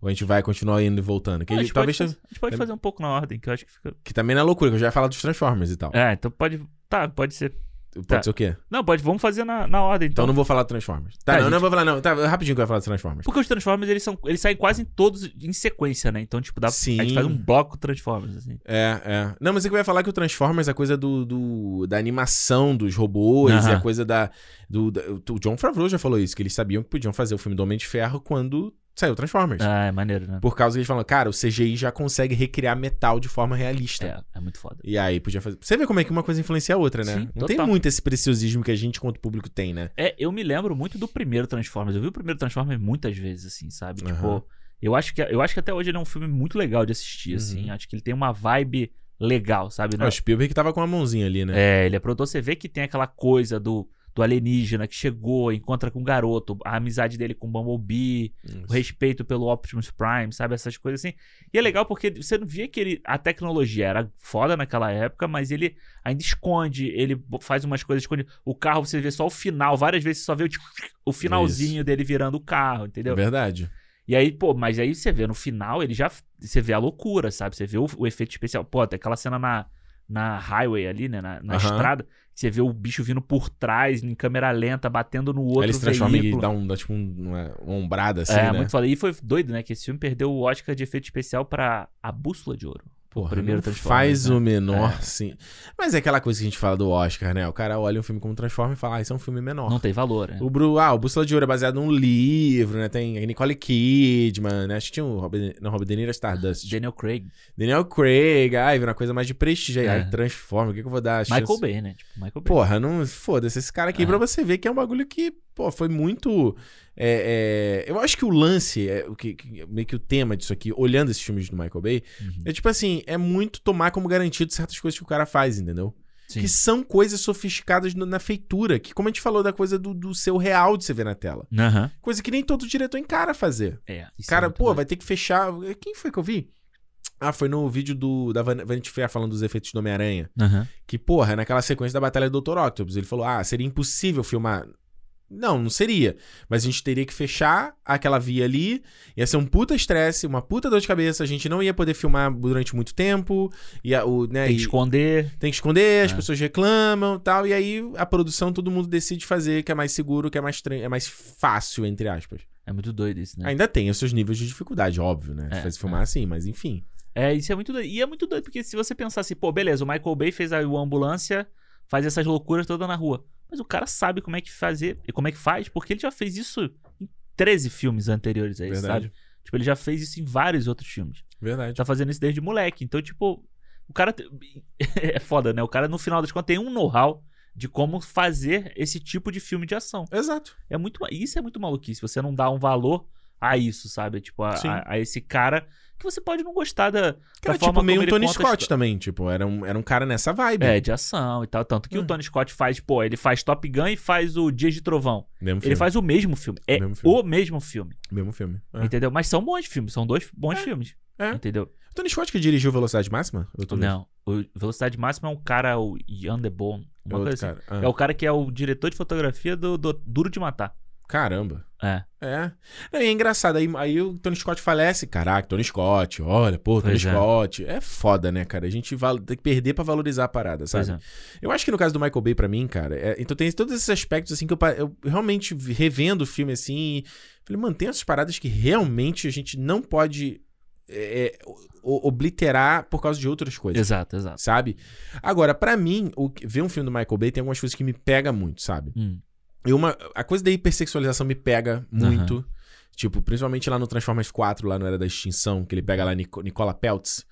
Speaker 1: Ou a gente vai continuar indo e voltando? Que,
Speaker 2: Ah, a,
Speaker 1: ele-
Speaker 2: gente
Speaker 1: talvez,
Speaker 2: pode, fazer- a gente pode fazer um pouco na ordem, que eu acho que fica.
Speaker 1: que também não é loucura, que eu já ia falar dos Transformers e tal.
Speaker 2: É, então pode. Tá, pode ser.
Speaker 1: Pode
Speaker 2: tá.
Speaker 1: ser o quê?
Speaker 2: Não, pode. Vamos fazer na, na ordem,
Speaker 1: Então
Speaker 2: então.
Speaker 1: eu não vou falar do Transformers. Tá, não,
Speaker 2: Tá,
Speaker 1: eu não
Speaker 2: gente.
Speaker 1: vou falar, não. Tá, rapidinho que eu ia falar do Transformers.
Speaker 2: Porque os Transformers, eles, são, eles saem quase em todos em sequência, né? Então, tipo, dá,
Speaker 1: Sim.
Speaker 2: a gente faz um bloco Transformers, assim.
Speaker 1: É, é. Não, mas é que eu ia falar que o Transformers, a coisa do, do- da animação dos robôs,
Speaker 2: Aham.
Speaker 1: e a coisa da, do, da- O John Favreau já falou isso, que eles sabiam que podiam fazer o filme do Homem de Ferro quando saiu Transformers.
Speaker 2: Ah, é maneiro, né?
Speaker 1: Por causa que eles falam, cara, o CGI já consegue recriar metal de forma realista.
Speaker 2: É, é muito foda.
Speaker 1: E aí podia fazer. Você vê como é que uma coisa influencia a outra, né?
Speaker 2: Sim,
Speaker 1: Não tem
Speaker 2: total.
Speaker 1: muito esse preciosismo que a gente, quanto público, tem, né?
Speaker 2: É, eu me lembro muito do primeiro Transformers. Eu vi o primeiro Transformers muitas vezes, assim, sabe?
Speaker 1: Aham.
Speaker 2: Tipo, eu acho, que, eu acho que até hoje ele é um filme muito legal de assistir, assim. Acho que ele tem uma vibe legal, sabe? Não-
Speaker 1: Ah, O Spielberg tava com a mãozinha ali, né?
Speaker 2: É, ele é produtor. Você vê que tem aquela coisa do, do alienígena que chegou, encontra com o garoto, a amizade dele com o Bumblebee, É. o
Speaker 1: É
Speaker 2: respeito pelo Optimus Prime, sabe? Essas coisas assim. E é legal porque você não via que ele. A tecnologia era foda naquela época, mas ele ainda esconde, ele bo- faz umas coisas esconde. O carro você vê só o final, várias vezes você só vê o, tch- o finalzinho dele virando o carro, entendeu?
Speaker 1: Verdade.
Speaker 2: E aí, pô, mas aí você vê no final, ele já. Você vê a loucura, sabe? Você vê o, o efeito especial. Pô, tem aquela cena na, na highway ali, né? Na, na
Speaker 1: Aham.
Speaker 2: estrada. que Você vê o bicho vindo por trás, em câmera lenta, batendo no outro.
Speaker 1: Aí ele se transforma
Speaker 2: veículo.
Speaker 1: e dá, um, dá tipo um- uma, uma ombrada assim,
Speaker 2: é,
Speaker 1: né?
Speaker 2: muito foda. E foi doido, né? Que esse filme perdeu o Oscar de efeito especial pra A Bússola de Ouro. Pô,
Speaker 1: Porra,
Speaker 2: primeiro
Speaker 1: não
Speaker 2: Transformers.
Speaker 1: Faz
Speaker 2: né?
Speaker 1: o menor, sim. Mas é aquela coisa que a gente fala do Oscar, né? O cara olha um filme como Transformers e fala, ah, isso é um filme menor.
Speaker 2: Não tem valor, né?
Speaker 1: O Bru... Ah, o Bússola de Ouro é baseado num livro, né? Tem a Nicole Kidman, né? Acho que tinha o Robert... De... Não, Robert De Niro é Stardust.
Speaker 2: Daniel Craig.
Speaker 1: Daniel Craig, ai, vira uma coisa mais de prestígio. aí,
Speaker 2: É.
Speaker 1: Ai, Transforma, o que, que eu vou dar? a chance?
Speaker 2: Michael Bay, né? Tipo, Michael Bay.
Speaker 1: Porra, não. Foda-se, esse cara aqui
Speaker 2: É.
Speaker 1: pra você ver que é um bagulho que, pô, foi muito. é, é, eu acho que o lance, é, o que, que- meio que o tema disso aqui, olhando esses filmes do Michael Bay,
Speaker 2: Uhum.
Speaker 1: é tipo assim, é muito tomar como garantido certas coisas que o cara faz, entendeu?
Speaker 2: Sim.
Speaker 1: Que são coisas sofisticadas no- na feitura, que como a gente falou da coisa do, do seu real de você ver na tela.
Speaker 2: Aham.
Speaker 1: Coisa que nem todo diretor encara fazer.
Speaker 2: É. isso é
Speaker 1: cara,
Speaker 2: muito
Speaker 1: pô,
Speaker 2: doido.
Speaker 1: vai ter que fechar. Quem foi que eu vi? Ah, foi no vídeo do, da Van- Vanity Fair falando dos efeitos do Homem-Aranha.
Speaker 2: Aham.
Speaker 1: Que, porra, é naquela sequência da Batalha do Dr. Octopus, ele falou: ah, seria impossível filmar. Não, não seria. Mas a gente teria que fechar aquela via ali. Ia ser um puta estresse, uma puta dor de cabeça. A gente não ia poder filmar durante muito tempo. E a- o, né,
Speaker 2: Tem
Speaker 1: e-
Speaker 2: que esconder.
Speaker 1: tem que esconder, as
Speaker 2: É.
Speaker 1: pessoas reclamam e tal. E aí a produção, todo mundo decide fazer, que é mais seguro, que é mais, tran- é mais fácil, entre aspas.
Speaker 2: É muito doido isso, né?
Speaker 1: Ainda tem os seus níveis de dificuldade, óbvio, né?
Speaker 2: É,
Speaker 1: Fazer filmar assim, mas enfim.
Speaker 2: É, isso é muito doido. E é muito doido, porque se você pensar assim, pô, beleza, o Michael Bay fez aí o ambulância, faz essas loucuras todas na rua. Mas o cara sabe como é que fazer e como é que faz, porque ele já fez isso em 13 filmes anteriores aí,
Speaker 1: Verdade.
Speaker 2: sabe? Tipo, ele já fez isso em vários outros filmes.
Speaker 1: Verdade.
Speaker 2: Tá fazendo isso desde moleque. Então, tipo, o cara. te- é foda, né? O cara, no final das contas, tem um know-how de como fazer esse tipo de filme de ação.
Speaker 1: Exato.
Speaker 2: É muito. ma- Isso é muito maluquice. Você não dá um valor a isso, sabe? Tipo, a,
Speaker 1: Sim.
Speaker 2: a- a esse cara que você pode não gostar da.
Speaker 1: Que era
Speaker 2: forma
Speaker 1: tipo meio
Speaker 2: como
Speaker 1: um
Speaker 2: ele
Speaker 1: Tony
Speaker 2: conta a
Speaker 1: Scott
Speaker 2: histó-
Speaker 1: também, tipo, era um, era um cara nessa vibe.
Speaker 2: É, de ação e tal. Tanto que
Speaker 1: Hum.
Speaker 2: o Tony Scott faz, pô, ele faz Top Gun e faz o Dias de Trovão.
Speaker 1: Mesmo filme.
Speaker 2: Ele faz o mesmo filme. É
Speaker 1: Mesmo filme.
Speaker 2: o mesmo filme.
Speaker 1: Mesmo filme. É.
Speaker 2: Entendeu? Mas são bons filmes, são dois bons filmes.
Speaker 1: É.
Speaker 2: Entendeu?
Speaker 1: Tony Scott que dirigiu Velocidade Máxima? Eu tô
Speaker 2: Não. O Velocidade Máxima é um cara, o Ian DeBon.
Speaker 1: É
Speaker 2: Uma
Speaker 1: outro
Speaker 2: coisa assim.
Speaker 1: cara. Ah,
Speaker 2: É o cara que é o diretor de fotografia do, do Duro de Matar.
Speaker 1: Ah, Caramba.
Speaker 2: É.
Speaker 1: É. Não, e é engraçado. Aí, aí o Tony Scott falece. Caraca, Tony Scott. Olha, pô, Tony
Speaker 2: Pois é.
Speaker 1: Scott. É foda, né, cara? A gente val- tem que perder pra valorizar a parada, sabe?
Speaker 2: Pois é.
Speaker 1: Eu acho que no caso do Michael Bay, pra mim, cara, é- então tem todos esses aspectos, assim, que eu, pa- eu realmente vi- revendo o filme, assim, e falei, mano, tem essas paradas que realmente a gente não pode é, é, o- o- obliterar por causa de outras coisas,
Speaker 2: Exato, exato.
Speaker 1: sabe? Agora, pra mim, o que- ver um filme do Michael Bay tem algumas coisas que me pega muito, sabe?
Speaker 2: Hum.
Speaker 1: E uma, a coisa da hipersexualização me pega muito. Tipo, principalmente lá no Transformers 4, lá no Era da Extinção, que ele pega lá Nico, Nicola Peltz.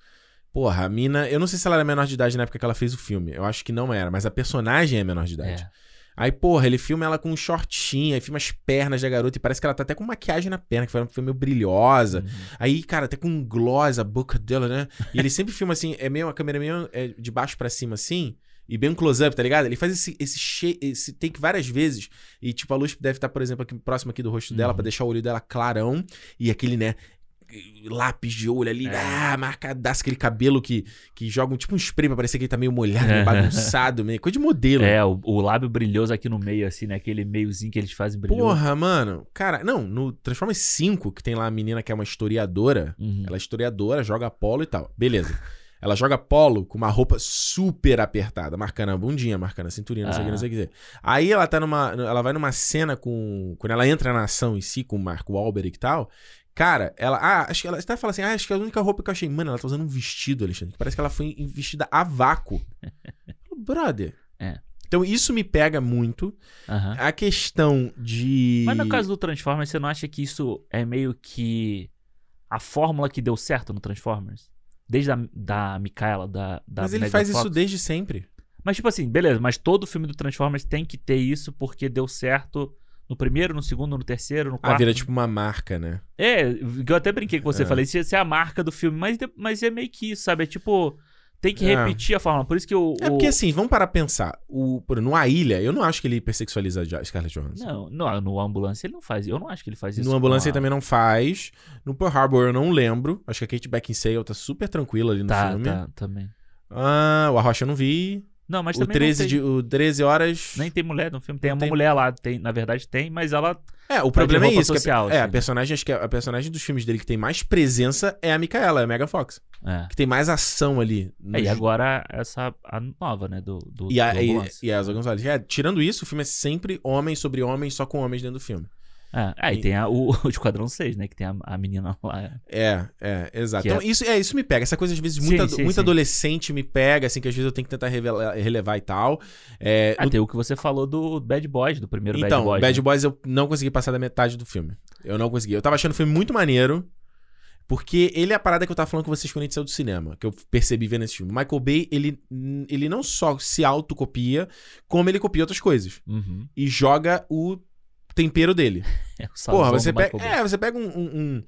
Speaker 1: Porra, a mina. Eu não sei se ela era menor de idade na época que ela fez o filme. Eu acho que não era, mas a personagem é menor de
Speaker 2: É.
Speaker 1: idade. Aí, porra, ele filma ela com um shortinho, aí filma as pernas da garota e parece que ela tá até com maquiagem na perna, que foi, foi meio brilhosa.
Speaker 2: Uhum.
Speaker 1: Aí, cara, até com um gloss a boca dela, né? E ele sempre filma assim, é meio, a câmera é meio é, de baixo pra cima assim, e bem um close-up, tá ligado? Ele faz esse, esse, che- esse take várias vezes, e tipo, a luz deve estar, por exemplo, aqui próximo aqui do rosto dela,
Speaker 2: Uhum.
Speaker 1: pra deixar o olho dela clarão, e aquele, né, lápis de olho ali,
Speaker 2: É.
Speaker 1: ah, marcadaço, aquele cabelo que, que joga um, tipo um spray pra parecer que ele tá meio molhado, meio
Speaker 2: É.
Speaker 1: bagunçado, meio coisa de modelo.
Speaker 2: É, o, o lábio brilhoso aqui no meio, assim, né? Aquele meiozinho que eles fazem brilhoso.
Speaker 1: Porra, mano. Cara, não, no Transformers 5, que tem lá a menina que é uma historiadora,
Speaker 2: Uhum.
Speaker 1: Ela é historiadora, joga polo e tal. Beleza. Ela joga polo com uma roupa super apertada, marcando a bundinha, marcando a cinturinha, não sei o que, não sei o que. Aí ela tá numa. Ela vai numa cena com. Quando ela entra na ação em si, com o Marco Wahlberg e tal. Cara, ela. Ah, acho que ela até fala assim: ah, acho que a única roupa que eu achei. Mano, ela tá usando um vestido, Alexandre. que Parece que ela foi em- vestida a vácuo. Brother.
Speaker 2: É.
Speaker 1: Então isso me pega muito.
Speaker 2: Aham.
Speaker 1: A questão de.
Speaker 2: Mas no caso do Transformers, você não acha que isso é meio que a fórmula que deu certo no Transformers? Desde a da Micaela, da, da
Speaker 1: Mas ele
Speaker 2: Megan
Speaker 1: faz
Speaker 2: Fox?
Speaker 1: isso desde sempre.
Speaker 2: Mas, tipo assim, beleza, mas todo filme do Transformers tem que ter isso porque deu certo no primeiro, no segundo, no terceiro, no quarto.
Speaker 1: Ah, vira tipo uma marca, né?
Speaker 2: É, eu até brinquei com você, falei, isso isso é a marca do filme, mas, de- mas é meio que isso, sabe? É tipo, tem que
Speaker 1: É.
Speaker 2: repetir a fórmula. Por isso que o.
Speaker 1: É
Speaker 2: o-
Speaker 1: porque assim, vamos parar pra pensar. O, por, no A Ilha, eu não acho que ele hipersexualiza a Jo- Scarlett Johansson.
Speaker 2: Não, no, no Ambulância ele não faz. Eu não acho que ele faz isso.
Speaker 1: assim,
Speaker 2: Ah,
Speaker 1: no Ambulância ele
Speaker 2: com a-
Speaker 1: também não faz. No Pearl Harbor eu não lembro. Acho que a Kate Beckinsale tá super tranquila ali no
Speaker 2: Tá,
Speaker 1: filme.
Speaker 2: tá, também.
Speaker 1: Ah, o Arrocha eu não vi.
Speaker 2: Não, mas
Speaker 1: o,
Speaker 2: também. não
Speaker 1: 13
Speaker 2: tem-
Speaker 1: de, o 13 horas...
Speaker 2: Nem tem mulher no filme. Tem
Speaker 1: Não
Speaker 2: uma
Speaker 1: tem-
Speaker 2: mulher lá, tem, na verdade tem, mas ela.
Speaker 1: É, o problema é
Speaker 2: roupa
Speaker 1: isso. que a-
Speaker 2: social,
Speaker 1: é, a
Speaker 2: assim.
Speaker 1: personagem, acho que a, a personagem dos filmes dele que tem mais presença é a Micaela, é a Megan Fox.
Speaker 2: É.
Speaker 1: Que tem mais ação ali. no
Speaker 2: É, e
Speaker 1: ju-
Speaker 2: agora essa a nova, né? Do, do,
Speaker 1: E a,
Speaker 2: do
Speaker 1: e,
Speaker 2: Ambulância.
Speaker 1: e a Zoe Gonzalez. É, tirando isso, o filme é sempre homem sobre homem, só com homens dentro do filme.
Speaker 2: É, aí
Speaker 1: E-
Speaker 2: tem a- o, o Esquadrão 6, né? Que tem a, a menina lá.
Speaker 1: É, é, exato.
Speaker 2: Que
Speaker 1: Então,
Speaker 2: é-
Speaker 1: isso, é, isso me pega. Essa coisa, às vezes,
Speaker 2: Sim,
Speaker 1: muita,
Speaker 2: sim,
Speaker 1: muito
Speaker 2: sim.
Speaker 1: adolescente me pega, assim, que às vezes eu tenho que tentar revelar- relevar e tal. É,
Speaker 2: Ah, tem o que você falou do Bad Boys, do primeiro
Speaker 1: então,
Speaker 2: Bad Boys. né?
Speaker 1: eu não consegui passar da metade do filme. Eu não consegui. Eu tava achando o filme muito maneiro, porque ele é a parada que eu tava falando com vocês quando a gente saiu do cinema, que eu percebi vendo esse filme. Michael Bay, ele, ele não só se autocopia, como ele copia outras coisas.
Speaker 2: Uhum.
Speaker 1: E joga o tempero dele.
Speaker 2: É, o
Speaker 1: Porra,
Speaker 2: salzão
Speaker 1: você
Speaker 2: do
Speaker 1: pega.
Speaker 2: Michael Bay.
Speaker 1: É, você pega um. um, um...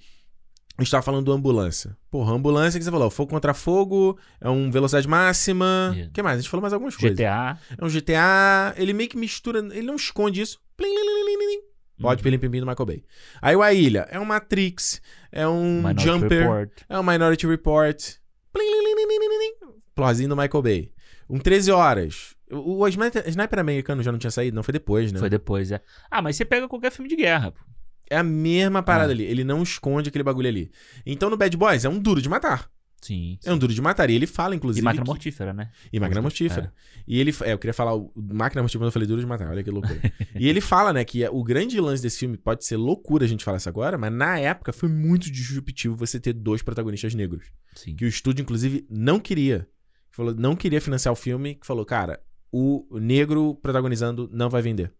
Speaker 1: A gente tava falando do ambulância. Porra, ambulância que você falou, fogo contra fogo, é um velocidade máxima. O
Speaker 2: Yeah.
Speaker 1: que mais? A gente falou mais algumas coisas.
Speaker 2: GTA.
Speaker 1: É um GTA, ele meio que mistura, ele não esconde isso. Plim, lim, lim, lim, lim, lim. Pode
Speaker 2: uhum.
Speaker 1: pelim pim, pim do Michael Bay. Aí o A Ilha, é um Matrix, é um
Speaker 2: Minority
Speaker 1: Jumper,
Speaker 2: Report.
Speaker 1: é um Minority Report. Plim, lim, lim, lim, lim, lim, lim. Plorzinho do Michael Bay. Um 13 horas. O, o Sniper Sniper americano já não tinha saído? Não, foi depois, né?
Speaker 2: Foi depois, é. Ah, mas você pega qualquer filme de guerra. pô.
Speaker 1: É a mesma parada
Speaker 2: Ah.
Speaker 1: ali. Ele não esconde aquele bagulho ali. Então no Bad Boys é um duro de matar.
Speaker 2: Sim. sim.
Speaker 1: É um duro de matar. E ele fala, inclusive.
Speaker 2: E máquina
Speaker 1: que-
Speaker 2: mortífera, né?
Speaker 1: E máquina mortífera. E ele. É, eu queria falar. O, máquina mortífera, mas eu falei duro de matar. Olha que loucura. e ele fala, né, que o grande lance desse filme pode ser loucura a gente falar isso agora, mas na época foi muito disruptivo você ter dois protagonistas negros.
Speaker 2: Sim.
Speaker 1: Que o estúdio, inclusive, não queria. Falou, não queria financiar o filme, que falou, cara, o negro protagonizando não vai vender.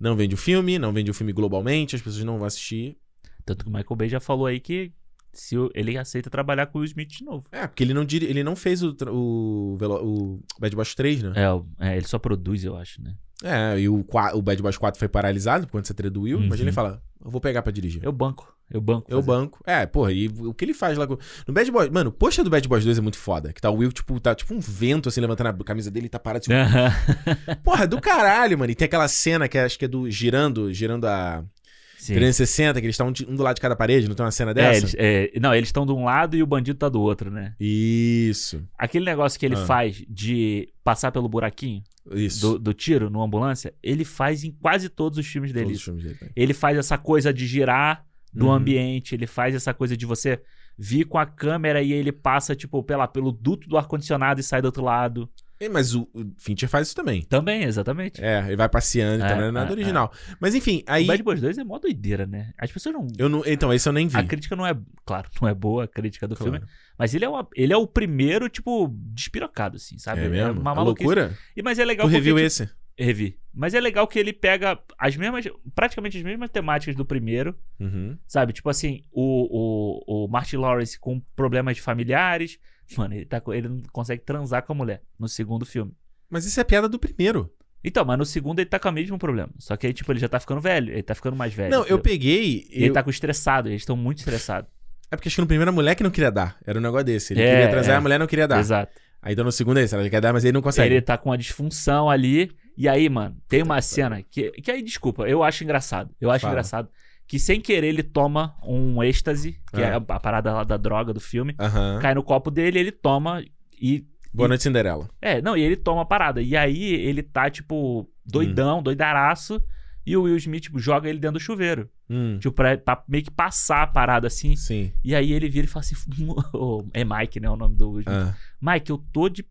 Speaker 1: Não vende o filme, não vende o filme globalmente, as pessoas não vão assistir.
Speaker 2: Tanto que o Michael Bay já falou aí que se o- ele aceita trabalhar com o Will Smith de novo.
Speaker 1: É, porque ele não, diri- ele não fez o, tra- o, Velo- o Bad Boys 3, né?
Speaker 2: É, o- é, ele só produz, eu acho, né?
Speaker 1: É, e o, qua- o Bad Boys 4 foi paralisado quando você traduiu.
Speaker 2: Uhum.
Speaker 1: Imagina ele falar, eu vou pegar pra dirigir. Eu,
Speaker 2: Eu banco. Eu banco. fazer.
Speaker 1: banco. É, porra, e o que ele faz lá com... No Bad Boys... Mano, o poxa do Bad Boys 2 é muito foda. Que tá o Will, tipo, tá tipo um vento, assim, levantando a camisa dele e tá parado. Assim, porra, é do caralho, mano. E tem aquela cena que acho que é do girando, girando a
Speaker 2: Sim.
Speaker 1: 360, que eles estão um de- um do lado de cada parede, não tem uma cena
Speaker 2: É,
Speaker 1: dessa?
Speaker 2: eles, é, não, eles estão de um lado e o bandido tá do outro, né?
Speaker 1: Isso,
Speaker 2: Aquele negócio que ele
Speaker 1: Ah.
Speaker 2: faz de passar pelo buraquinho
Speaker 1: isso.
Speaker 2: do, do tiro numa ambulância, ele faz em quase todos os filmes dele.
Speaker 1: Todos os filmes dele, né?
Speaker 2: Ele faz essa coisa de girar do
Speaker 1: Uhum.
Speaker 2: ambiente, ele faz essa coisa de você vir com a câmera e ele passa, tipo, pela, pelo duto do ar-condicionado e sai do outro lado.
Speaker 1: É, Mas o, o Fincher faz isso também.
Speaker 2: Também, exatamente.
Speaker 1: É, ele vai passeando, então
Speaker 2: É,
Speaker 1: não é nada
Speaker 2: é,
Speaker 1: original. Mas enfim, aí.
Speaker 2: O Bad Boys 2 é mó doideira, né? As pessoas não.
Speaker 1: Eu não, então, esse eu nem vi.
Speaker 2: A crítica não é. Claro, não é boa a crítica do
Speaker 1: Claro.
Speaker 2: filme. Mas ele é, uma, ele é o primeiro, tipo, despirocado, assim, sabe?
Speaker 1: É mesmo?
Speaker 2: uma
Speaker 1: Uma
Speaker 2: maluquice.
Speaker 1: loucura?
Speaker 2: E, mas é legal
Speaker 1: Tu reviu
Speaker 2: porque,
Speaker 1: esse?
Speaker 2: tipo, Revi. Mas é legal que ele pega as mesmas. Praticamente as mesmas temáticas do primeiro.
Speaker 1: Uhum.
Speaker 2: Sabe? Tipo assim, o, o, o Martin Lawrence com problemas familiares. Mano, ele, tá, com- ele não consegue transar com a mulher no segundo filme.
Speaker 1: Mas isso é a piada do primeiro.
Speaker 2: Então, mas no segundo ele tá com o mesmo problema. Só que aí, tipo, ele já tá ficando velho. Ele tá ficando mais velho.
Speaker 1: não, eu
Speaker 2: entendeu?
Speaker 1: peguei.
Speaker 2: Ele
Speaker 1: eu-
Speaker 2: tá com estressado, eles estão muito estressados.
Speaker 1: É porque acho que no primeiro a mulher que não queria dar. Era um negócio desse. Ele
Speaker 2: É,
Speaker 1: queria transar,
Speaker 2: é.
Speaker 1: a mulher não queria dar.
Speaker 2: Exato.
Speaker 1: Aí então no segundo é esse, ela quer dar, mas ele não consegue.
Speaker 2: Ele tá com uma disfunção ali. E aí, mano, tem uma cena que, que aí, desculpa, eu acho engraçado. Eu
Speaker 1: Tá,
Speaker 2: acho
Speaker 1: Fala.
Speaker 2: engraçado que sem querer ele toma um êxtase, que é
Speaker 1: Ah.
Speaker 2: a, a parada lá da droga do filme,
Speaker 1: Aham.
Speaker 2: cai no copo dele, ele toma e
Speaker 1: Boa noite, Cinderela.
Speaker 2: é, não, e ele toma a parada. E aí ele tá tipo doidão, doidaraço, e o Will Smith tipo, joga ele dentro do chuveiro,
Speaker 1: Hum,
Speaker 2: tipo pra, pra meio que passar a parada assim.
Speaker 1: Sim.
Speaker 2: E aí ele vira e fala assim, é Mike, né, o nome do Will Smith.
Speaker 1: Ah.
Speaker 2: Mike, eu tô de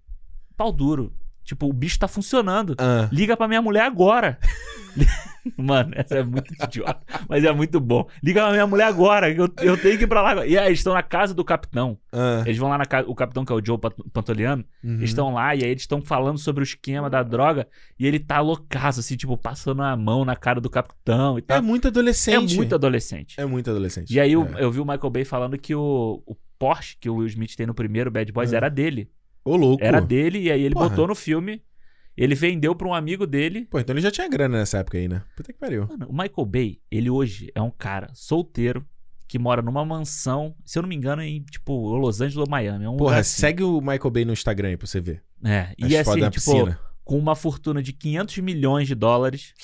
Speaker 2: pau duro. Tipo, o bicho tá funcionando.
Speaker 1: Ah.
Speaker 2: Liga pra minha mulher agora. Mano, essa é muito idiota, mas é muito bom. Liga pra minha mulher agora, que eu, eu tenho que ir pra lá. agora. E aí, eles estão na casa do capitão.
Speaker 1: Ah.
Speaker 2: Eles vão lá na casa, o capitão, que é o Joe Pat- Pantoliano,
Speaker 1: Uhum.
Speaker 2: eles estão lá e aí eles estão falando sobre o esquema da droga. E ele tá loucaço, assim, tipo, passando a mão na cara do capitão e
Speaker 1: É
Speaker 2: tal.
Speaker 1: muito
Speaker 2: É,
Speaker 1: adolescente.
Speaker 2: muito adolescente.
Speaker 1: É muito adolescente.
Speaker 2: E aí, eu,
Speaker 1: É.
Speaker 2: eu vi o Michael Bay falando que o, o Porsche que o Will Smith tem no primeiro Bad Boys
Speaker 1: Ah.
Speaker 2: era dele.
Speaker 1: Ô, louco.
Speaker 2: Era dele, e aí ele
Speaker 1: Porra.
Speaker 2: botou no filme. Ele vendeu pra um amigo dele.
Speaker 1: Pô, então ele já tinha grana nessa época aí, né? Puta que pariu.
Speaker 2: Mano, o Michael Bay, ele hoje é um cara solteiro que mora numa mansão, se eu não me engano, em tipo Los Angeles ou Miami. É um
Speaker 1: Porra,
Speaker 2: lugar assim.
Speaker 1: segue o Michael Bay no Instagram aí pra você ver.
Speaker 2: É,
Speaker 1: As
Speaker 2: e assim,
Speaker 1: fotos da
Speaker 2: tipo,
Speaker 1: piscina.
Speaker 2: com uma fortuna de 500 milhões de dólares.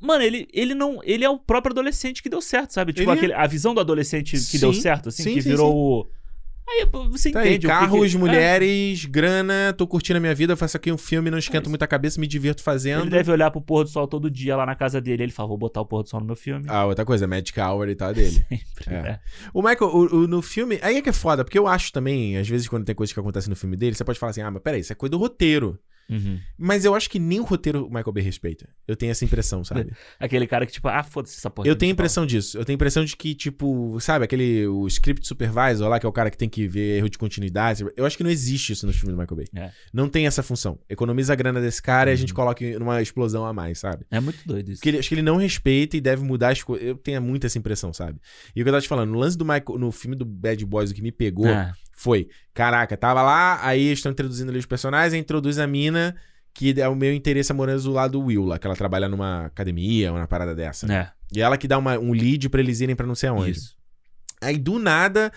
Speaker 2: Mano, ele, ele não. Ele é o próprio adolescente que deu certo, sabe?
Speaker 1: Ele
Speaker 2: Tipo,
Speaker 1: é.
Speaker 2: aquele- a visão do adolescente que
Speaker 1: Sim,
Speaker 2: deu certo, assim,
Speaker 1: sim,
Speaker 2: que
Speaker 1: sim,
Speaker 2: virou o. Aí pô, você
Speaker 1: Tá aí,
Speaker 2: entende. o que que-
Speaker 1: carros,
Speaker 2: é,
Speaker 1: mulheres, grana, tô curtindo a minha vida, eu faço aqui um filme, não esquento muita cabeça, me divirto
Speaker 2: É ele
Speaker 1: fazendo.
Speaker 2: deve olhar pro pôr do sol todo dia lá na casa dele. Ele fala, vou botar o pôr do sol no meu filme.
Speaker 1: Ah, outra coisa, Magic Hour e tal é dele.
Speaker 2: é- Sempre,
Speaker 1: É.
Speaker 2: né?
Speaker 1: o Michael, o- o- no filme, aí é que é foda, porque eu acho também, às vezes quando tem coisa que acontece no filme dele, você pode falar assim, ah, mas peraí, isso é coisa do roteiro.
Speaker 2: Uhum.
Speaker 1: Mas eu acho que nem o roteiro o Michael Bay respeita. Eu tenho essa impressão, sabe?
Speaker 2: Aquele cara que, tipo, ah, foda-se essa porra.
Speaker 1: Eu tenho a impressão disso. Eu tenho a impressão de que, tipo, sabe, aquele o script supervisor lá, que é o cara que tem que ver erro de continuidade. Eu acho que não existe isso nos filmes do Michael Bay.
Speaker 2: É.
Speaker 1: Não tem essa função. Economiza a grana desse cara e a gente
Speaker 2: Uhum.
Speaker 1: coloca em- numa explosão a mais, sabe?
Speaker 2: É muito doido isso.
Speaker 1: Porque ele- acho que ele não respeita e deve mudar as coisas. Eu tenho muito essa impressão, sabe? E o que eu tava te falando, no lance do Michael, no filme do Bad Boys, o que me pegou
Speaker 2: Ah,
Speaker 1: foi, caraca, tava lá, aí estão introduzindo ali os personagens, aí introduz a mina, que é o meu interesse amoroso lá do Will, lá, que ela trabalha numa academia, uma parada dessa.
Speaker 2: né?
Speaker 1: E ela que dá uma- um lead pra eles irem pra não sei aonde.
Speaker 2: Isso.
Speaker 1: Aí do nada,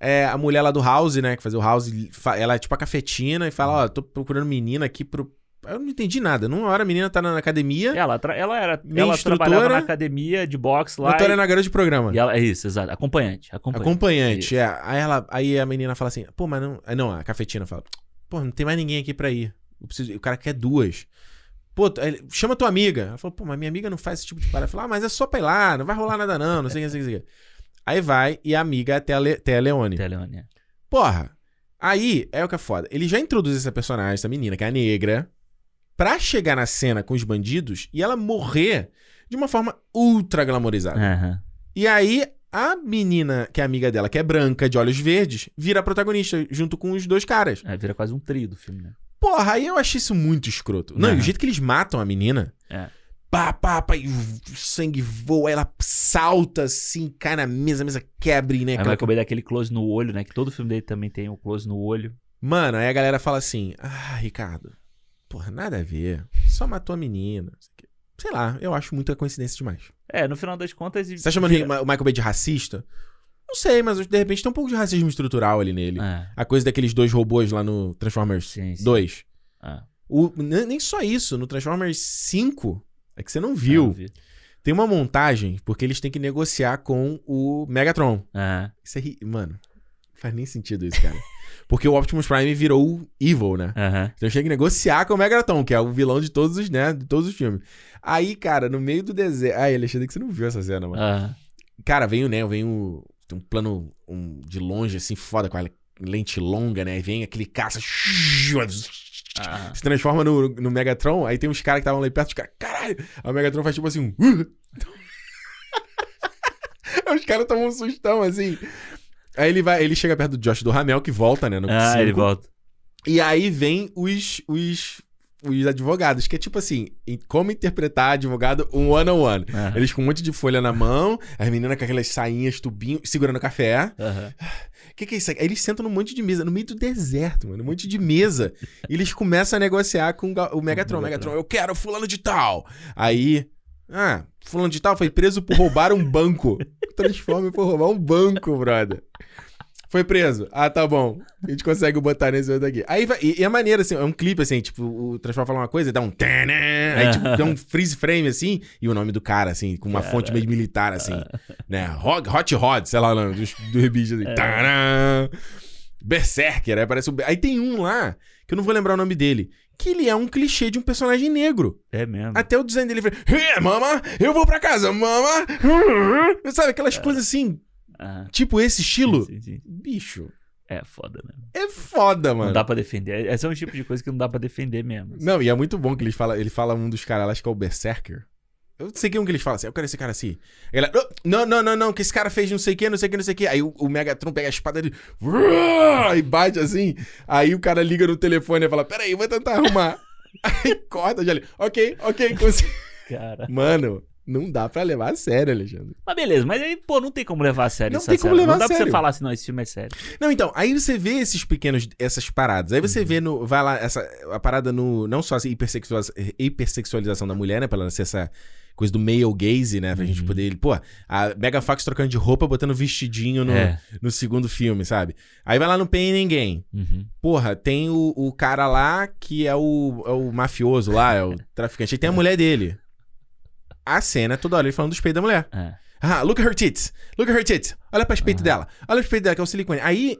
Speaker 1: é, a mulher lá do House, né, que fazia o House, fa- ela é tipo a cafetina e
Speaker 2: Uhum.
Speaker 1: fala, ó, tô procurando menina aqui pro... Eu não entendi nada. Numa hora a menina tá na academia,
Speaker 2: Ela, tra- ela era.
Speaker 1: Minha
Speaker 2: ela
Speaker 1: instrutora-
Speaker 2: trabalhava na academia de boxe lá.
Speaker 1: na
Speaker 2: e-
Speaker 1: Torre na garota de programa.
Speaker 2: E ela, é isso, exato. Acompanhante. Acompanhante.
Speaker 1: Acompanhante, é. Aí, ela, aí a menina fala assim, pô, mas não. ah, Não, a cafetina fala, pô, não tem mais ninguém aqui pra ir. Eu preciso- o cara quer duas. Pô, tu- aí ele, chama tua amiga. Ela falou, pô, mas minha amiga não faz esse tipo de parada. Fala, ah, mas é só pra ir lá, não vai rolar nada não, não sei o que, não sei o que, não sei o que. Aí vai e a amiga é até a, Le, até a Leone.
Speaker 2: Teleone.
Speaker 1: Porra. Aí, é o que é foda. Ele já introduz essa personagem, essa menina, que é a negra, pra chegar na cena com os bandidos e ela morrer de uma forma ultra glamorizada.
Speaker 2: Aham.
Speaker 1: E aí, a menina, que é amiga dela, que é branca, de olhos verdes, vira a protagonista, junto com os dois caras.
Speaker 2: É, vira quase um trio do filme, né?
Speaker 1: Porra, aí eu achei isso muito escroto. Não, e
Speaker 2: Aham.
Speaker 1: o jeito que eles matam a menina.
Speaker 2: É.
Speaker 1: Pá, pá, pá, e o sangue voa, ela salta assim, cai na mesa, a mesa quebra, e, né?
Speaker 2: Aí
Speaker 1: aquela
Speaker 2: vai comer daquele close no olho, né? Que todo filme dele também tem o close no olho.
Speaker 1: Mano, aí a galera fala assim: Ah, Ricardo, porra, nada a ver. Só matou a menina. não sei o quê." Sei lá, eu acho muita coincidência demais.
Speaker 2: É, no final das contas. e-
Speaker 1: Você tá chamando o Ma- o Michael Bay de racista? Não sei, mas de repente tem um pouco de racismo estrutural ali nele.
Speaker 2: É,
Speaker 1: A coisa daqueles dois robôs lá no Transformers
Speaker 2: sim, sim.
Speaker 1: 2.
Speaker 2: Ah,
Speaker 1: O- n- nem só isso, no Transformers 5, é que você não viu.
Speaker 2: Ah, eu vi.
Speaker 1: Tem uma montagem, porque eles têm que negociar com o Megatron.
Speaker 2: Ah,
Speaker 1: Isso é. ri- Mano, não faz nem sentido isso, cara. porque o Optimus Prime virou o Evil, né?
Speaker 2: aham.
Speaker 1: Então tinha que negociar com o Megatron, que é o vilão de todos os, né, de todos os filmes. Aí, cara, no meio do deserto. Ai, Alexandre, que você não viu essa cena, mano.
Speaker 2: Ah,
Speaker 1: Cara, vem o Neo, vem o. Tem um plano um, de longe, assim, foda, com a lente longa, né? Aí Vem aquele caça.
Speaker 2: ah.
Speaker 1: Se transforma no, no Megatron, aí tem uns caras que estavam lá perto, os caras, caralho! Aí o Megatron faz tipo assim um. "Uh!" Aí os caras tomam um sustão, assim. Aí ele vai, ele chega perto do Josh do Ramel, que volta, né? No
Speaker 2: Ah, ele
Speaker 1: cinco.
Speaker 2: volta.
Speaker 1: E aí vem os, os, os advogados, que é tipo assim, em- como interpretar advogado um one-on-one.
Speaker 2: Aham.
Speaker 1: Eles com um monte de folha na mão, as meninas com aquelas sainhas, tubinho, segurando café.
Speaker 2: Aham.
Speaker 1: O que, que é isso aqui? Aí eles sentam num monte de mesa, no meio do deserto, mano. Um monte de mesa. e eles começam a negociar com o ga- o Megatron.
Speaker 2: Megatron.
Speaker 1: Megatron, eu quero fulano de tal. Aí, ah, fulano de tal foi preso por roubar um banco. Transforma por roubar um banco, brother. Foi preso. Ah, tá bom. A gente consegue botar nesse outro aqui. Aí vai- e, e é maneiro, assim, é um clipe, assim, tipo, o Transforma fala uma coisa e dá um... tana, Aí, tipo, dá um freeze frame, assim, e o nome do cara, assim, com uma fonte meio militar, assim, né? Hot, Hot Rod, sei lá o nome dos, dos bichos, assim. Tana. Berserker, aí parece o... Be- Aí tem um lá, que eu não vou lembrar o nome dele, que ele é um clichê de um personagem negro.
Speaker 2: É mesmo.
Speaker 1: Até o design dele foi, "Eh, mama, eu vou pra casa, mama. Sabe, aquelas coisas assim,
Speaker 2: Ah,
Speaker 1: tipo esse estilo.
Speaker 2: É. sim, sim, sim.
Speaker 1: Bicho,
Speaker 2: É foda, né?
Speaker 1: é foda,
Speaker 2: Não
Speaker 1: mano.
Speaker 2: dá pra defender. Esse é um tipo de coisa que não dá pra defender mesmo. assim,
Speaker 1: Não, e é muito bom que eles falam, ele fala um dos caras, lá, acho que é o Berserker. Eu não sei quem é um que eles falam assim, eu quero esse cara assim. Aí ela, não, não, não, não, que esse cara fez não sei o que, não sei o que, não sei o que. Aí o, o Megatron pega a espada dele e bate assim. Aí o cara liga no telefone e fala, peraí, eu vou tentar arrumar. aí corta já ali, ok, ok, consegui.
Speaker 2: Cara.
Speaker 1: Mano, não dá pra levar a sério, Alexandre.
Speaker 2: Mas beleza, mas aí, pô, não tem como levar a sério
Speaker 1: Não
Speaker 2: essa
Speaker 1: tem como
Speaker 2: série.
Speaker 1: levar
Speaker 2: Não dá
Speaker 1: a
Speaker 2: pra você
Speaker 1: sério.
Speaker 2: falar assim, não, esse filme é sério.
Speaker 1: Não, então, aí você vê esses pequenos, essas paradas. Aí
Speaker 2: Uhum.
Speaker 1: você vê no. Vai lá, essa, a parada no. Não só a hipersexualiza- hipersexualização da mulher, né? Pra ela ser essa coisa do male gaze, né? Pra gente
Speaker 2: Uhum.
Speaker 1: poder. Pô, a Mega Fox trocando de roupa, botando vestidinho no,
Speaker 2: É.
Speaker 1: no segundo filme, sabe? Aí vai lá no Pain Ninguém.
Speaker 2: Uhum.
Speaker 1: Porra, tem o, o cara lá que é o, é o mafioso lá, é o traficante. Aí tem a mulher dele. A cena, é toda hora, ele falando dos peitos da mulher.
Speaker 2: É. Ah.
Speaker 1: Ah, look at her tits. Look at her tits. Olha pra peito
Speaker 2: Aham.
Speaker 1: dela. Olha os peitos dela, que é o silicone. Aí,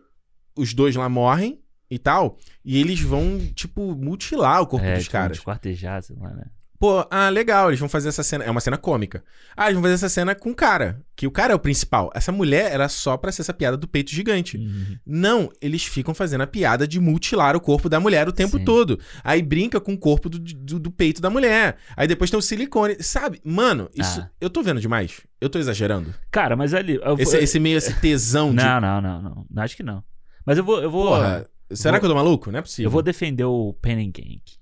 Speaker 1: os dois lá morrem e tal. E eles vão, tipo, mutilar o corpo
Speaker 2: é,
Speaker 1: dos
Speaker 2: tipo,
Speaker 1: caras.
Speaker 2: de quartejar, sei lá, né?
Speaker 1: Pô, ah, legal, eles vão fazer essa cena. É uma cena cômica. Ah, eles vão fazer essa cena com o cara, que o cara é o principal. Essa mulher era só pra ser essa piada do peito gigante.
Speaker 2: Uhum.
Speaker 1: Não, eles ficam fazendo a piada de mutilar o corpo da mulher o tempo
Speaker 3: Sim.
Speaker 1: todo. Aí brinca com o corpo do, do, do peito da mulher. Aí depois tem o silicone. Sabe? Mano, isso.
Speaker 3: Ah.
Speaker 1: Eu tô vendo demais. Eu tô exagerando.
Speaker 2: Cara, mas ali. eu vou-
Speaker 1: Esse, esse meio, esse tesão de.
Speaker 2: Não, não, não, não, não. Acho que não. Mas eu vou. Eu vou,
Speaker 1: Porra, será
Speaker 2: vou-
Speaker 1: que eu tô maluco? Não é possível.
Speaker 2: eu vou defender o Pen and Gank.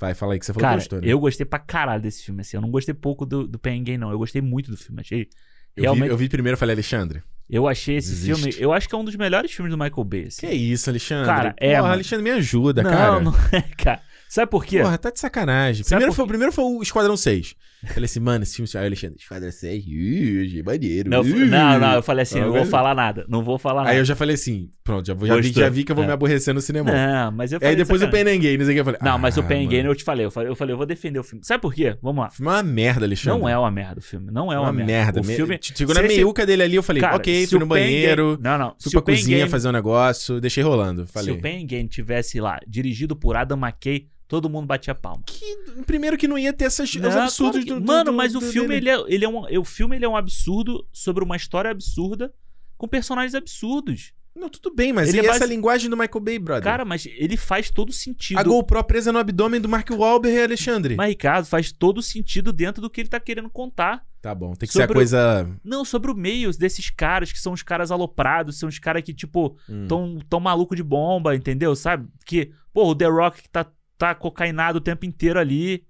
Speaker 1: Vai, fala aí que você falou que
Speaker 2: Cara,
Speaker 1: gostou, né?
Speaker 2: eu gostei pra caralho desse filme, assim. Eu não gostei pouco do, do Pen and Gank, não. Eu gostei muito do filme. Achei.
Speaker 1: Eu
Speaker 2: realmente-
Speaker 1: vi, eu vi primeiro e falei, Alexandre.
Speaker 2: Eu achei esse
Speaker 1: Existe.
Speaker 2: filme. Eu acho que é um dos melhores filmes do Michael Bay. assim.
Speaker 1: Que isso, Alexandre?
Speaker 2: Cara, é,
Speaker 1: Porra,
Speaker 2: mano.
Speaker 1: Alexandre, me ajuda,
Speaker 2: não,
Speaker 1: cara.
Speaker 2: não é, cara. Sabe por quê?
Speaker 1: Porra, tá de sacanagem.
Speaker 2: Sabe
Speaker 1: Primeiro
Speaker 2: por
Speaker 1: foi, primeiro foi o Esquadrão 6. Falei assim, mano, esse filme. Aí, Alexandre, Esquadrão 6. Ih, maneiro.
Speaker 2: não, eu
Speaker 1: ih.
Speaker 2: f- não, não, eu falei assim,
Speaker 1: Tá
Speaker 2: não vou
Speaker 1: vendo?
Speaker 2: falar nada. Não vou falar nada.
Speaker 1: Aí eu já falei assim, pronto, já, vou- já, vi,
Speaker 2: Gostou.
Speaker 1: já vi que eu vou
Speaker 2: É.
Speaker 1: me aborrecer no cinema.
Speaker 2: Não, mas eu falei.
Speaker 1: aí depois o
Speaker 2: sacanagem.
Speaker 1: Pen and Game, não sei o que eu falei.
Speaker 2: Não, mas
Speaker 1: ah,
Speaker 2: o Pen and
Speaker 1: mano,
Speaker 2: Gain eu te falei. Eu falei, eu falei, eu vou defender o filme. Sabe por quê? Vamos lá.
Speaker 1: o filme é uma merda, Alexandre.
Speaker 2: Não é uma merda o filme. Não é uma,
Speaker 1: uma merda.
Speaker 2: O
Speaker 1: Me-
Speaker 2: filme.
Speaker 1: Chegou na
Speaker 2: se esse-
Speaker 1: meiuca dele ali, eu falei,
Speaker 2: Cara,
Speaker 1: ok,
Speaker 2: se
Speaker 1: fui
Speaker 2: o
Speaker 1: no
Speaker 2: Pen and Gain-
Speaker 1: banheiro,
Speaker 2: Não, não.
Speaker 1: fui
Speaker 2: se
Speaker 1: pra
Speaker 2: o Pen and
Speaker 1: cozinha
Speaker 2: Gain-
Speaker 1: fazer um negócio, deixei rolando. Falei.
Speaker 2: Se o Pen and Gain tivesse lá, dirigido por Adam McKay, todo mundo batia palma.
Speaker 1: Que, primeiro que não ia ter essas, os
Speaker 2: Não,
Speaker 1: absurdos
Speaker 2: claro que-
Speaker 1: do, do-
Speaker 2: Mano,
Speaker 1: do-
Speaker 2: mas o
Speaker 1: do
Speaker 2: filme
Speaker 1: dele.
Speaker 2: ele, é, ele é um, o filme ele é um absurdo sobre uma história absurda com personagens absurdos.
Speaker 1: Não, tudo bem, mas
Speaker 2: ele
Speaker 1: e
Speaker 2: é
Speaker 1: essa
Speaker 2: base-
Speaker 1: linguagem do Michael Bay, brother?
Speaker 2: Cara, mas ele faz todo sentido.
Speaker 1: a GoPro presa no abdômen do Mark Wahlberg, Alexandre.
Speaker 2: Mas Ricardo faz todo sentido dentro do que ele tá querendo contar.
Speaker 1: Tá bom, tem que ser a
Speaker 2: Sobre o-
Speaker 1: coisa.
Speaker 2: Não, sobre o meio desses caras que são os caras aloprados, são os caras que tipo
Speaker 1: Hum.
Speaker 2: tão, tão maluco de bomba, entendeu? Sabe? Que, pô, o The Rock que tá, tá cocainado o tempo inteiro ali.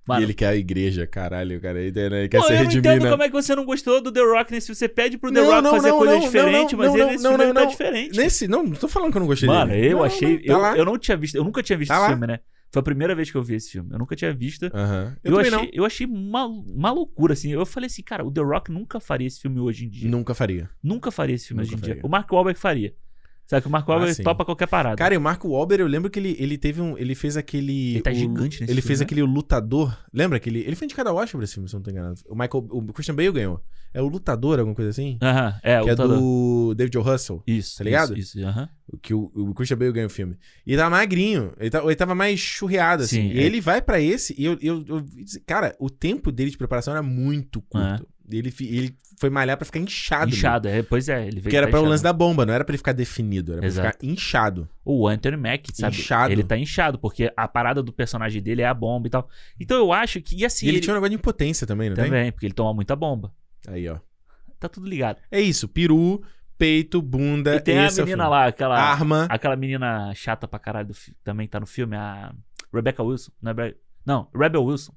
Speaker 1: E
Speaker 2: Mano,
Speaker 1: ele quer a igreja, caralho, o cara. Ele ele quer
Speaker 2: pô,
Speaker 1: ser
Speaker 2: eu não
Speaker 1: redimido.
Speaker 2: entendo
Speaker 1: né?
Speaker 2: como é que você não gostou do The Rock nesse filme. Você pede pro The
Speaker 1: Não,
Speaker 2: Rock
Speaker 1: não,
Speaker 2: fazer
Speaker 1: não,
Speaker 2: coisa
Speaker 1: não,
Speaker 2: diferente,
Speaker 1: não,
Speaker 2: mas
Speaker 1: não,
Speaker 2: ele nesse
Speaker 1: não,
Speaker 2: filme
Speaker 1: não,
Speaker 2: ele tá
Speaker 1: não.
Speaker 2: diferente.
Speaker 1: Nesse, não, não tô falando que eu não gostei
Speaker 2: Mano,
Speaker 1: dele.
Speaker 2: eu
Speaker 1: Não,
Speaker 2: achei.
Speaker 1: não, tá lá.
Speaker 2: eu, eu não tinha visto. Eu nunca tinha visto
Speaker 1: Tá
Speaker 2: esse
Speaker 1: lá.
Speaker 2: filme, né? Foi a primeira vez que eu vi esse filme. Eu nunca tinha visto.
Speaker 1: Aham. Eu,
Speaker 2: Eu,
Speaker 1: também
Speaker 2: achei, eu achei uma, uma loucura, assim. Eu falei assim, cara, o The Rock nunca faria esse filme hoje em dia.
Speaker 1: não. Nunca faria.
Speaker 2: Nunca faria esse filme
Speaker 1: Nunca
Speaker 2: hoje em
Speaker 1: faria. Ah,
Speaker 2: dia. O Mark Wahlberg faria. Sabe que o Mark Wahlberg
Speaker 1: sim.
Speaker 2: topa qualquer parada.
Speaker 1: Cara, e o Marco Wahlberg, eu lembro que ele, ele teve um. Ele fez aquele.
Speaker 2: Ele tá
Speaker 1: o-
Speaker 2: gigante nesse
Speaker 1: Ele
Speaker 2: filme,
Speaker 1: fez
Speaker 2: né?
Speaker 1: aquele lutador. Lembra que ele. Ele foi indicado ao Oscar pra esse filme, se eu não tô enganado. O Michael. O Christian Bale ganhou. É o lutador, alguma coisa assim?
Speaker 2: Aham, é, o
Speaker 1: que é
Speaker 2: lutador.
Speaker 1: do David O. Russell.
Speaker 2: Isso.
Speaker 1: tá ligado?
Speaker 2: Isso, isso, aham.
Speaker 1: o Que o, o Christian Bale ganha o filme. E ele tava magrinho. Ele, tá- ele tava mais churreado, assim.
Speaker 2: Sim,
Speaker 1: e
Speaker 2: é.
Speaker 1: ele vai pra esse. E eu, eu, eu- Cara, o tempo dele de preparação era muito curto. Ele, fi- ele foi malhar pra ficar inchado. mesmo.
Speaker 2: É. Inchado, é, pois é. Ele veio
Speaker 1: Porque era
Speaker 2: tá
Speaker 1: pra o lance
Speaker 2: inchado.
Speaker 1: da bomba, não era pra ele ficar definido, era pra ele
Speaker 2: Exato.
Speaker 1: ficar inchado.
Speaker 2: O Anthony Mack, sabe?
Speaker 1: Inchado.
Speaker 2: Ele tá inchado, porque a parada do personagem dele é a bomba e tal. Então eu acho que. E assim,
Speaker 1: e ele,
Speaker 2: ele-
Speaker 1: tinha um né? negócio de impotência também, não
Speaker 2: também, porque ele toma muita bomba.
Speaker 1: tem? Aí, ó.
Speaker 2: Tá tudo ligado.
Speaker 1: É isso, peru, peito, bunda,
Speaker 2: E tem a
Speaker 1: esse é o
Speaker 2: menina
Speaker 1: filme.
Speaker 2: lá, aquela.
Speaker 1: Arma.
Speaker 2: Aquela menina chata pra caralho do fi- também tá no filme, a Rebecca Wilson. Não, é Bre- não Rebel Wilson.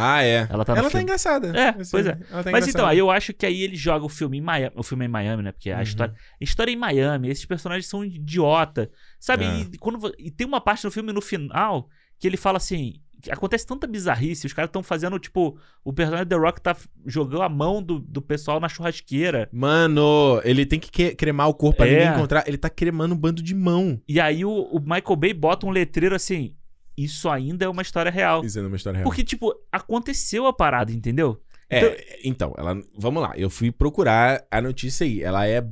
Speaker 1: Ah, é.
Speaker 2: Ela tá no
Speaker 1: ela tá
Speaker 2: filme.
Speaker 1: engraçada.
Speaker 2: É,
Speaker 1: Assim,
Speaker 2: pois é.
Speaker 1: Ela tá
Speaker 2: Mas então,
Speaker 1: engraçada.
Speaker 2: aí eu acho que aí ele joga o filme em Miami. O filme é em Miami, né? Porque a
Speaker 1: Uhum.
Speaker 2: história. A história é em Miami, esses personagens são idiota. Sabe?
Speaker 1: É.
Speaker 2: E, quando, vo- e tem uma parte no filme no final que ele fala assim. que Acontece tanta bizarrice, os caras estão fazendo, tipo, o personagem The Rock tá f- jogando a mão do, do pessoal na churrasqueira.
Speaker 1: Mano, ele tem que que- cremar o corpo pra
Speaker 2: É.
Speaker 1: ninguém encontrar. Ele tá cremando um bando de mão.
Speaker 2: E aí o, o Michael Bay bota um letreiro assim. Isso ainda é uma história real.
Speaker 1: Isso é uma história real.
Speaker 2: Porque, tipo, aconteceu a parada, entendeu?
Speaker 1: É, então, ela, vamos lá. Eu fui procurar a notícia aí. Ela é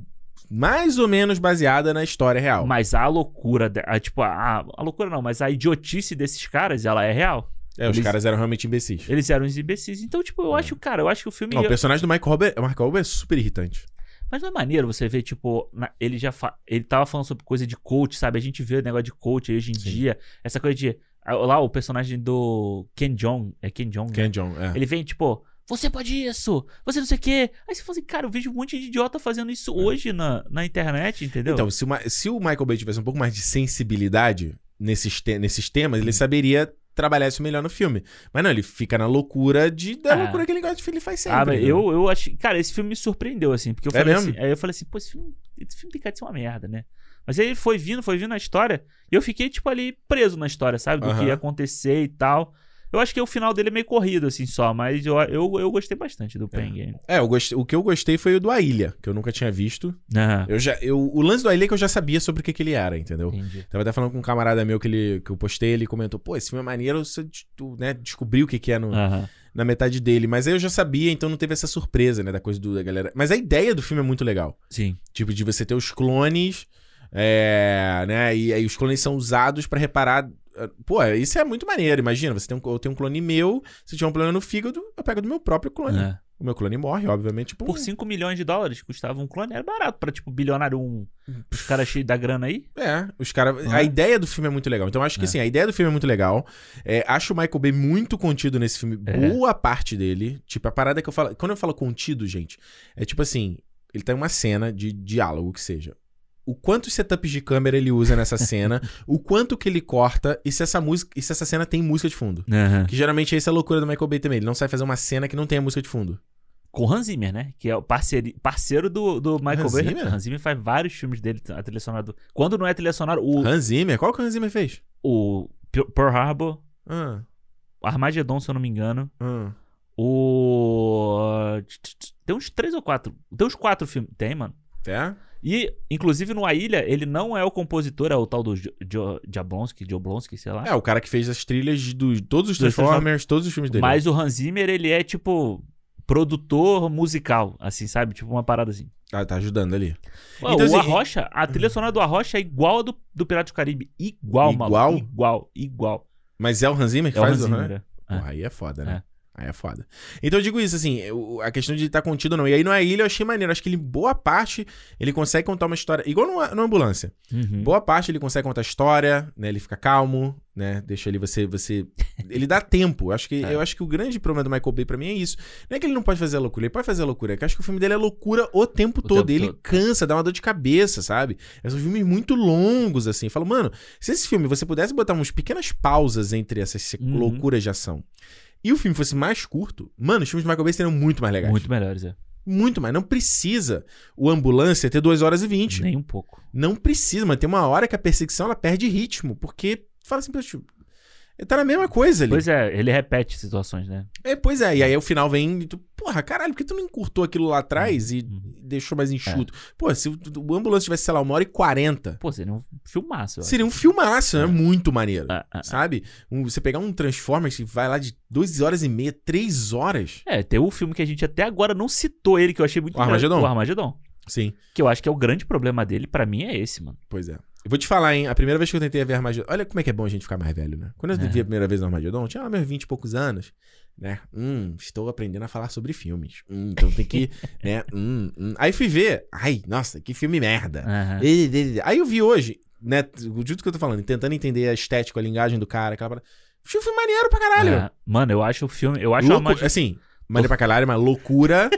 Speaker 1: mais ou menos baseada na história real.
Speaker 2: Mas a loucura, de- a, tipo, a, a loucura não, mas a idiotice desses caras, ela é real.
Speaker 1: É, os
Speaker 2: eles-
Speaker 1: caras eram realmente imbecis.
Speaker 2: Eles eram uns imbecis. Então, tipo, eu acho, cara, eu acho que o filme.
Speaker 1: É.
Speaker 2: é
Speaker 1: Não, o personagem do Michael Robert, Mark Wahlberg é super irritante.
Speaker 2: Mas não é maneiro você ver, tipo, na- ele já. fa- Ele tava falando sobre coisa de coach, sabe? A gente vê o negócio de coach hoje em
Speaker 1: Sim.
Speaker 2: dia. Essa coisa de. ah, Lá o personagem do Ken Jong. É Ken Jong, né?
Speaker 1: Ken John, é.
Speaker 2: Ele vem, tipo, você pode isso, você não sei o quê. Aí você fala assim, cara, eu vejo um monte de idiota fazendo isso
Speaker 1: É.
Speaker 2: hoje na, na internet, entendeu?
Speaker 1: Então, se, o Ma- se o Michael Bay tivesse um pouco mais de sensibilidade nesses, te- nesses temas, ele saberia trabalhar isso melhor no filme. Mas não, ele fica na loucura de, da
Speaker 2: Ah.
Speaker 1: loucura que ele gosta de ele faz sempre.
Speaker 2: Ah, mas
Speaker 1: né?
Speaker 2: eu, eu achei. Cara, esse filme me surpreendeu, assim. Porque eu
Speaker 1: É
Speaker 2: falei
Speaker 1: mesmo?
Speaker 2: assim. Aí eu falei assim, pô, esse filme, esse filme tem cara de ser uma merda, né? Mas aí ele foi vindo, foi vindo na história. E eu fiquei, tipo, ali preso na história, sabe? Do que
Speaker 1: Aham.
Speaker 2: ia acontecer e tal. Eu acho que o final dele é meio corrido, assim, só. Mas eu, eu, eu gostei bastante do Pain Game.
Speaker 1: É, eu gost- o que eu gostei foi o do A Ilha, que eu nunca tinha visto.
Speaker 2: Aham.
Speaker 1: Eu já, eu, o lance do A Ilha é que eu já sabia sobre o que, que ele era, entendeu?
Speaker 2: Entendi.
Speaker 1: Tava até falando com um camarada meu que, ele, que eu postei, ele comentou, pô, esse filme é maneiro, você de- tu, né, descobriu o que, que é no,
Speaker 2: Aham.
Speaker 1: na metade dele. Mas aí eu já sabia, então não teve essa surpresa, né, da coisa do, da galera. Mas a ideia do filme é muito legal.
Speaker 2: Sim.
Speaker 1: Tipo, de você ter os clones, é, né? E aí os clones são usados pra reparar Pô, isso é muito maneiro. Imagina, você tem um, eu tenho um clone meu, se tiver um problema no fígado, eu pego do meu próprio clone.
Speaker 2: É.
Speaker 1: O meu clone morre, obviamente. Tipo,
Speaker 2: Por 5 milhões de dólares custava um clone, era barato pra, tipo, bilionário um.
Speaker 1: Hum.
Speaker 2: Os caras cheios da grana aí.
Speaker 1: É, os caras.
Speaker 2: Uhum.
Speaker 1: A ideia do filme é muito legal. Então, acho que
Speaker 2: É.
Speaker 1: assim, a ideia do filme é muito legal. É, acho o Michael Bay muito contido nesse filme.
Speaker 2: É.
Speaker 1: Boa parte dele. Tipo, a parada que eu falo. Quando eu falo contido, gente, é tipo assim: ele tem uma cena de diálogo que seja. O quantos setups de câmera ele usa nessa cena, o quanto que ele corta, e se essa música. E se essa cena tem música de fundo.
Speaker 2: Aham.
Speaker 1: Que geralmente essa é a loucura do Michael Bay também. Ele não sabe fazer uma cena que não tenha música de fundo.
Speaker 2: Com Hans Zimmer, né? Que é o parceiro, parceiro do, do Michael
Speaker 1: Hans
Speaker 2: Bay.
Speaker 1: Zimmer?
Speaker 2: Hans Zimmer faz vários filmes dele, a trilha sonora do- Quando não é trilha sonora, o,
Speaker 1: Hans Zimmer? Qual que o Hans Zimmer fez?
Speaker 2: o Pe- Pearl Harbor,
Speaker 1: Ah,
Speaker 2: Armageddon, se eu não me engano.
Speaker 1: ah.
Speaker 2: O. Tem uns três ou quatro. Tem uns quatro filmes. Tem, mano.
Speaker 1: Até?
Speaker 2: E, inclusive, no A Ilha, ele não é o compositor, é o tal do Jo- Jo- Jablonski, Jablonski, sei lá.
Speaker 1: É, o cara que fez as trilhas de dos- todos os
Speaker 2: Dos
Speaker 1: Transformers, todos os filmes dele.
Speaker 2: Mas o Hans Zimmer, ele é tipo produtor musical, assim, sabe? Tipo uma parada assim.
Speaker 1: Ah, tá ajudando ali.
Speaker 2: Pô,
Speaker 1: Então, assim,
Speaker 2: o Arrocha, a trilha sonora do Arrocha é igual a do, do Pirata do Caribe. Igual,
Speaker 1: Igual?
Speaker 2: maluco. Igual? Igual,
Speaker 1: Mas é o Hans Zimmer que
Speaker 2: É o
Speaker 1: faz
Speaker 2: Hans
Speaker 1: o
Speaker 2: Zimmer.
Speaker 1: né?
Speaker 2: é.
Speaker 1: Pô, aí é foda, né? Aí é foda. Então eu digo isso, assim, eu- a questão de estar contido ou não. E aí na ilha eu achei maneiro. Acho que ele, boa parte, ele consegue contar uma história. Igual numa, numa ambulância.
Speaker 2: Uhum.
Speaker 1: Boa parte ele consegue contar a história, né? Ele fica calmo, né? Deixa ali você. você... Ele dá tempo. Eu Acho que,
Speaker 2: É.
Speaker 1: eu acho que o grande problema do Michael Bay pra mim é isso. Não é que ele não pode fazer a loucura, ele pode fazer a loucura. É que eu acho que o filme dele é loucura o tempo todo.
Speaker 2: tempo
Speaker 1: ele
Speaker 2: todo.
Speaker 1: cansa, dá uma dor de cabeça, sabe? São filmes muito longos, assim. Eu falo, mano, se esse filme você pudesse botar umas pequenas pausas entre essas se-
Speaker 2: Uhum.
Speaker 1: loucuras de ação. E o filme fosse mais curto, mano, os filmes do Michael Bay seriam muito mais legais.
Speaker 2: Muito
Speaker 1: Muito,
Speaker 2: melhores, é.
Speaker 1: mais. Não precisa o ambulância ter 2 horas e 20.
Speaker 2: Nem um pouco.
Speaker 1: Não precisa, mas tem uma hora que a perseguição ela perde ritmo, porque fala assim, poxa, tá na mesma coisa ali.
Speaker 2: Pois é, ele repete situações, né?
Speaker 1: É, pois é, e aí o final vem e tu, porra, caralho, por que tu não encurtou aquilo lá atrás e
Speaker 2: Uhum. É.
Speaker 1: deixou mais enxuto? Pô, se o, o ambulância tivesse, sei lá, uma hora e quarenta,
Speaker 2: Pô, seria um filmaço. eu acho.
Speaker 1: seria um filmaço, né?
Speaker 2: É.
Speaker 1: Muito maneiro.
Speaker 2: Ah, ah, ah.
Speaker 1: Sabe? Um- você pegar um Transformers que vai lá de 2 horas e meia, 3 horas.
Speaker 2: É, tem o filme que a gente até agora não citou ele, que eu achei muito
Speaker 1: O Armagedon?
Speaker 2: interessante, O Armagedon.
Speaker 1: Sim,
Speaker 2: Que eu acho que é o grande problema dele, pra mim, é esse, mano.
Speaker 1: pois é. Eu vou te falar, hein? A primeira vez que eu tentei ver Armagedon. Olha como é que é bom a gente ficar mais velho, né? Quando eu
Speaker 2: É.
Speaker 1: vi a primeira vez no Armagedon, eu tinha lá meus 20 e poucos anos, né? Hum, estou aprendendo a falar sobre filmes. Hum, então tem que, né? Hum, hum. Aí fui ver. Ai, nossa, que filme merda.
Speaker 2: Aham.
Speaker 1: Ele- ele- Aí eu vi hoje, né? O jeito que eu tô falando, tentando entender a estética, a linguagem do cara, aquela parada. Achei um filme maneiro pra caralho.
Speaker 2: É. Mano, eu acho o filme. Eu acho o
Speaker 1: Loucu-
Speaker 2: Armagedon.
Speaker 1: Assim, maneiro pra caralho, mas loucura.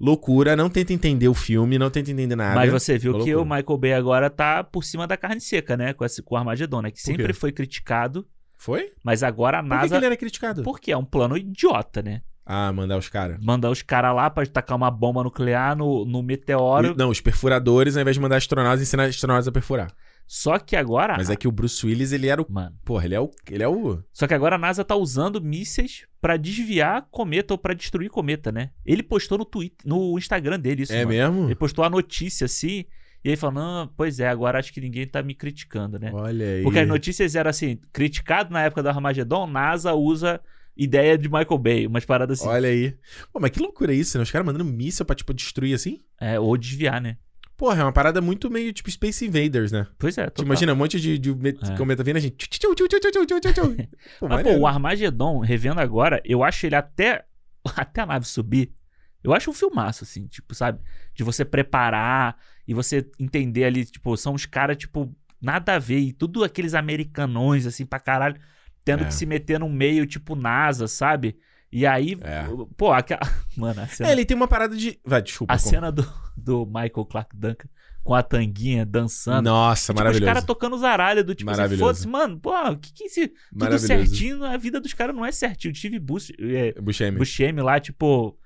Speaker 1: loucura. Não tenta entender o filme, não tenta entender nada.
Speaker 2: Mas você viu
Speaker 1: Uma
Speaker 2: que o
Speaker 1: loucura.
Speaker 2: Michael Bay agora tá por cima da carne seca, né? Com, esse, com o Armagedon, né? Que
Speaker 1: quê?
Speaker 2: sempre foi criticado,
Speaker 1: Foi? Por
Speaker 2: mas agora a
Speaker 1: que que,
Speaker 2: NASA.
Speaker 1: ele era criticado?
Speaker 2: Porque é um plano idiota, né?
Speaker 1: Ah, mandar os caras.
Speaker 2: Mandar os caras lá pra tacar uma bomba nuclear no, no meteoro.
Speaker 1: Não, os perfuradores, ao invés de mandar astronautas, ensinar astronautas a perfurar.
Speaker 2: Só que agora.
Speaker 1: Mas é que o Bruce Willis, ele era o.
Speaker 2: Mano.
Speaker 1: Porra, ele é o. Ele é o.
Speaker 2: Só que agora a NASA tá usando mísseis pra desviar cometa ou pra destruir cometa, né? Ele postou no Twitter, no Instagram dele isso,
Speaker 1: é
Speaker 2: mano.
Speaker 1: mesmo?
Speaker 2: Ele postou a notícia assim, e ele falou: "Não, pois é, agora acho que ninguém tá me criticando, né?"
Speaker 1: Olha aí.
Speaker 2: Porque as notícias eram assim, criticado na época do Armagedon, NASA usa ideia de Michael Bay, umas paradas assim,
Speaker 1: Olha aí. Pô, mas que loucura é isso, né? Os caras mandando míssil pra, tipo, destruir assim?
Speaker 2: É, ou desviar, né?
Speaker 1: Porra, é uma parada muito meio tipo Space Invaders, né?
Speaker 2: Pois é,
Speaker 1: Tu
Speaker 2: total.
Speaker 1: imagina um monte de, de me-
Speaker 2: É.
Speaker 1: cometa vindo, a gente. tchu, tchu, tchu, tchu, tchu, tchu, tchu, tchu. Pô,
Speaker 2: Mas, pô,
Speaker 1: maneiro.
Speaker 2: o Armagedon, revendo agora, eu acho ele até, até a nave subir. Eu acho um filmaço, assim, tipo, sabe? De você preparar e você entender ali, tipo, são os caras, tipo, nada a ver. E tudo aqueles americanões, assim, pra caralho, tendo
Speaker 1: É.
Speaker 2: que se meter no meio, tipo, NASA, sabe? E aí,
Speaker 1: É.
Speaker 2: pô, aquela. Mano, a cena,
Speaker 1: É, ele tem uma parada de. Vai, desculpa.
Speaker 2: a
Speaker 1: com-
Speaker 2: cena do, do Michael Clark Duncan com a tanguinha dançando.
Speaker 1: Nossa,
Speaker 2: Tipo, os
Speaker 1: maravilhoso.
Speaker 2: caras tocando zaralha do tipo assim,
Speaker 1: Maravilhoso.
Speaker 2: foda-se, mano, pô, o que que é esse tudo
Speaker 1: maravilhoso.
Speaker 2: certinho, a vida dos caras não é certinho. O Steve Bus- é,
Speaker 1: Buscemi.
Speaker 2: Buscemi lá, tipo,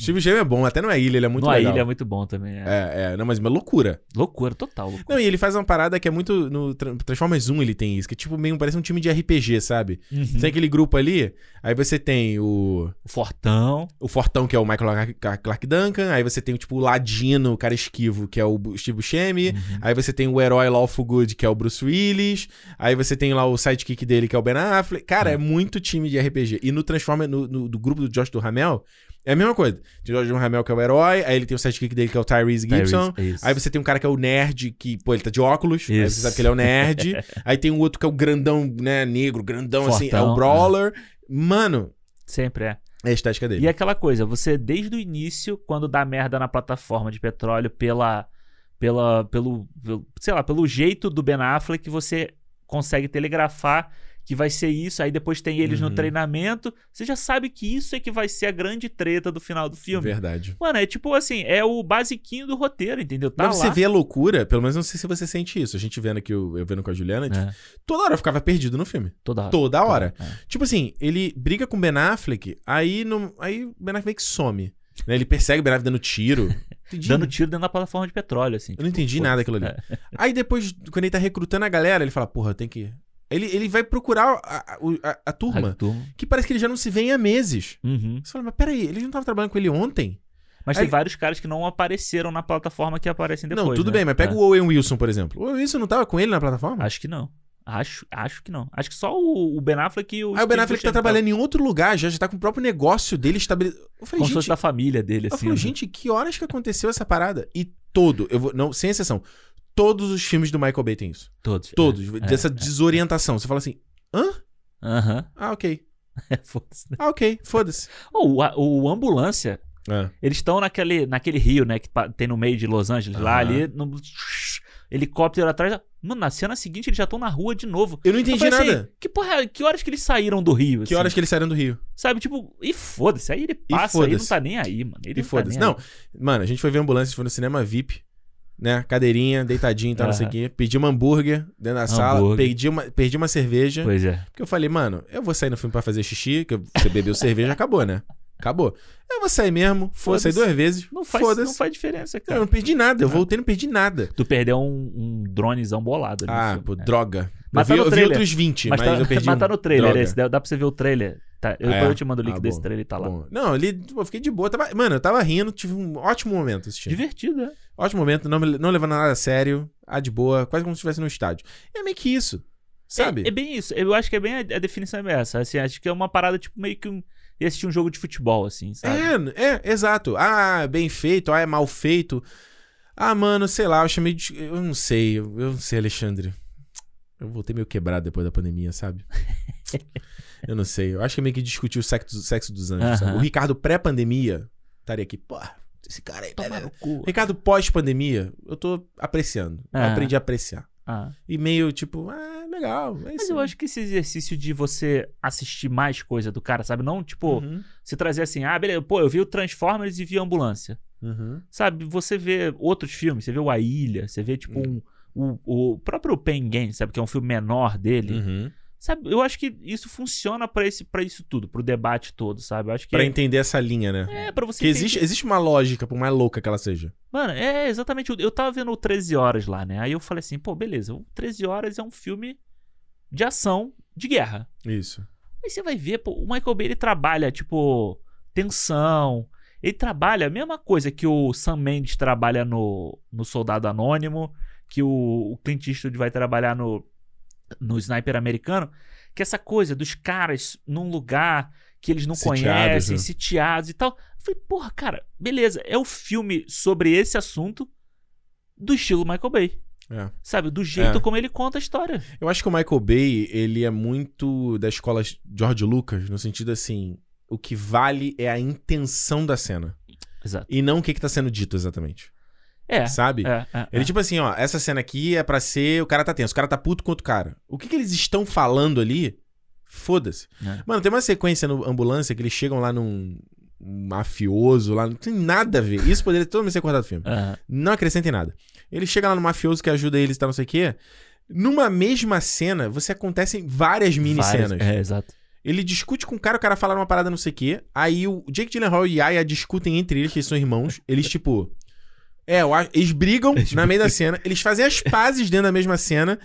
Speaker 1: Steve Buscemi é bom, até não é ilha, ele é muito
Speaker 2: numa
Speaker 1: legal.
Speaker 2: ilha é muito bom também. É.
Speaker 1: É, é, não, mas uma loucura.
Speaker 2: Loucura, total. Loucura.
Speaker 1: Não, e ele faz uma parada que é muito. No Tra- Transformers 1 ele tem isso, que é tipo meio. Parece um time de RPG, sabe?
Speaker 2: Uhum.
Speaker 1: Tem aquele grupo ali, aí você tem o.
Speaker 2: O Fortão.
Speaker 1: O Fortão, que é o Michael Clark- Clark Duncan, aí você tem tipo o Ladino, o cara esquivo, que é o Bu- Steve Buscemi,
Speaker 2: Uhum.
Speaker 1: Aí você tem o herói Lawful Good, que é o Bruce Willis. Aí você tem lá o sidekick dele, que é o Ben Affleck. Cara, é,
Speaker 2: É.
Speaker 1: muito time de RPG. E no Transformer, no, no- do grupo do Josh do Ramel, É a mesma coisa. Tem o Jorge Ramel, que é o herói, aí ele tem o sidekick dele, que é o Tyrese Gibson.
Speaker 2: Tyrese, isso.
Speaker 1: Aí você tem um cara que é o nerd, que, pô, ele tá de óculos. Aí você
Speaker 2: Isso.
Speaker 1: sabe que ele é o nerd. aí tem um outro que é o grandão, né, negro, grandão, assim, é o
Speaker 2: Fortão,
Speaker 1: brawler. Mano,
Speaker 2: Sempre é.
Speaker 1: é a estética dele.
Speaker 2: E aquela coisa, você desde o início, quando dá merda na plataforma de petróleo pela. pela pelo, pelo- sei lá, pelo jeito do Ben Affleck, você consegue telegrafar que vai ser isso, aí depois tem eles
Speaker 1: Uhum.
Speaker 2: no treinamento. Você já sabe que isso é que vai ser a grande treta do final do filme.
Speaker 1: Verdade.
Speaker 2: Mano, é tipo assim, é o basiquinho do roteiro, entendeu? Tá
Speaker 1: Mas
Speaker 2: lá.
Speaker 1: você vê a loucura, pelo menos eu não sei se você sente isso. A gente vendo aqui, o- eu vendo com a Juliana, a gente-
Speaker 2: É,
Speaker 1: toda hora eu ficava perdido no filme.
Speaker 2: toda hora.
Speaker 1: Toda hora.
Speaker 2: É.
Speaker 1: Tipo assim, ele briga com o Ben Affleck, aí, não, aí o Ben Affleck meio que some. né? Ele persegue o Ben Affleck dando tiro. Entendi.
Speaker 2: Dando tiro dentro da plataforma de petróleo, assim. é,
Speaker 1: Eu não entendi
Speaker 2: pô,
Speaker 1: nada aquilo ali. Aí depois, quando ele tá recrutando a galera, ele fala, porra, tem que... Ele, ele vai procurar a, a- o- a- a
Speaker 2: Ai,
Speaker 1: turma,
Speaker 2: turma.
Speaker 1: que parece que ele já não se vê há meses.
Speaker 2: Uhum.
Speaker 1: Você fala, mas peraí, ele não tava trabalhando com ele ontem?
Speaker 2: Mas
Speaker 1: Aí-
Speaker 2: tem vários caras que não apareceram na plataforma que aparecem depois.
Speaker 1: não, tudo
Speaker 2: né?
Speaker 1: bem, mas pega
Speaker 2: É.
Speaker 1: o Owen Wilson, por exemplo. O Owen Wilson não tava com ele na plataforma?
Speaker 2: Acho que não. Acho, acho que não. Acho que só o, o Ben Affleck e o.
Speaker 1: Aí o Ben
Speaker 2: Steve
Speaker 1: Affleck tá
Speaker 2: Buscemi
Speaker 1: trabalhando em outro lugar, já, já tá com o próprio negócio dele estabelecido. Eu
Speaker 2: então. Como
Speaker 1: falei,
Speaker 2: se
Speaker 1: gente,
Speaker 2: fosse da família dele,
Speaker 1: eu
Speaker 2: assim.
Speaker 1: falo,
Speaker 2: né?
Speaker 1: gente, que horas que aconteceu essa parada? E todo, eu vou, não, sem exceção, todos os filmes do Michael Bay tem isso.
Speaker 2: Todos.
Speaker 1: Todos, dessa desorientação. Você fala assim,
Speaker 2: É. Aham.
Speaker 1: ah, ok.
Speaker 2: É, foda-se, né?
Speaker 1: Ah, ok, foda-se.
Speaker 2: Ô, o, a- o Ambulância,
Speaker 1: É.
Speaker 2: eles estão naquele, naquele rio, né? Que pa- tem no meio de Los Angeles, lá
Speaker 1: Aham.
Speaker 2: ali. no- helicóptero atrás. Mano, na cena seguinte eles já estão na rua de novo.
Speaker 1: Eu não
Speaker 2: Eu
Speaker 1: entendi
Speaker 2: falei assim,
Speaker 1: nada.
Speaker 2: que porra, que horas que eles saíram do rio? assim?
Speaker 1: que horas que eles saíram do Rio?
Speaker 2: Sabe, tipo, e foda-se. Aí ele passa, aí não
Speaker 1: foda-se.
Speaker 2: tá nem aí, mano. Ele
Speaker 1: e foda-se.
Speaker 2: Tá nem
Speaker 1: não, mano, a gente foi ver ambulância, a gente foi no cinema VIP, né? Cadeirinha, deitadinho e tal, não sei o quê. Pedi uma hambúrguer dentro da sala,
Speaker 2: Hambúrguer.
Speaker 1: perdi uma, perdi uma cerveja.
Speaker 2: aí. Pois é.
Speaker 1: Porque eu falei, mano, eu vou sair no filme pra fazer xixi, que eu- você bebeu cerveja, acabou, né? Acabou. Eu vou sair mesmo, vou sair
Speaker 2: Foda-se.
Speaker 1: duas vezes,
Speaker 2: Não faz, não
Speaker 1: foda-se.
Speaker 2: faz É. diferença,
Speaker 1: Cara, eu
Speaker 2: cara.
Speaker 1: não perdi nada, eu voltei e não perdi nada.
Speaker 2: Tu perdeu um, um dronezão bolado ali no
Speaker 1: Ah,
Speaker 2: filme,
Speaker 1: pô,
Speaker 2: né?
Speaker 1: droga.
Speaker 2: Mas
Speaker 1: eu
Speaker 2: tá
Speaker 1: vi, eu
Speaker 2: no
Speaker 1: vi
Speaker 2: trailer.
Speaker 1: outros 20, mas,
Speaker 2: Mas, tá,
Speaker 1: eu perdi
Speaker 2: mas tá
Speaker 1: um.
Speaker 2: no trailer
Speaker 1: Droga.
Speaker 2: esse, dá, dá pra você ver o trailer. Tá, eu,
Speaker 1: Ah, é?
Speaker 2: depois eu te mando o link
Speaker 1: Ah,
Speaker 2: desse
Speaker 1: bom.
Speaker 2: trailer, tá lá.
Speaker 1: Bom, não, ali pô, eu fiquei de boa. Tava, mano, eu tava rindo, tive um ótimo momento assistindo.
Speaker 2: Divertido, né?
Speaker 1: Ótimo momento, não, me- não levando nada a sério, ah, de boa, quase como se estivesse no estádio. É meio que isso, sabe?
Speaker 2: É, é bem isso. Eu acho que é bem a, a definição é essa. Assim, acho que é uma parada, tipo, meio que um, ia assistir um jogo de futebol, assim, sabe?
Speaker 1: É, é, exato. Ah, bem feito, ah, é mal feito. Ah, mano, sei lá, eu chamei de. Eu não sei, eu eu não sei, Alexandre. Eu voltei meio quebrado depois da pandemia, sabe? eu não sei. Eu acho que é meio que discutir o sexo, sexo dos anjos. sabe?
Speaker 2: Aham.
Speaker 1: O Ricardo pré-pandemia estaria aqui, pô, esse cara aí.
Speaker 2: Toma
Speaker 1: né?
Speaker 2: no cu. É.
Speaker 1: Ricardo pós-pandemia, eu tô apreciando. Eu
Speaker 2: Aham.
Speaker 1: aprendi a apreciar.
Speaker 2: Ah.
Speaker 1: E meio tipo, ah, legal. É
Speaker 2: Mas
Speaker 1: isso.
Speaker 2: eu acho que esse exercício de você assistir mais coisa do cara, sabe? Não, tipo,
Speaker 1: Uhum,
Speaker 2: você trazer assim, ah, beleza, pô, eu vi o Transformers e vi a ambulância.
Speaker 1: uhum.
Speaker 2: Sabe, você vê outros filmes, você vê o A Ilha, você vê, tipo,
Speaker 1: Uhum.
Speaker 2: um, o, o próprio Penguin, sabe, que é um filme menor dele.
Speaker 1: uhum.
Speaker 2: Sabe, eu acho que isso funciona pra esse, pra isso tudo, pro debate todo, sabe? Eu acho que
Speaker 1: Pra entender essa linha, né?
Speaker 2: é pra você
Speaker 1: Que
Speaker 2: entender-
Speaker 1: existe, existe uma lógica, por mais louca que ela seja.
Speaker 2: Mano, é exatamente. o- Eu tava vendo o 13 horas lá, né? Aí eu falei assim, pô, beleza, o 13 horas é um filme de ação de guerra.
Speaker 1: Isso.
Speaker 2: Aí você vai ver, pô, o Michael Bay ele trabalha tipo tensão, ele trabalha a mesma coisa que o Sam Mendes trabalha no, no Soldado Anônimo, que o, o Clint Eastwood vai trabalhar no no Sniper Americano, que é essa coisa dos caras num lugar que eles não
Speaker 1: Sitiados,
Speaker 2: conhecem,
Speaker 1: né?
Speaker 2: sitiados e tal. Eu falei, porra, cara, beleza, é o filme sobre esse assunto do estilo Michael Bay.
Speaker 1: É.
Speaker 2: Sabe, do jeito
Speaker 1: É.
Speaker 2: como ele conta a história.
Speaker 1: Eu acho que o Michael Bay, ele é muito da escola George Lucas, no sentido assim, o que vale é a intenção da cena.
Speaker 2: Exato.
Speaker 1: E não o que, que tá sendo dito exatamente.
Speaker 2: É.
Speaker 1: Sabe?
Speaker 2: é, é,
Speaker 1: Ele, tipo assim, ó, essa cena aqui é pra ser. O cara tá tenso, o cara tá puto com outro cara. O que, que eles estão falando ali? Foda-se.
Speaker 2: É.
Speaker 1: Mano, tem uma sequência no ambulância que eles chegam lá num um mafioso, lá. Não tem nada a ver. Isso poderia totalmente ser cortado do filme.
Speaker 2: é. Aham.
Speaker 1: Não acrescenta em nada. Ele chega lá no mafioso que ajuda eles e tal, não sei o quê. Numa mesma cena, você acontecem várias mini-cenas.
Speaker 2: Várias- É, exato.
Speaker 1: Ele discute com o cara, o cara fala uma parada não sei o quê. Aí o Jake Gyllenhaal e Aya discutem entre eles, que eles são irmãos. Eles, tipo... É, eu acho- eles brigam na meio da cena. Eles fazem as pazes dentro da mesma cena.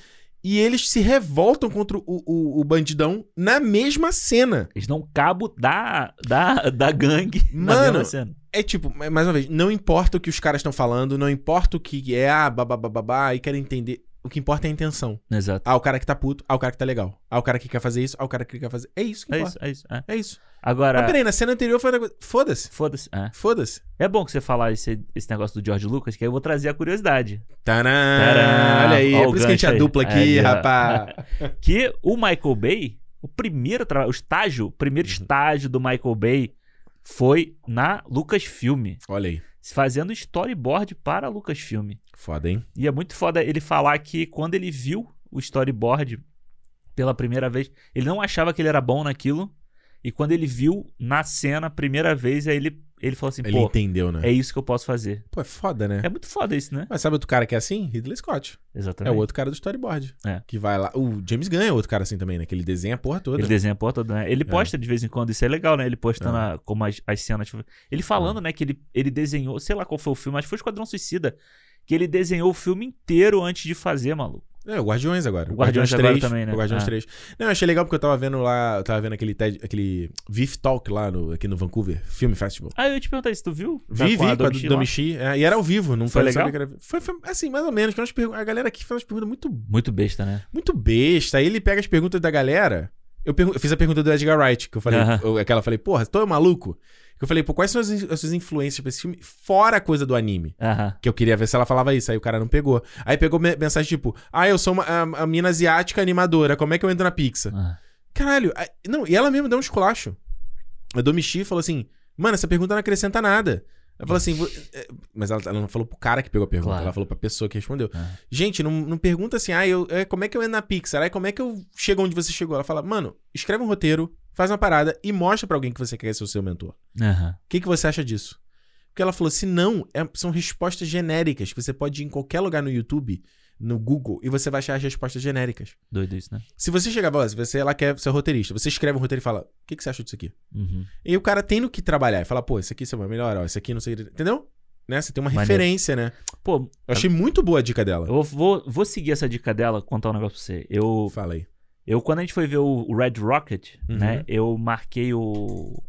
Speaker 1: E eles se revoltam contra o, o, o bandidão na mesma cena.
Speaker 2: Eles dão cabo da, da, da gangue na
Speaker 1: Mano,
Speaker 2: mesma cena.
Speaker 1: É tipo, ma- mais uma vez, não importa o que os caras estão falando, não importa o que é, ah, babá, babá, e quero entender. o que importa é a intenção.
Speaker 2: Exato.
Speaker 1: Ah, o cara que tá puto, ah, o cara que tá legal. Ah, o cara que quer fazer isso, ah, o cara que quer fazer. É isso que
Speaker 2: É
Speaker 1: importa.
Speaker 2: isso, é isso. é.
Speaker 1: É isso. Mas
Speaker 2: Agora,
Speaker 1: peraí, na cena anterior foi um negócio. Foda-se.
Speaker 2: foda-se. É.
Speaker 1: Foda-se.
Speaker 2: É bom que você falar esse, esse negócio do George Lucas, que aí eu vou trazer a curiosidade.
Speaker 1: Tadã!
Speaker 2: Tadã!
Speaker 1: Olha aí,
Speaker 2: Ó
Speaker 1: é
Speaker 2: o
Speaker 1: por isso que a gente
Speaker 2: gancho
Speaker 1: é
Speaker 2: aí.
Speaker 1: dupla aqui,
Speaker 2: Aí, ó.
Speaker 1: rapaz.
Speaker 2: Que o Michael Bay, o primeiro trabalho, o estágio, o primeiro
Speaker 1: Uhum.
Speaker 2: estágio do Michael Bay foi na Lucasfilm,
Speaker 1: Olha aí.
Speaker 2: fazendo storyboard para a Lucasfilm.
Speaker 1: Foda, hein?
Speaker 2: E é muito foda ele falar que quando ele viu o storyboard pela primeira vez, ele não achava que ele era bom naquilo. E quando ele viu na cena a primeira vez, aí ele, ele falou assim,
Speaker 1: Ele
Speaker 2: pô,
Speaker 1: entendeu, né?
Speaker 2: é isso que eu posso fazer.
Speaker 1: Pô, é foda, né?
Speaker 2: É muito foda isso, né?
Speaker 1: Mas sabe outro cara que é assim? Ridley Scott. É
Speaker 2: Exatamente.
Speaker 1: o outro cara do storyboard.
Speaker 2: É.
Speaker 1: Que vai lá. O James Gunn é outro cara assim também, né? Que ele desenha a porra toda.
Speaker 2: Ele desenha a porra toda, né? Ele posta de vez em quando, isso é legal, né? Ele postando a- como as, as cenas. tipo, Ele
Speaker 1: É.
Speaker 2: falando, né, que ele, ele desenhou, sei lá qual foi o filme, acho que foi o Esquadrão Suicida. Que ele desenhou o filme inteiro antes de fazer, maluco.
Speaker 1: É, o Guardiões agora.
Speaker 2: O Guardiões agora
Speaker 1: 3,
Speaker 2: também, né?
Speaker 1: O Guardiões
Speaker 2: Ah.
Speaker 1: 3. Não, eu achei legal porque eu tava vendo lá, eu tava vendo aquele, TED, aquele VIF Talk lá no, aqui no Vancouver, Film Festival.
Speaker 2: Ah, eu ia te perguntar isso, tu viu?
Speaker 1: Vi, vi, com a
Speaker 2: Domichi
Speaker 1: do-
Speaker 2: lá?
Speaker 1: Domichi. é, e era ao vivo, não
Speaker 2: Foi
Speaker 1: foi
Speaker 2: legal?
Speaker 1: sabia que era- Foi, foi, assim, mais ou menos. Que umas pergun- a galera aqui faz umas perguntas muito,
Speaker 2: Muito besta, né?
Speaker 1: muito besta. Aí ele pega as perguntas da galera. Eu, pergun- eu fiz a pergunta do Edgar Wright, que eu falei,
Speaker 2: Aham.
Speaker 1: eu- aquela eu falei, porra, tô maluco? Que eu falei, pô, quais são as, in- as suas influências pra esse filme? Fora a coisa do anime.
Speaker 2: Aham.
Speaker 1: Que eu queria ver se ela falava isso, aí o cara não pegou. Aí pegou me- mensagem tipo, ah, eu sou uma a, a mina asiática animadora, como é que eu entro na Pixar?
Speaker 2: Ah.
Speaker 1: Caralho, aí- não, e ela mesmo deu um esculacho. A Domichi falou assim, mano, essa pergunta não acrescenta nada. Ela falou assim, "Vo- é", mas ela, ela não falou pro cara que pegou a pergunta,
Speaker 2: Claro.
Speaker 1: ela falou pra pessoa que respondeu.
Speaker 2: Ah.
Speaker 1: Gente, não, não pergunta assim, ah, eu, é, como é que eu entro na Pixar? Aí como é que eu chego onde você chegou? Ela fala, mano, escreve um roteiro, faz uma parada e mostra pra alguém que você quer ser o seu mentor.
Speaker 2: Aham.
Speaker 1: O que, que você acha disso? Porque ela falou assim: não, é- são respostas genéricas que você pode ir em qualquer lugar no YouTube, no Google, e você vai achar as respostas genéricas.
Speaker 2: Doido isso, né?
Speaker 1: Se você chegar e se você ela quer ser roteirista, você escreve um roteiro e fala: o que, que você acha disso aqui?
Speaker 2: Uhum.
Speaker 1: E o cara tem no que trabalhar e fala: pô, isso aqui você vai melhorar, ó, isso aqui não sei. o que", Entendeu? Né? Você tem uma
Speaker 2: Maneiro.
Speaker 1: referência, né?
Speaker 2: Pô,
Speaker 1: Eu achei muito boa a dica dela.
Speaker 2: eu vou, vou seguir essa dica dela, contar um negócio pra você. Eu,
Speaker 1: Fala aí.
Speaker 2: eu quando a gente foi ver o o Red Rocket,
Speaker 1: Uhum.
Speaker 2: né? Eu marquei o,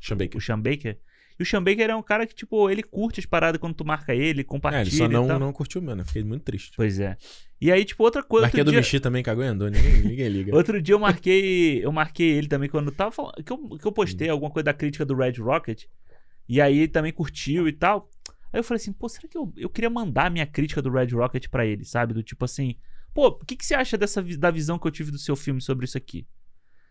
Speaker 1: Sean
Speaker 2: o
Speaker 1: Baker.
Speaker 2: Sean Baker. E o Sean Baker é um cara que, tipo, ele curte as paradas quando tu marca ele,
Speaker 1: É,
Speaker 2: compartilha
Speaker 1: ele só não,
Speaker 2: e tal.
Speaker 1: não curtiu, mano. Eu Fiquei muito triste.
Speaker 2: Pois é. E aí, tipo, outra coisa.
Speaker 1: Marquei
Speaker 2: Outro
Speaker 1: do
Speaker 2: dia,
Speaker 1: Michi também, cagou e andou. Ninguém, ninguém liga.
Speaker 2: outro dia eu marquei. Eu marquei ele também quando eu tava falando. Que eu, que eu
Speaker 1: Hum.
Speaker 2: postei alguma coisa da crítica do Red Rocket. E aí ele também curtiu e tal. Aí eu falei assim, pô, será que eu, eu queria mandar a minha crítica do Red Rocket pra ele, sabe? Do tipo assim, pô, o que, que você acha dessa vi- da visão que eu tive do seu filme sobre isso aqui?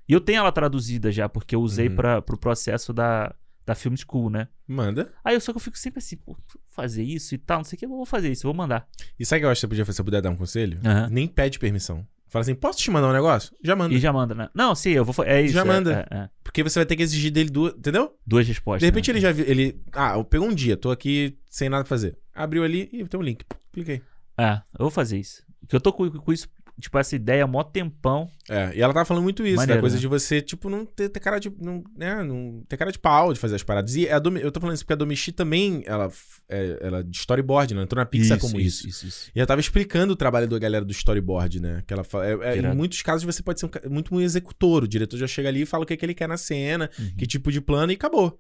Speaker 2: E eu tenho ela traduzida já, porque eu usei
Speaker 1: Uhum.
Speaker 2: pra, pro processo da, da Film School, né?
Speaker 1: Manda.
Speaker 2: Aí eu só que eu fico sempre assim, pô, vou fazer isso e tal, não sei o que, eu vou fazer isso, eu vou mandar.
Speaker 1: E sabe o que eu acho que você podia fazer? Se eu puder dar um conselho?
Speaker 2: Aham.
Speaker 1: Nem pede permissão. Fala assim, posso te mandar um negócio? Já manda.
Speaker 2: E já manda, né? Não, sim, eu vou. fa- É isso.
Speaker 1: Já
Speaker 2: é-
Speaker 1: manda.
Speaker 2: é- é.
Speaker 1: Porque você vai ter que exigir dele duas, entendeu?
Speaker 2: Duas respostas.
Speaker 1: De repente
Speaker 2: né?
Speaker 1: ele já viu, ele, ah, eu pegou um dia, tô aqui sem nada pra fazer. Abriu ali e tem um link. Cliquei.
Speaker 2: É, eu vou fazer isso. Porque eu tô com, com isso, tipo, essa ideia há mó tempão.
Speaker 1: É, e ela tava falando muito isso, da
Speaker 2: Maneiro,
Speaker 1: coisa
Speaker 2: né?
Speaker 1: de você, tipo, não ter, ter cara de, não, né, não ter cara de pau de fazer as paradas. E a Domi- eu tô falando isso porque a Domichi também, ela, f- é, ela de storyboard, né? Entrou na Pixar como isso.
Speaker 2: isso, isso.
Speaker 1: E ela tava explicando o trabalho da galera do storyboard, né? Que ela fala, é- é, em
Speaker 2: Irado.
Speaker 1: muitos casos você pode ser um ca- muito um executor, o diretor já chega ali e fala o que, que ele quer na cena,
Speaker 2: Uhum.
Speaker 1: que tipo de plano e acabou.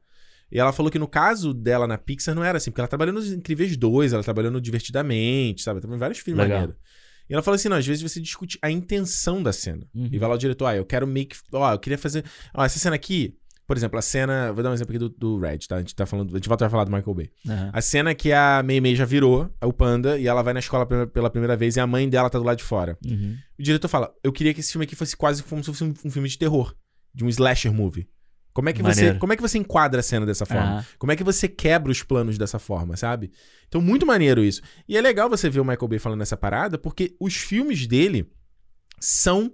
Speaker 1: E ela falou que no caso dela na Pixar não era assim, porque ela trabalhou nos Incríveis 2, ela trabalhou no Divertidamente, sabe? Também vários filmes
Speaker 2: Legal.
Speaker 1: maneiros. E ela falou assim: não, às vezes você discute a intenção da cena.
Speaker 2: Uhum.
Speaker 1: E vai lá o diretor, ah, eu quero make. Ó, eu queria fazer. Ó, essa cena aqui, por exemplo, a cena. Vou dar um exemplo aqui do, do Red, tá? A gente tá falando. A gente volta a falar do Michael Bay.
Speaker 2: Aham.
Speaker 1: A cena que a Mei Mei já virou, é o Panda, e ela vai na escola pela- pela primeira vez e a mãe dela tá do lado de fora.
Speaker 2: Uhum.
Speaker 1: O diretor fala: Eu queria que esse filme aqui fosse quase como se fosse um, um filme de terror, de um slasher movie. Como é que você,
Speaker 2: Maneiro.
Speaker 1: como é que você enquadra a cena dessa forma?
Speaker 2: Aham.
Speaker 1: Como é que você quebra os planos dessa forma, sabe? Então muito maneiro isso. E é legal você ver o Michael Bay falando essa parada, porque os filmes dele são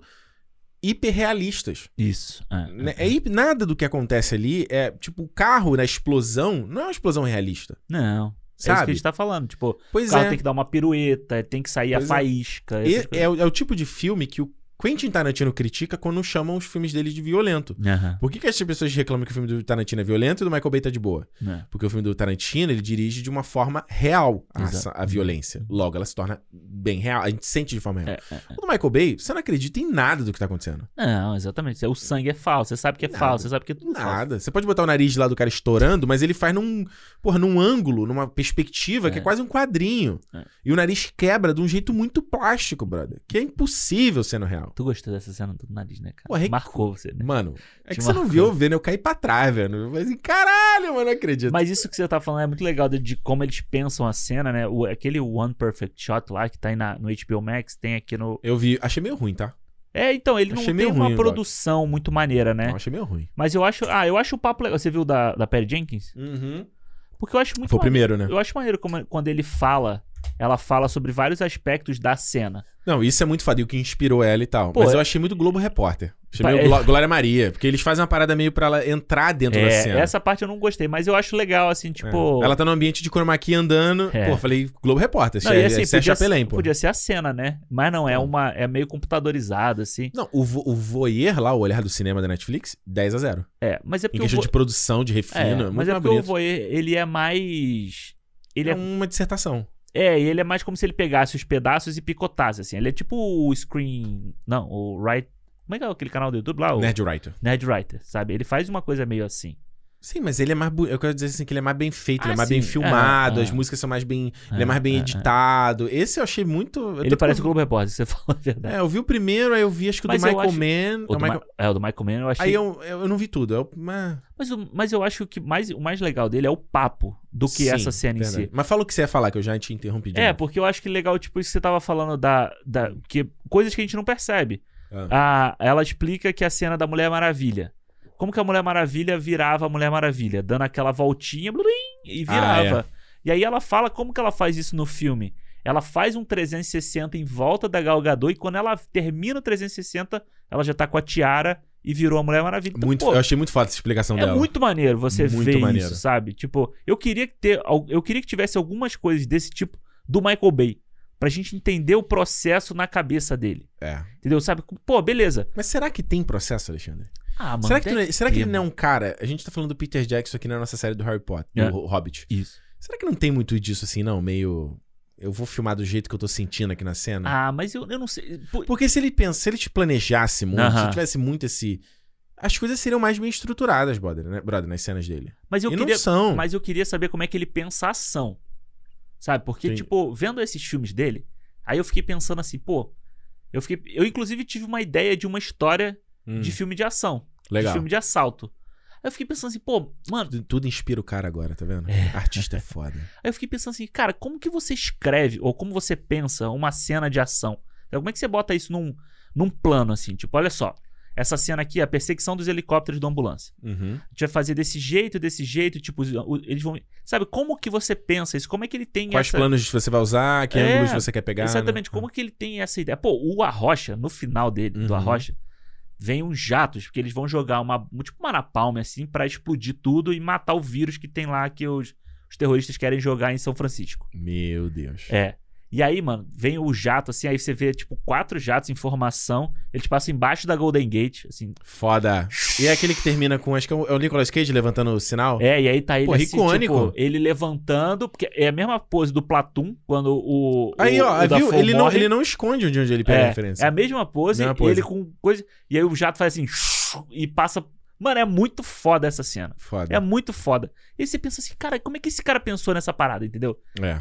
Speaker 1: hiperrealistas.
Speaker 2: Isso. é,
Speaker 1: Né?
Speaker 2: é.
Speaker 1: É hip- nada do que acontece ali é tipo o carro na explosão, não é uma explosão realista,
Speaker 2: Não. É isso que
Speaker 1: sabe?
Speaker 2: a gente tá falando. Tipo, o
Speaker 1: Pois
Speaker 2: carro
Speaker 1: é.
Speaker 2: tem que dar uma pirueta, tem que sair
Speaker 1: Pois é.
Speaker 2: a faísca.
Speaker 1: E-
Speaker 2: essas coisas.
Speaker 1: é, o- é o tipo de filme que o, Quentin Tarantino critica quando chamam os filmes dele de violento.
Speaker 2: Aham.
Speaker 1: Por que, que as pessoas reclamam que o filme do Tarantino é violento e do Michael Bay tá de boa?
Speaker 2: né.
Speaker 1: Porque o filme do Tarantino, ele dirige de uma forma real a,
Speaker 2: Exato. Uhum.
Speaker 1: aça- a violência. Logo, ela se torna bem real. A gente sente de forma real.
Speaker 2: É, é.
Speaker 1: O do Michael Bay, você não acredita em nada do que tá acontecendo.
Speaker 2: Não, exatamente. O sangue é falso. Você sabe que é
Speaker 1: Nada.
Speaker 2: falso. Você sabe que é tudo falso.
Speaker 1: Nada. Você pode botar o nariz lá do cara estourando, mas ele faz num, porra, num ângulo, numa perspectiva que é
Speaker 2: É.
Speaker 1: quase um quadrinho.
Speaker 2: É.
Speaker 1: E o nariz quebra de um jeito muito plástico, brother. Que é impossível sendo real.
Speaker 2: Tu gostou dessa cena do nariz, né, cara?
Speaker 1: Pô, re-
Speaker 2: Marcou você, né?
Speaker 1: Mano, é
Speaker 2: Te
Speaker 1: que você não
Speaker 2: marcou.
Speaker 1: viu eu vendo, eu caí pra trás, velho. Mas assim, caralho, mano, não acredito.
Speaker 2: Mas isso que você tá falando é muito legal de, de como eles pensam a cena, né? O, aquele One Perfect Shot lá que tá aí na, no HBO Max, tem aqui no.
Speaker 1: Eu vi, achei meio ruim, tá?
Speaker 2: É, então, ele não
Speaker 1: Achei
Speaker 2: tem
Speaker 1: meio
Speaker 2: uma
Speaker 1: ruim, Eduardo.
Speaker 2: produção muito maneira, né?
Speaker 1: Eu achei meio ruim.
Speaker 2: Mas eu acho. Ah, eu acho o papo legal. Você viu da, da Perry Jenkins?
Speaker 1: Uhum.
Speaker 2: Porque eu acho muito
Speaker 1: Foi o
Speaker 2: maneiro.
Speaker 1: primeiro, né?
Speaker 2: Eu acho maneiro como, é, quando ele fala. Ela fala sobre vários aspectos da cena.
Speaker 1: Não, isso é muito foda, e o que inspirou ela e tal.
Speaker 2: Pô,
Speaker 1: mas
Speaker 2: é-
Speaker 1: eu achei muito Globo Repórter. Achei
Speaker 2: Pa-
Speaker 1: meio
Speaker 2: é-
Speaker 1: Gló- Glória Maria. Porque eles fazem uma parada meio pra ela entrar dentro da
Speaker 2: É,
Speaker 1: cena.
Speaker 2: essa parte eu não gostei, mas eu acho legal, assim, tipo.
Speaker 1: É. Ela tá no ambiente de chroma key andando.
Speaker 2: É.
Speaker 1: Pô, falei Globo Repórter.
Speaker 2: Não,
Speaker 1: isso
Speaker 2: e
Speaker 1: é,
Speaker 2: assim,
Speaker 1: isso é
Speaker 2: podia,
Speaker 1: Chapelain,
Speaker 2: ser,
Speaker 1: pô.
Speaker 2: podia ser a cena, né? Mas não, é uma. É meio computadorizado, assim.
Speaker 1: Não, o, vo- o voyeur lá, o olhar do cinema da Netflix, 10 a 0.
Speaker 2: É, mas é
Speaker 1: Em
Speaker 2: porque.
Speaker 1: questão
Speaker 2: eu
Speaker 1: de produção, de refino, é,
Speaker 2: É,
Speaker 1: muito
Speaker 2: mas é
Speaker 1: mais
Speaker 2: porque o
Speaker 1: bonito.
Speaker 2: voyeur, ele é mais... Ele
Speaker 1: É
Speaker 2: é,
Speaker 1: uma dissertação.
Speaker 2: é, ele é mais como se ele pegasse os pedaços e picotasse, assim. Ele é tipo o Screen... Não, o Right... Como é que é aquele canal do YouTube lá? O
Speaker 1: Nerd Writer.
Speaker 2: Nerd Writer, sabe? Ele faz uma coisa meio assim.
Speaker 1: Sim, mas ele é mais. bu- Eu quero dizer assim, que ele é mais bem feito, ele é
Speaker 2: Ah,
Speaker 1: mais bem
Speaker 2: sim.
Speaker 1: filmado,
Speaker 2: É,
Speaker 1: as
Speaker 2: é.
Speaker 1: músicas são mais bem. ele é
Speaker 2: É,
Speaker 1: mais bem
Speaker 2: é, é.
Speaker 1: editado. Esse eu achei muito. eu
Speaker 2: Ele
Speaker 1: tô-
Speaker 2: parece o Globo Repórter, você fala a verdade.
Speaker 1: É, eu vi o primeiro, aí eu vi, acho que o do
Speaker 2: Mas eu
Speaker 1: Michael
Speaker 2: acho-
Speaker 1: Mann.
Speaker 2: O
Speaker 1: o
Speaker 2: do
Speaker 1: Michael-
Speaker 2: Ma- É, o do Michael Mann eu achei...
Speaker 1: Aí eu, eu, eu não vi tudo. Eu, mas...
Speaker 2: Mas, o- mas eu acho que mais, o mais legal dele é o papo do que
Speaker 1: Sim,
Speaker 2: é essa cena em
Speaker 1: verdade.
Speaker 2: si.
Speaker 1: Mas fala o que você ia falar, que eu já te interrompi. de
Speaker 2: É,
Speaker 1: novo.
Speaker 2: porque eu acho que legal, tipo, isso que você tava falando da... da que, coisas que a gente não percebe.
Speaker 1: Ah.
Speaker 2: a- ela explica que a cena da Mulher Maravilha. Como que a Mulher Maravilha virava a Mulher Maravilha? Dando aquela voltinha blurim, e
Speaker 1: Ah,
Speaker 2: virava.
Speaker 1: é.
Speaker 2: E aí ela fala como que ela faz isso no filme. Ela faz um 360 em volta da Gal Gadot e quando ela termina o 360, ela já tá com a tiara e virou a Mulher Maravilha. Então,
Speaker 1: Muito,
Speaker 2: pô,
Speaker 1: eu achei muito foda essa explicação
Speaker 2: é
Speaker 1: dela.
Speaker 2: muito maneiro você
Speaker 1: Muito
Speaker 2: ver
Speaker 1: maneiro.
Speaker 2: isso, sabe? Tipo, eu queria que ter, al- eu queria que tivesse algumas coisas desse tipo do Michael Bay, pra gente entender o processo na cabeça dele.
Speaker 1: É.
Speaker 2: Entendeu? Sabe? Pô, beleza.
Speaker 1: Mas será que tem processo, Alexandre?
Speaker 2: Ah, mano,
Speaker 1: será que,
Speaker 2: deve
Speaker 1: tu não é- será que
Speaker 2: ter,
Speaker 1: ele não é um cara. A gente tá falando do Peter Jackson aqui na nossa série do Harry Potter,
Speaker 2: É.
Speaker 1: do Hobbit.
Speaker 2: Isso.
Speaker 1: Será que não tem muito disso assim, não? Meio. Eu vou filmar do jeito que eu tô sentindo aqui na cena?
Speaker 2: Ah, mas eu, eu não sei. Pô,
Speaker 1: Porque se ele pensa, se ele te planejasse muito,
Speaker 2: Aham.
Speaker 1: se tivesse muito esse. As coisas seriam mais bem estruturadas, brother, né? brother nas cenas dele.
Speaker 2: Mas eu
Speaker 1: e
Speaker 2: queria.
Speaker 1: não são.
Speaker 2: Mas eu queria saber como é que ele pensa a ação. Sabe? Porque,
Speaker 1: Entendi.
Speaker 2: tipo, vendo esses filmes dele, aí eu fiquei pensando assim, pô. Eu fiquei. Eu, inclusive, tive uma ideia de uma história
Speaker 1: Hum,
Speaker 2: de filme de ação.
Speaker 1: legal.
Speaker 2: De filme de assalto. Aí eu fiquei pensando assim, pô, mano.
Speaker 1: Tudo- Tudo inspira o cara agora, tá vendo? Artista é foda.
Speaker 2: Aí eu fiquei pensando assim, cara, como que você escreve ou como você pensa uma cena de ação? Então, Como é que você bota isso num, num plano, assim? Tipo, olha só. Essa cena aqui é a perseguição dos helicópteros da ambulância.
Speaker 1: Uhum.
Speaker 2: A gente vai fazer desse jeito, desse jeito, tipo, os- o- eles vão. Sabe, como que você pensa isso? Como é que ele tem
Speaker 1: Quais
Speaker 2: essa.
Speaker 1: planos você vai usar, que
Speaker 2: É,
Speaker 1: ângulos você quer pegar. né?
Speaker 2: Exatamente, como que ele tem essa ideia? Pô, o Arrocha, no final dele, do
Speaker 1: Uhum.
Speaker 2: Arrocha, vem uns jatos, porque eles vão jogar uma. um- Tipo uma napalm, assim, pra explodir tudo e matar o vírus que tem lá que os, os terroristas querem jogar em São Francisco.
Speaker 1: Meu Deus.
Speaker 2: É. E aí, mano, vem o jato, assim, aí você vê, tipo, quatro jatos em formação, eles passam embaixo da Golden Gate, assim.
Speaker 1: Foda. E é aquele que termina com. Acho que é o é o Nicolas Cage levantando o sinal.
Speaker 2: É, e aí tá ele
Speaker 1: Pô,
Speaker 2: assim,
Speaker 1: icônico.
Speaker 2: tipo, ele levantando, porque é a mesma pose do Platum, quando o
Speaker 1: Aí,
Speaker 2: o,
Speaker 1: ó,
Speaker 2: o
Speaker 1: viu?
Speaker 2: Dafoe
Speaker 1: Ele não,
Speaker 2: morre.
Speaker 1: ele não esconde onde, onde ele pega a
Speaker 2: é,
Speaker 1: referência.
Speaker 2: é a mesma pose,
Speaker 1: Mesma pose.
Speaker 2: ele com coisa, e aí o jato faz assim, e passa, mano, é muito foda essa cena.
Speaker 1: Foda.
Speaker 2: É muito foda. E aí você pensa assim, cara, como é que esse cara pensou nessa parada, entendeu?
Speaker 1: É.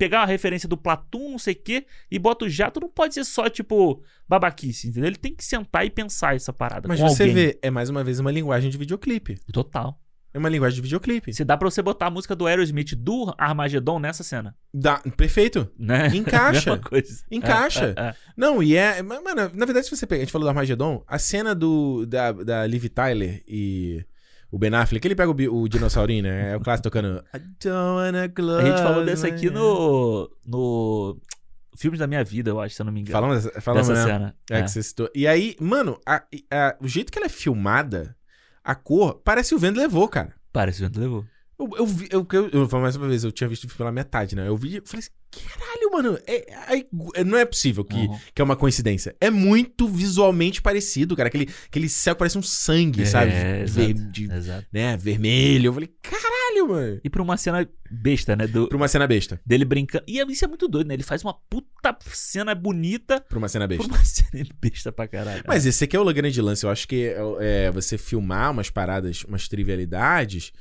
Speaker 2: Pegar uma referência do Platum, não sei o quê, e bota o jato, não pode ser só, tipo, babaquice, entendeu? Ele tem que sentar e pensar essa parada
Speaker 1: Mas
Speaker 2: com
Speaker 1: você
Speaker 2: alguém.
Speaker 1: vê, é mais uma vez uma linguagem de videoclipe.
Speaker 2: Total.
Speaker 1: É uma linguagem de videoclipe.
Speaker 2: Se dá pra você botar a música do Aerosmith do Armageddon nessa cena,
Speaker 1: Dá, perfeito.
Speaker 2: né?
Speaker 1: Encaixa.
Speaker 2: Mesma coisa.
Speaker 1: Encaixa.
Speaker 2: É, é, é.
Speaker 1: Não, e é. mas, Mano, na verdade, se você pega. A gente falou do Armagedon, a cena do, da, da Liv Tyler e o Ben Affleck, ele pega o, bi- o dinossaurinho, né? É o clássico tocando. I don't wanna close
Speaker 2: A gente falou dessa
Speaker 1: my
Speaker 2: aqui no. no. Filmes da minha vida, eu acho, se eu não me engano.
Speaker 1: Falamos, dessa- falamos
Speaker 2: dessa
Speaker 1: né?
Speaker 2: cena.
Speaker 1: É,
Speaker 2: É.
Speaker 1: que você citou. E aí, mano, a- a- o jeito que ela é filmada, a cor, parece o vento levou, cara.
Speaker 2: Parece que o vento levou.
Speaker 1: Eu, eu vi, eu, eu, eu vou mais uma vez, eu tinha visto pela metade, né? Eu vi, eu falei assim, caralho, mano, é, é igu- é- não é possível que,
Speaker 2: Uhum.
Speaker 1: que é uma coincidência. É muito visualmente parecido, cara. Aquele, aquele céu que parece um sangue, sabe?
Speaker 2: É, exato,
Speaker 1: Verde,
Speaker 2: exato.
Speaker 1: né? Vermelho. Eu falei, caralho, mano.
Speaker 2: E pra uma cena besta, né? Do,
Speaker 1: Pra uma cena besta.
Speaker 2: Dele brincando. E isso é muito doido, né? Ele faz uma puta cena bonita
Speaker 1: Pra uma cena
Speaker 2: por
Speaker 1: besta.
Speaker 2: uma cena besta pra caralho.
Speaker 1: Mas esse aqui é o grande lance. Eu acho que é, o- é você filmar umas paradas, umas trivialidades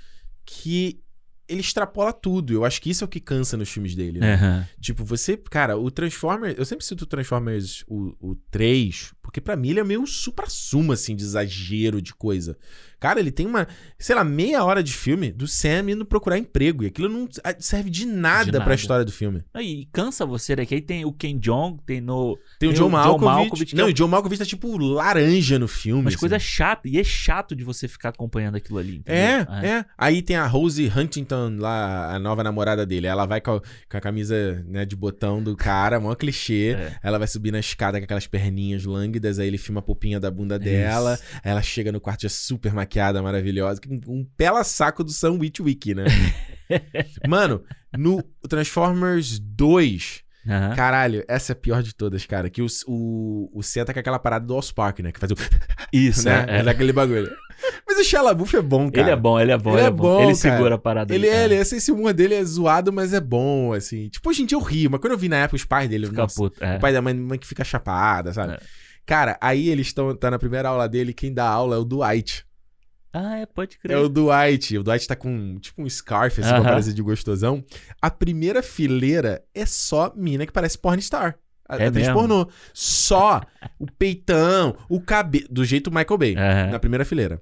Speaker 1: que ele extrapola tudo. Eu acho que isso é o que cansa nos filmes dele, né?
Speaker 2: É. Aham.
Speaker 1: Tipo, você, cara, o Transformers. Eu sempre cito o Transformers o, o 3, porque pra mim ele é meio supra-sumo, assim, de exagero de coisa. Cara, ele tem uma, sei lá, meia hora de filme do Sam indo procurar emprego. E aquilo não a- serve de nada,
Speaker 2: De
Speaker 1: pra
Speaker 2: nada.
Speaker 1: história do filme.
Speaker 2: Não, E cansa você, né? Que aí tem o Ken Jong, tem no.
Speaker 1: Tem o
Speaker 2: Tem
Speaker 1: John
Speaker 2: o John
Speaker 1: Malkovich.
Speaker 2: Malkovich, que
Speaker 1: não,
Speaker 2: é um-
Speaker 1: o John Malkovich tá tipo laranja no filme.
Speaker 2: Umas
Speaker 1: assim.
Speaker 2: coisas chatas. E é chato de você ficar acompanhando aquilo ali. entendeu?
Speaker 1: É, é, Aí tem a Rose Huntington lá, a nova namorada dele. Ela vai com a, com a camisa né, de botão do cara, maior clichê.
Speaker 2: É.
Speaker 1: Ela vai subir na escada com aquelas perninhas lânguidas, aí ele filma a pupinha da bunda é. dela.
Speaker 2: Isso.
Speaker 1: Aí ela chega no quarto já super maquiada, maravilhosa. que Um, um pela saco do Sam Witwicky, né? Mano, no Transformers 2...
Speaker 2: Aham.
Speaker 1: Caralho, essa é a pior de todas, cara. Que o, o, o Sam tá com aquela parada do All Park, né? Que faz o...
Speaker 2: Isso,
Speaker 1: né?
Speaker 2: né? É.
Speaker 1: Daquele bagulho. Mas o Xalabuff é bom, cara.
Speaker 2: Ele é bom, ele é bom.
Speaker 1: Ele
Speaker 2: Ele,
Speaker 1: é
Speaker 2: é
Speaker 1: bom,
Speaker 2: bom. Ele
Speaker 1: cara.
Speaker 2: segura a parada
Speaker 1: Ele
Speaker 2: ali,
Speaker 1: é,
Speaker 2: cara.
Speaker 1: ele é, esse humor dele é zoado, mas é bom, assim. Tipo, hoje em dia eu rio, mas quando eu vi na época os pais dele,
Speaker 2: Fica
Speaker 1: nossa,
Speaker 2: puto. É.
Speaker 1: o pai da mãe, mãe que fica chapada, sabe?
Speaker 2: É.
Speaker 1: Cara, aí eles estão tá na primeira aula dele, quem dá aula é o Dwight.
Speaker 2: Ah, é, pode crer.
Speaker 1: É o Dwight. O Dwight tá com tipo um scarf, assim, uma
Speaker 2: Aham.
Speaker 1: parada de gostosão. A primeira fileira é só mina que parece pornstar. A-
Speaker 2: É
Speaker 1: Atriz
Speaker 2: mesmo?
Speaker 1: pornô. Só o peitão, o cabelo. Do jeito Michael Bay
Speaker 2: Aham.
Speaker 1: na primeira fileira.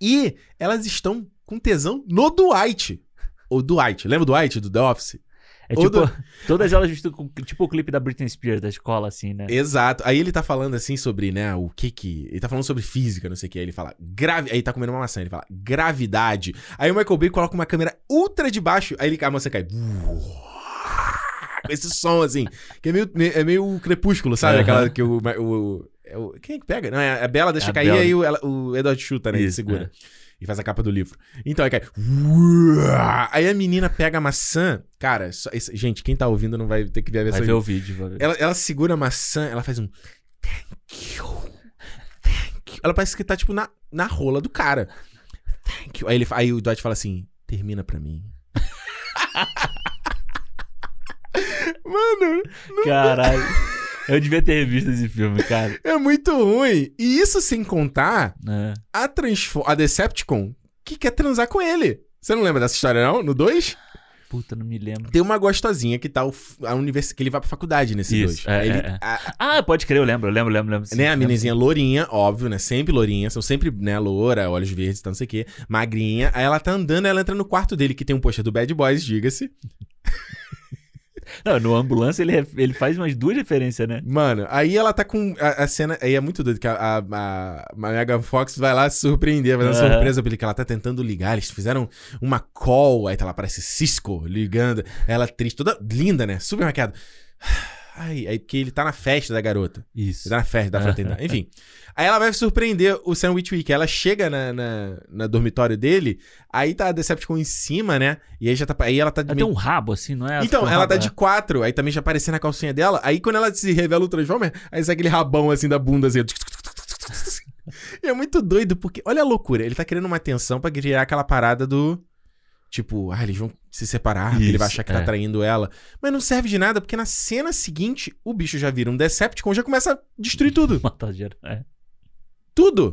Speaker 1: E elas estão com tesão no Dwight. O Dwight, lembra o Dwight do The Office?
Speaker 2: É
Speaker 1: Ou
Speaker 2: tipo,
Speaker 1: do-
Speaker 2: todas elas vestidas com tipo o clipe da Britney Spears da escola, assim, né?
Speaker 1: Exato. Aí ele tá falando assim sobre, né, o que que. Ele tá falando sobre física, não sei o que. Aí ele fala. Gravi... Aí tá comendo uma maçã, ele fala gravidade. Aí o Michael Bay coloca uma câmera ultra de baixo, aí ele... a maçã cai. Com esse som assim. Que é meio, é meio crepúsculo, sabe?
Speaker 2: Aham.
Speaker 1: Aquela que o. o- é o- quem é que pega? Não, é a Bela deixa
Speaker 2: É a
Speaker 1: cair,
Speaker 2: Bela.
Speaker 1: aí o, ela- o Edward chuta, né? Ele
Speaker 2: Isso,
Speaker 1: segura.
Speaker 2: é.
Speaker 1: E faz a capa do livro. Então aí cai. Uá! Aí a menina pega a maçã. Cara, só- esse- gente, quem tá ouvindo não vai ter que ver a
Speaker 2: Vai
Speaker 1: versão
Speaker 2: ver o vídeo. Vai ver.
Speaker 1: ela, ela segura a maçã, ela faz um. Thank you. Thank you. Ela parece que tá, tipo, na, na rola do cara. Thank you. Aí, ele, fa- aí o Dwight fala assim: termina pra mim. Mano,
Speaker 2: Caralho. Eu devia ter visto esse filme, cara.
Speaker 1: é muito ruim. E isso sem contar
Speaker 2: É.
Speaker 1: a, transfo a Decepticon que quer transar com ele. Você não lembra dessa história, não? No 2?
Speaker 2: Puta, não me lembro.
Speaker 1: Tem uma gostosinha que tá o, f- a univers... que ele vai pra faculdade nesse
Speaker 2: Isso,
Speaker 1: 2.
Speaker 2: é,
Speaker 1: ele,
Speaker 2: é, é.
Speaker 1: a-
Speaker 2: Ah, pode crer, eu lembro, eu lembro, lembro, lembro. sim,
Speaker 1: né? A
Speaker 2: lembro,
Speaker 1: menininha lourinha, óbvio, né? Sempre lourinha. São sempre, né? Loura, olhos verdes, tá, não sei o quê. Magrinha. Aí ela tá andando, ela entra no quarto dele, que tem um pôster do Bad Boys, diga-se.
Speaker 2: sim. Não, no ambulância ele, ref- ele faz umas duas referências, né?
Speaker 1: Mano, aí ela tá com a, a cena... Aí é muito doido que a, a, a- a Megan Fox vai lá surpreender, vai dar uma
Speaker 2: Aham.
Speaker 1: surpresa pra ele, que ela tá tentando ligar. Eles fizeram uma call, aí tá lá, parece Cisco ligando. Ela triste, toda linda, né? Super maquiada. Ai, aí porque ele tá na festa da garota.
Speaker 2: Isso.
Speaker 1: Tá na festa da fraternidade. Enfim. Aí ela vai surpreender o Sam Witwick. Ela chega na, na, na dormitório dele, aí tá a Decepticon em cima, né? E aí já tá. Aí ela tá de.
Speaker 2: Ela tem
Speaker 1: meio-
Speaker 2: um rabo, assim, não é?
Speaker 1: Então,
Speaker 2: Um
Speaker 1: ela
Speaker 2: rabo,
Speaker 1: tá
Speaker 2: é.
Speaker 1: de quatro, aí também já aparecendo a calcinha dela. Aí quando ela se revela o Transformer, aí sai aquele rabão assim da bunda, assim. E é muito doido, porque. Olha a loucura. Ele tá querendo uma atenção pra criar aquela parada do. Tipo, ah, eles vão se separar, porque ele
Speaker 2: Isso,
Speaker 1: vai achar que tá
Speaker 2: é.
Speaker 1: traindo ela. Mas não serve de nada, porque na cena seguinte, o bicho já vira um Decepticon, já começa a destruir tudo.
Speaker 2: Matar geral, é.
Speaker 1: Tudo.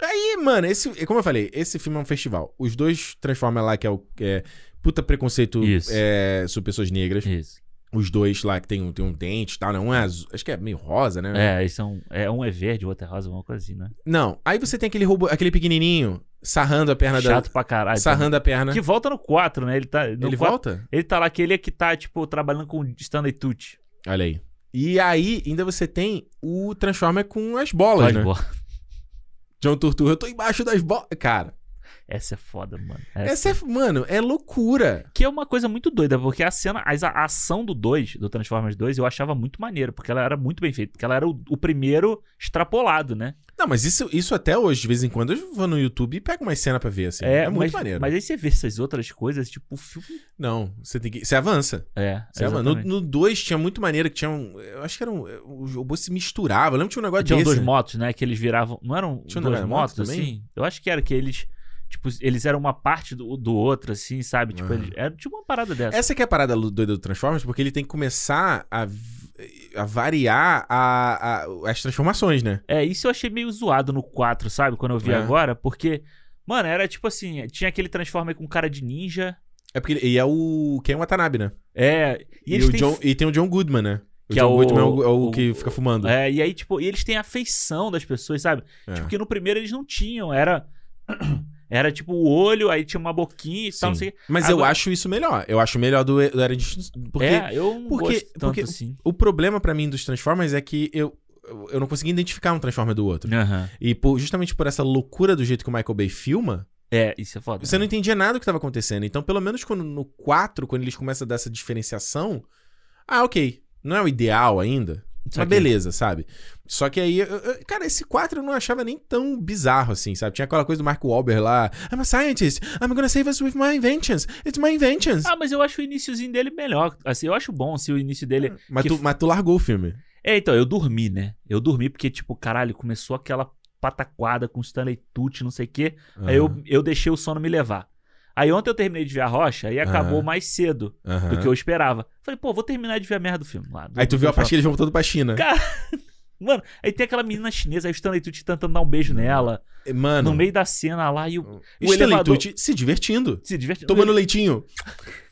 Speaker 1: Aí, mano, esse, como eu falei, esse filme é um festival. Os dois Transformers lá, que é o é, puta preconceito
Speaker 2: Isso.
Speaker 1: é, sobre pessoas negras.
Speaker 2: Isso.
Speaker 1: Os dois lá que tem, um- tem um dente e tal, né? Um é azul, acho que é meio rosa, né?
Speaker 2: É, eles são. É, um é verde, o outro é rosa, uma coisa assim, né?
Speaker 1: Não, aí você tem aquele robô, aquele pequenininho sarrando a perna
Speaker 2: Chato pra caralho.
Speaker 1: da... tá Sarrando a perna.
Speaker 2: Que volta no 4, né? Ele tá. No
Speaker 1: Ele
Speaker 2: quatro-
Speaker 1: volta?
Speaker 2: Ele tá lá, que ele é que tá, tipo, trabalhando com Stanley Tucci.
Speaker 1: Olha aí. E aí, ainda você tem o Transformer com as bolas,
Speaker 2: Faz
Speaker 1: né?
Speaker 2: bola.
Speaker 1: John Turturro, eu tô embaixo das bolas. Cara,
Speaker 2: Essa é foda, mano.
Speaker 1: Essa é, mano, é loucura.
Speaker 2: Que é uma coisa muito doida, porque a cena, as- a ação do 2, do Transformers 2, eu achava muito maneiro, porque ela era muito bem feita. Porque ela era o, o primeiro extrapolado, né?
Speaker 1: Não, mas isso, isso até hoje, de vez em quando, eu vou no YouTube e pego umas cenas pra ver, assim. É, muito
Speaker 2: mas,
Speaker 1: maneiro.
Speaker 2: Mas aí você vê essas outras coisas, tipo, o filme.
Speaker 1: Não, você tem que. Você avança.
Speaker 2: É.
Speaker 1: Você avança.
Speaker 2: exatamente.
Speaker 1: No 2 tinha muito maneiro que tinha um. Eu acho que era um. O robô se misturava. Eu lembro que tinha um negócio
Speaker 2: Tinham
Speaker 1: desse.
Speaker 2: duas motos, né? Que eles viravam. Não eram
Speaker 1: Tinha um
Speaker 2: duas
Speaker 1: negócio de moto
Speaker 2: motos,
Speaker 1: também?
Speaker 2: assim? Eu acho que era que eles. Tipo, eles eram uma parte do, do outro, assim, sabe? Tipo,
Speaker 1: Ah.
Speaker 2: eles, era tipo uma parada dessa.
Speaker 1: Essa que é a parada lu- doida do Transformers, porque ele tem que começar a, v- a variar a- a- as transformações, né?
Speaker 2: É, isso eu achei meio zoado no 4, sabe? Quando eu vi
Speaker 1: É.
Speaker 2: agora, porque. Mano, era tipo assim, tinha aquele Transformer com cara de ninja.
Speaker 1: É porque ele, e é o Ken Watanabe, né?
Speaker 2: É. E
Speaker 1: E,
Speaker 2: eles
Speaker 1: o
Speaker 2: têm.
Speaker 1: John, e tem o John Goodman, né?
Speaker 2: Que é
Speaker 1: John
Speaker 2: o-
Speaker 1: Goodman é o, é o
Speaker 2: o-
Speaker 1: que fica fumando.
Speaker 2: É, e aí, tipo, e eles têm a afeição das pessoas, sabe?
Speaker 1: É.
Speaker 2: Tipo, que no primeiro eles não tinham. Era. Era tipo o olho, aí tinha uma boquinha e
Speaker 1: Sim.
Speaker 2: tal, não sei o quê.
Speaker 1: Mas eu
Speaker 2: Agora-
Speaker 1: acho isso melhor. Eu acho melhor do, do Era de- Porque
Speaker 2: é, eu não
Speaker 1: porque-
Speaker 2: gosto tanto
Speaker 1: porque-
Speaker 2: assim.
Speaker 1: o problema pra mim dos Transformers é que eu, eu- eu não consegui identificar um Transformer do outro.
Speaker 2: Aham.
Speaker 1: E por- justamente por essa loucura do jeito que o Michael Bay filma,
Speaker 2: É, isso é foda.
Speaker 1: você não entendia nada do que tava acontecendo. Então, pelo menos quando, no 4, quando eles começam a dar essa diferenciação, ah, ok. Não é o ideal ainda.
Speaker 2: Só
Speaker 1: Mas
Speaker 2: que-
Speaker 1: beleza, sabe? Só que aí, eu- eu- cara, esse 4 eu não achava nem tão bizarro assim, sabe? Tinha aquela coisa do Mark Wahlberg lá. I'm a scientist. I'm gonna save us with my inventions. It's my inventions.
Speaker 2: Ah, mas eu acho o iníciozinho dele melhor. Assim, eu acho bom se o início dele.
Speaker 1: mas,
Speaker 2: que
Speaker 1: tu,
Speaker 2: f-
Speaker 1: mas tu largou o filme.
Speaker 2: É, então, eu dormi, né? Eu dormi porque, tipo, caralho, começou aquela pataquada com Stanley Tucci, não sei o quê. Aí eu, eu deixei o sono me levar. Aí ontem eu terminei de ver a rocha e acabou
Speaker 1: Aham.
Speaker 2: mais cedo
Speaker 1: Aham.
Speaker 2: do que eu esperava. Falei, pô, vou terminar de ver a merda do filme lá. do-
Speaker 1: Aí tu
Speaker 2: do
Speaker 1: viu a parte
Speaker 2: Transformers.
Speaker 1: que eles vão voltando pra China.
Speaker 2: Cara- Mano, aí tem aquela menina chinesa, aí o Stanley Tucci tentando dar um beijo nela.
Speaker 1: Mano,
Speaker 2: No meio da cena lá e o,
Speaker 1: o
Speaker 2: o
Speaker 1: Stanley
Speaker 2: elevador-
Speaker 1: Tucci se divertindo.
Speaker 2: se divertindo.
Speaker 1: Tomando leitinho.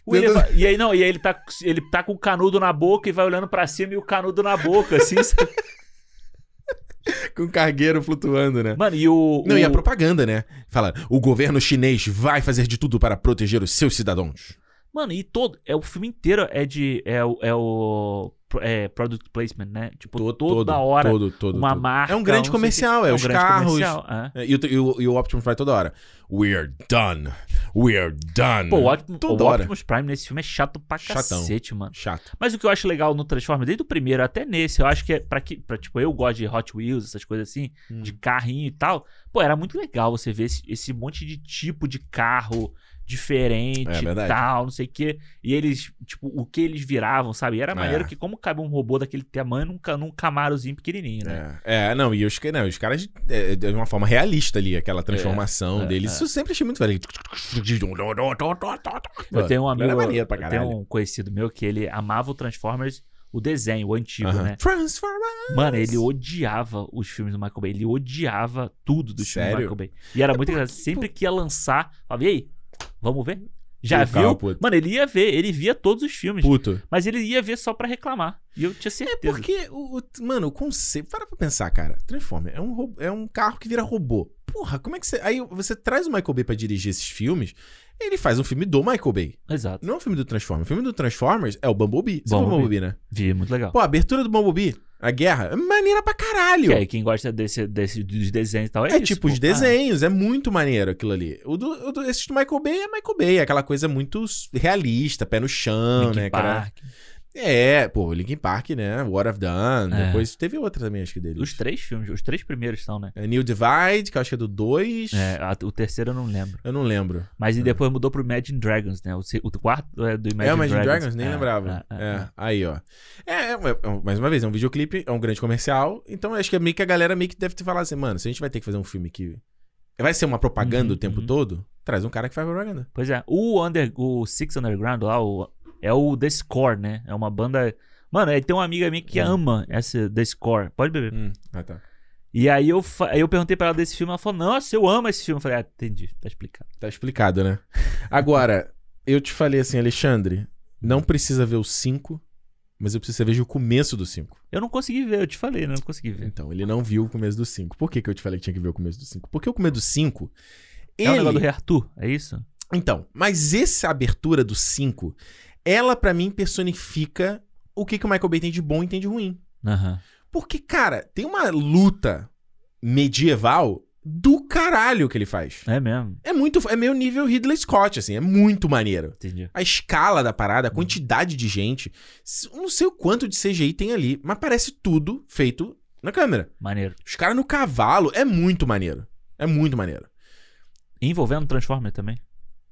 Speaker 2: O eleva- E aí, não, e aí ele tá, ele tá com o canudo na boca e vai olhando pra cima e o canudo na boca, assim. sabe?
Speaker 1: Com o cargueiro flutuando, né?
Speaker 2: Mano, e o.
Speaker 1: Não,
Speaker 2: o-
Speaker 1: e a propaganda, né? Fala, o governo chinês vai fazer de tudo para proteger os seus cidadãos.
Speaker 2: Mano, e todo. É, o filme inteiro é de. É, o- é o. É, product placement, né? Tipo, toda hora.
Speaker 1: Todo, todo,
Speaker 2: uma
Speaker 1: todo.
Speaker 2: marca.
Speaker 1: É um grande
Speaker 2: não sei o quê.
Speaker 1: comercial, é,
Speaker 2: um
Speaker 1: os
Speaker 2: grande
Speaker 1: carros.
Speaker 2: comercial, é.
Speaker 1: É, E o, e, o, e o Optimus vai toda hora. We're done. We're done.
Speaker 2: Pô, o Optimus,
Speaker 1: Toda
Speaker 2: o
Speaker 1: hora.
Speaker 2: Optimus Prime nesse filme é chato pra
Speaker 1: Hum. Chatão.
Speaker 2: cacete, mano.
Speaker 1: Chato.
Speaker 2: Mas o que eu acho legal no Transformers, desde o primeiro até nesse, eu acho que é pra que. Pra, tipo, eu gosto de Hot Wheels, essas coisas assim,
Speaker 1: Hum.
Speaker 2: de carrinho e tal. Pô, era muito legal você ver esse, esse monte de tipo de carro
Speaker 1: É
Speaker 2: diferente e
Speaker 1: verdade.
Speaker 2: tal, não sei o quê. E eles, tipo, o que eles viravam, sabe? E era
Speaker 1: É.
Speaker 2: maneiro que, como cabe um robô daquele tamanho num, ca- num camarozinho pequenininho, né?
Speaker 1: É, é, não, e os, ca- não, os caras é, de uma forma realista ali, aquela transformação
Speaker 2: é,
Speaker 1: deles.
Speaker 2: é.
Speaker 1: Isso eu sempre achei muito velho.
Speaker 2: Eu tenho um amigo,
Speaker 1: É, Era maneiro pra
Speaker 2: eu tenho
Speaker 1: caralho.
Speaker 2: um conhecido meu que ele amava o Transformers, o desenho, o antigo,
Speaker 1: Aham.
Speaker 2: né?
Speaker 1: Transformers.
Speaker 2: Mano, ele odiava os filmes do Michael Bay. Ele odiava tudo dos
Speaker 1: Sério? É
Speaker 2: filmes do Michael Bay. E era muito engraçado. Sempre que ia lançar, falava, e aí, vamos ver? Já
Speaker 1: Eu ficava
Speaker 2: viu?
Speaker 1: puto.
Speaker 2: Mano, ele ia ver, ele via todos os filmes.
Speaker 1: Puto.
Speaker 2: Mas ele ia ver só pra reclamar. E eu tinha certeza.
Speaker 1: É Porque, o, o- mano, o conceito. Para pra pensar, cara. Transformer é um, ro- é um carro que vira robô. Porra, como é que você. Aí você traz o Michael Bay pra dirigir esses filmes, ele faz um filme do Michael Bay.
Speaker 2: Exato.
Speaker 1: Não é um filme do Transformers. O filme do Transformers é o Bumblebee. Você viu o Bumblebee,
Speaker 2: Bumblebee.
Speaker 1: né?
Speaker 2: Vi, muito legal.
Speaker 1: Pô, a abertura do Bumblebee, a guerra, é maneira pra caralho.
Speaker 2: Que aí, quem gosta desse, desse, dos desenhos e tal, é,
Speaker 1: É
Speaker 2: isso,
Speaker 1: tipo
Speaker 2: pô.
Speaker 1: os
Speaker 2: Ah,
Speaker 1: desenhos, é muito maneiro aquilo ali. O do, o do- esse do Michael Bay é Michael Bay, é aquela coisa muito realista, pé no chão,
Speaker 2: Linkin
Speaker 1: né, cara?
Speaker 2: Ah, Park.
Speaker 1: É, pô, Linkin Park, né? What I've Done.
Speaker 2: É.
Speaker 1: Depois teve outra também, acho que dele.
Speaker 2: Os três filmes, os três primeiros são, né?
Speaker 1: New Divide, que eu acho que é do 2.
Speaker 2: É, a- o terceiro eu não lembro.
Speaker 1: Eu não lembro.
Speaker 2: Mas e depois mudou pro Imagine Dragons, né? O, se- o quarto é do Imagine,
Speaker 1: é o Imagine Dragons,
Speaker 2: Dragons
Speaker 1: nem
Speaker 2: É,
Speaker 1: lembrava.
Speaker 2: é,
Speaker 1: É,
Speaker 2: é, é.
Speaker 1: aí, ó. É, é, é, é, mais uma vez, é um videoclipe, é um grande comercial. Então acho que é meio que a galera meio que deve ter falado assim, mano, se a gente vai ter que fazer um filme que vai ser uma propaganda
Speaker 2: Uhum,
Speaker 1: o tempo
Speaker 2: uhum.
Speaker 1: todo, traz um cara que faz propaganda.
Speaker 2: Pois é, o, under, o Six Underground lá o, é o The Score, né? É uma banda. Mano, aí tem uma amiga minha que
Speaker 1: Hum.
Speaker 2: ama essa The Score. Pode beber.
Speaker 1: Hum, ah, tá.
Speaker 2: E aí eu, fa- aí eu perguntei pra ela desse filme, ela falou: Nossa, eu amo esse filme. Eu falei: Ah, entendi, tá explicado.
Speaker 1: Tá explicado, né? Agora, eu te falei assim, Alexandre, não precisa ver o 5, mas eu preciso que você veja o começo do 5.
Speaker 2: Eu não consegui ver, eu te falei, né? Eu não consegui ver.
Speaker 1: Então, ele não viu o começo do 5. Por que, que eu te falei que tinha que ver o começo do 5? Porque o começo do 5. Ele...
Speaker 2: É o negócio do Rei Arthur, é isso?
Speaker 1: Então, mas essa abertura do 5, ela pra mim personifica o que, que o Michael Bay tem de bom e tem de ruim.
Speaker 2: Aham.
Speaker 1: Porque, cara, tem uma luta medieval do caralho que ele faz.
Speaker 2: É mesmo.
Speaker 1: É muito. É meio nível Ridley Scott, assim. É muito maneiro.
Speaker 2: Entendi.
Speaker 1: A escala da parada, a quantidade de gente. S- eu Não sei o quanto de CGI tem ali, mas parece tudo feito na câmera.
Speaker 2: Maneiro.
Speaker 1: Os caras no cavalo é muito maneiro. É muito maneiro.
Speaker 2: Envolvendo Transformer também?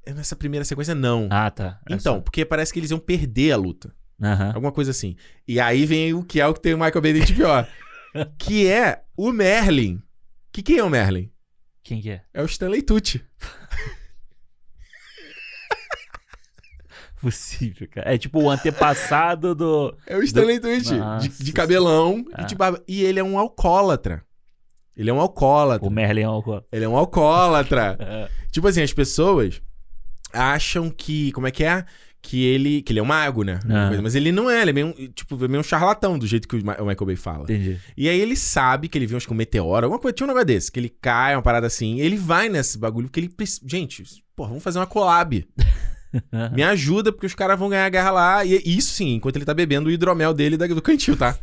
Speaker 1: É Nessa primeira sequência, não.
Speaker 2: Ah, tá. É
Speaker 1: então,
Speaker 2: só-
Speaker 1: porque parece que eles iam perder a luta.
Speaker 2: Aham.
Speaker 1: Alguma coisa assim. E aí vem o que é o que tem o Michael Bay de pior. que é o Merlin. Que quem é o Merlin?
Speaker 2: Quem que é?
Speaker 1: É o Stanley Tucci.
Speaker 2: Possível, cara. É tipo o antepassado do.
Speaker 1: É o Stanley Tucci.
Speaker 2: Nossa.
Speaker 1: De, de cabelão
Speaker 2: Ah.
Speaker 1: e de barba. E ele é um alcoólatra. Ele é um alcoólatra.
Speaker 2: O Merlin é o-
Speaker 1: Ele é um alcoólatra.
Speaker 2: É.
Speaker 1: tipo assim, as pessoas acham que. Como é que é? Que ele. Que ele é um mago, né?
Speaker 2: Ah.
Speaker 1: Coisa, Mas ele não é, ele é meio, um- tipo, meio um charlatão, do jeito que o Ma- o Michael Bay fala.
Speaker 2: Entendi.
Speaker 1: E aí ele sabe que ele viu, acho que um meteoro, alguma coisa, tinha um negócio desse, que ele cai, uma parada assim, e ele vai nesse bagulho, porque ele precisa. Gente, porra, vamos fazer uma collab. Me ajuda, porque os caras vão ganhar a guerra lá. E e isso sim, enquanto ele tá bebendo o hidromel dele da- do cantil, tá?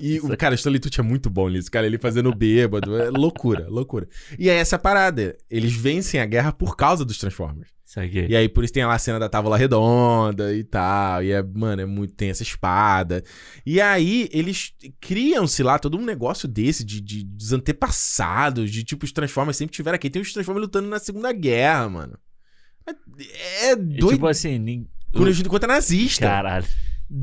Speaker 1: E o cara, o Stanley Tucci é muito bom nisso, cara. Ele fazendo bêbado. É loucura, loucura. E é essa parada. Eles vencem a guerra por causa dos Transformers.
Speaker 2: Saquei.
Speaker 1: E aí, por isso tem lá a cena da tábua redonda e tal. E é, mano, é muito. Tem essa espada. E aí, eles criam-se lá todo um negócio desse, de, de dos antepassados, de tipo, os Transformers sempre tiveram aqui. Tem os Transformers lutando na Segunda Guerra, mano. É, é
Speaker 2: E,
Speaker 1: doido.
Speaker 2: Tipo assim, nin-
Speaker 1: Quando eles lutam contra nazista.
Speaker 2: Caralho.